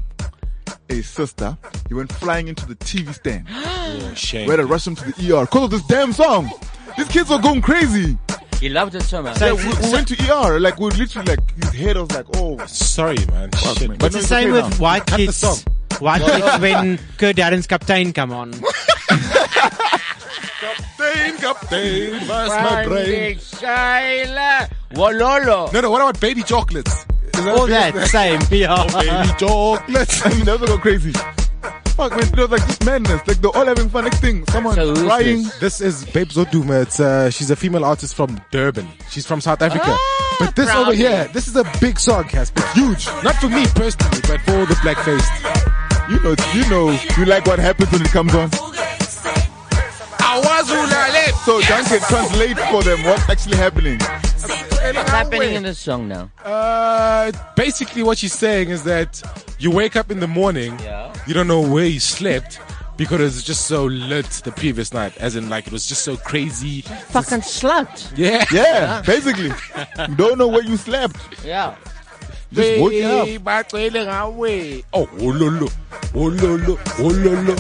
H: a sister. He went flying into the TV stand.
G: Shame.
H: We had to rush him to the ER because of this damn song. These kids were going crazy.
F: He loved it so much.
H: Yeah, we, we went to ER. Like, we literally, like, his head was like, oh,
G: Sorry, man.
H: fuck,
G: Shit.
H: man.
I: It's the same
H: okay
I: with
H: now.
I: white
G: Cut the
I: kids.
G: song.
I: White kids when Kurt Darren's Captain come on.
G: Captain, Captain, burst my brain.
F: Wololo.
G: No, no. What about baby chocolates?
I: All that Uh-huh. same PR.
G: Baby chocolates.
H: I mean, they also go crazy. Fuck, man, it was like this madness. Like, they're all having fun. Next thing, someone
F: So who's
H: crying.
F: this?
G: This is Babe Zoduma. It's uh, she's a female artist from Durban. She's from South Africa. but this over here, this is a big song, Casper. Huge. Not for me personally, but for the black faced.
H: You know, you know, you like what happens when it comes on. So, Duncan, translate for them what's actually happening.
F: What's happening in this song now?
G: Uh, basically, what she's saying is that you wake up in the morning,
F: Yeah.
G: you don't know where you slept because it's just so lit the previous night, as in like it was just so crazy.
F: Fucking slut.
G: Yeah.
H: Yeah, basically. You don't know where you slept.
F: Yeah.
H: Just woke up.
G: Oh, oh lolo, oh lolo, oh lolo.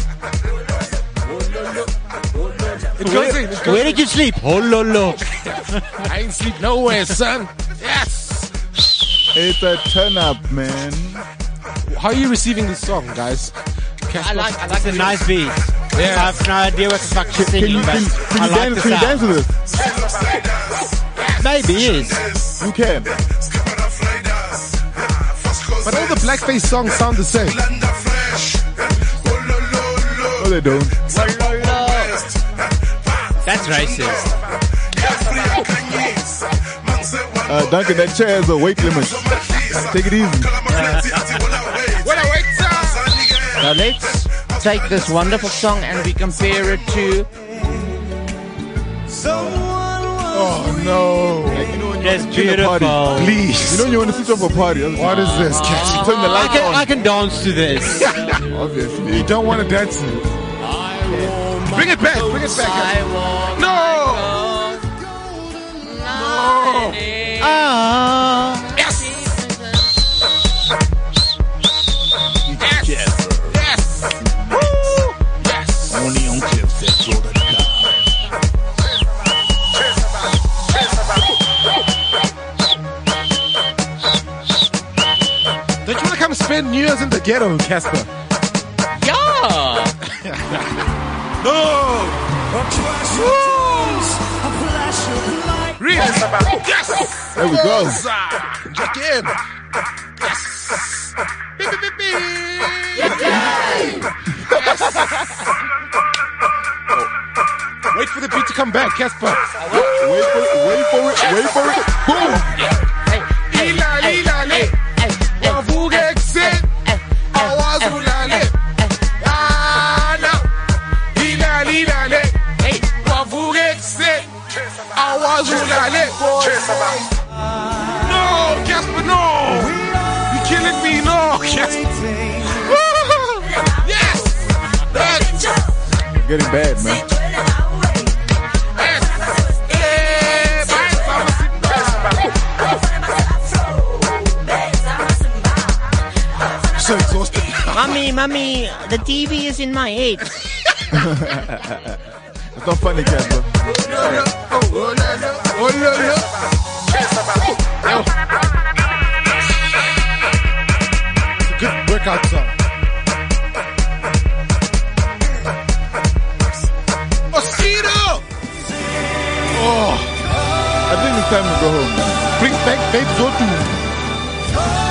G: It goes in. It goes
I: Where did you sleep? Oh, Hololo.
G: in. I ain't sleep nowhere, son. Yes.
H: It's a turn up, man.
G: How are you receiving this song, guys?
F: I like I like
I: It's a nice beat.
G: Yeah.
I: I have no idea what the fuck
H: Can
I: she's singing,
H: you,
I: but
H: can, can
I: I
H: you,
I: like
H: dance, can you dance
I: the
H: to this?
I: sound. Maybe it is.
H: You can.
G: But all the blackface songs sound the same.
H: No, they don't.
I: That's racist.
H: Uh, Duncan, that chair has a weight limit. Take it easy.
F: Now let's take this wonderful song and we compare it to
H: Oh, no. Like, you know, when you
I: That's
H: to the party.
I: beautiful.
H: Please. You know you want to sit up a party. What is this? Catch. Turn the light
I: I can, I can dance to this.
H: Obviously. You don't want to dance. Bring it back. Bring it back.
C: No! No!
I: Ah.
C: Yes! Yes! Yes! Woo! Yes! Only on clips that's all that
G: Don't you want to come spend New Year's in the ghetto, Casper?
C: Yeah! no! Woo! Yes!
H: There we go.
C: Again! Yes! Beep, beep, beep, beep. Yes!
G: Wait for the beat to come back, Casper.
H: Wait for it. Wait for it. Wait for it. Boom.
C: Lila, lila, le. Wavuge kuse. Awazulale. Lala. Lila, lila, le. Wavuge kuse. Awazulale. No, Casper, no. You're killing me. No, Casper. Yes. Yes.
H: Getting bad, man.
C: Eh, bye, mama,
H: So exhausted.
A: Mummy, mummy, the TV is in my head.
H: It's not funny, Casper. Oh, no, no.
G: It's a good workout song.
C: Mosquito.
H: I think it's time to go home. Man. Bring back Babe Zotu.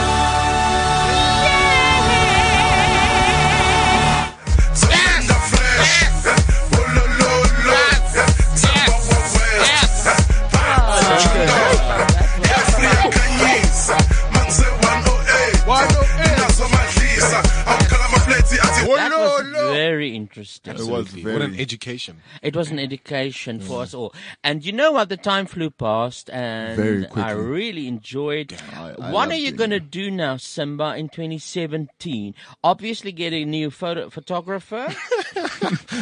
F: That was very interesting.
H: It was
G: Absolutely. What an
H: very-
G: education.
F: It was an education
H: Mm.
F: for us all. And you know what? The time flew past
H: Very
F: and
H: quickly.
F: I really enjoyed.
H: I
F: what
H: loved
F: are you
H: it.
F: going to do now, Simba, in 2017? Obviously get a new photo- photographer.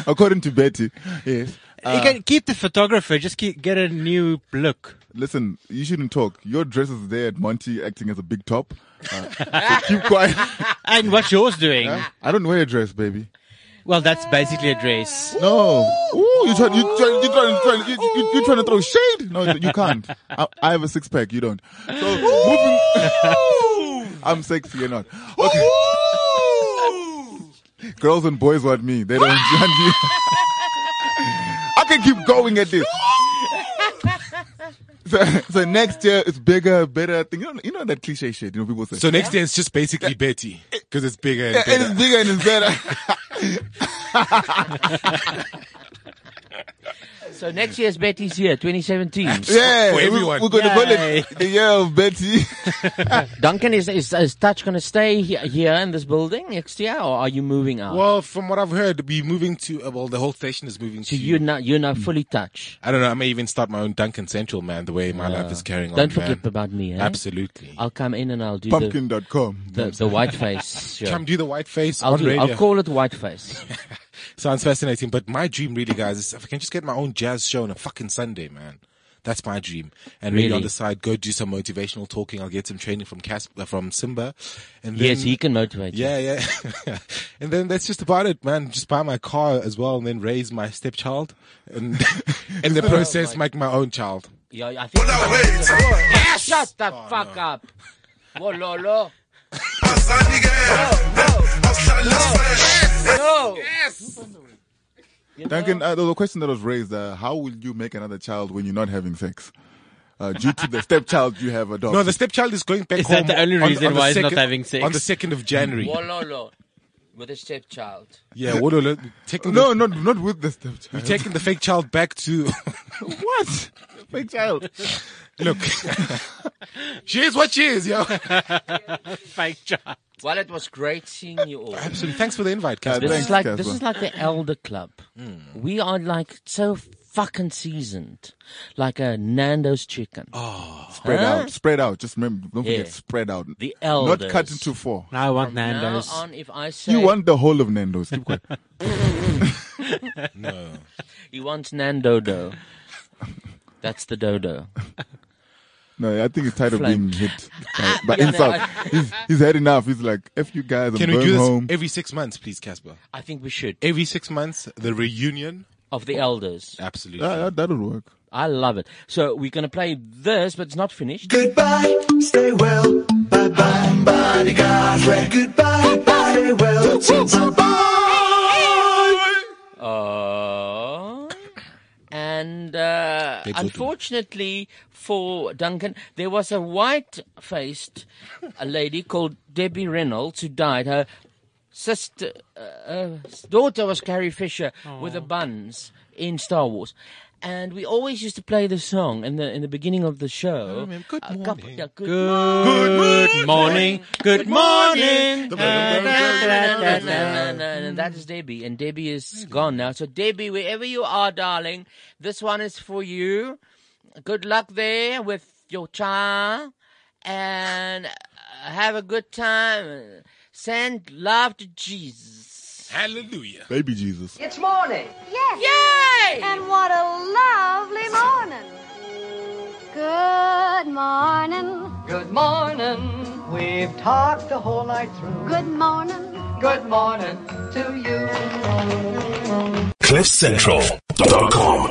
H: According to Betty, yes. Uh,
I: you can keep the photographer. Just keep, get a new look.
H: Listen, you shouldn't talk. Your dress is there at Monty acting as a big top. Uh, so keep quiet.
I: And what's yours doing?
H: I don't wear a dress, baby.
I: Well, that's basically a dress.
H: No. Ooh, you trying you trying you trying you trying you, you, you trying to throw shade? No, you can't. I, I have a six pack. You don't. So moving. I'm sexy. You're not. Okay. Girls and boys want me. They don't want you. I can keep going at this. So, so next year it's bigger, better thing. You know, you know that cliche shit. You know people say.
G: So next year it's just basically Betty because it's bigger and
H: Yeah, and it's
G: better.
H: bigger and it's better.
F: so next year's Betty's year, 2017.
H: yeah,
G: For
H: we-
G: everyone.
H: We're gonna call it the year of Betty.
F: Duncan, is, is, is Touch going to stay he- here in this building next year or are you moving out?
G: Well, from what I've heard, we're moving to, uh, well, the whole station is moving
F: so
G: to.
F: you're not, you're not fully Touch.
G: I don't know. I may even start my own Duncan Central, man, the way my life is carrying
H: Oh,
G: on.
F: Don't forget
G: man.
F: about me, eh?
G: Absolutely.
F: I'll come in and I'll do the,
H: Pumpkin.com.
F: the, the white face. show.
G: Come do the white face
F: I'll,
G: on
F: do,
G: radio.
F: I'll call it white face.
G: Sounds fascinating, but my dream really, guys, is if I can just get my own jazz show on a fucking Sunday, man. That's my dream. And maybe
F: Really?
G: on the side, go do some motivational talking. I'll get some training from Cas- uh, from Simba. And then,
F: yes, he can motivate you.
G: Yeah, yeah. and then that's just about it, man. Just buy my car as well and then raise my stepchild. And in the
H: Oh
G: process, make my own child.
F: Yeah, I think. Ah, Shut the fuck up. Wololo.
C: Oh,
F: No.
H: Duncan, uh, there was a question that was raised. Uh, how will you make another child when you're not having sex? Uh, due to the stepchild you have adopted.
G: No, the stepchild is going back
I: Is that
G: home.
I: the only
G: on- on
I: reason
G: the
I: why he's not
G: second-
I: having sex?
G: On the 2nd of January.
F: Wololo. With a stepchild.
G: yeah, what a, taking
H: no,
G: the,
H: not, not with the stepchild.
G: we've taken the fake child back to.
H: what? Big child.
G: Look, she is what she is, yo.
I: Fake job.
F: Well, it was great seeing you all.
G: Absolutely. Thanks for the invite,
H: Uh,
G: Casper.
F: This
H: Thanks,
F: is like
H: Casper.
F: this is like the elder club. We are like so fucking seasoned, like a Nando's chicken.
H: Oh, spread out, spread out. Just remember, don't forget,
F: Yeah.
H: spread out.
F: The
H: not
F: elders. eh.
H: cut into four.
I: I want
F: From now Nando's. on, if I say-
H: you want the whole of Nando's. Keep quiet.
F: no. He wants Nandodo. That's the dodo.
H: No, I think he's tired of
F: Flank.
H: being hit by, by
F: Yeah, no,
H: insult.
F: I-
H: he's, he's had enough. He's like, "F you guys, I'm
G: Can we
H: going
G: do this
H: home."
G: every six months, please, Casper?
F: I think we should.
G: Every six months, the reunion
F: Of the elders.
G: Absolutely.
H: Yeah, yeah, that'll work.
F: I love it. So we're going to play this, but it's not finished.
C: Goodbye, stay well. Bye bye, bodyguard. Right. Goodbye, stay well. Bye bye.
F: Oh. And uh,
C: They told you.
F: unfortunately for Duncan, there was a white faced lady called Debbie Reynolds who died. Her sister, uh, uh, daughter was Carrie Fisher with the buns in Star Wars. And we always used to play the song in the in the beginning of the show. Oh, Good morning. Good,
I: Good morning. Good morning.
F: and that is Debbie, and Debbie is gone now. So Debbie, wherever you are, darling, this one is for you. Good luck there with your child, and have a good time. Send love to Jesus.
G: Hallelujah.
H: Baby Jesus.
M: It's morning.
J: Yes. Yay! And what a lovely morning. Good morning.
M: Good morning. We've talked the whole night through.
J: Good morning.
M: Good morning to you.
C: CliffCentral.com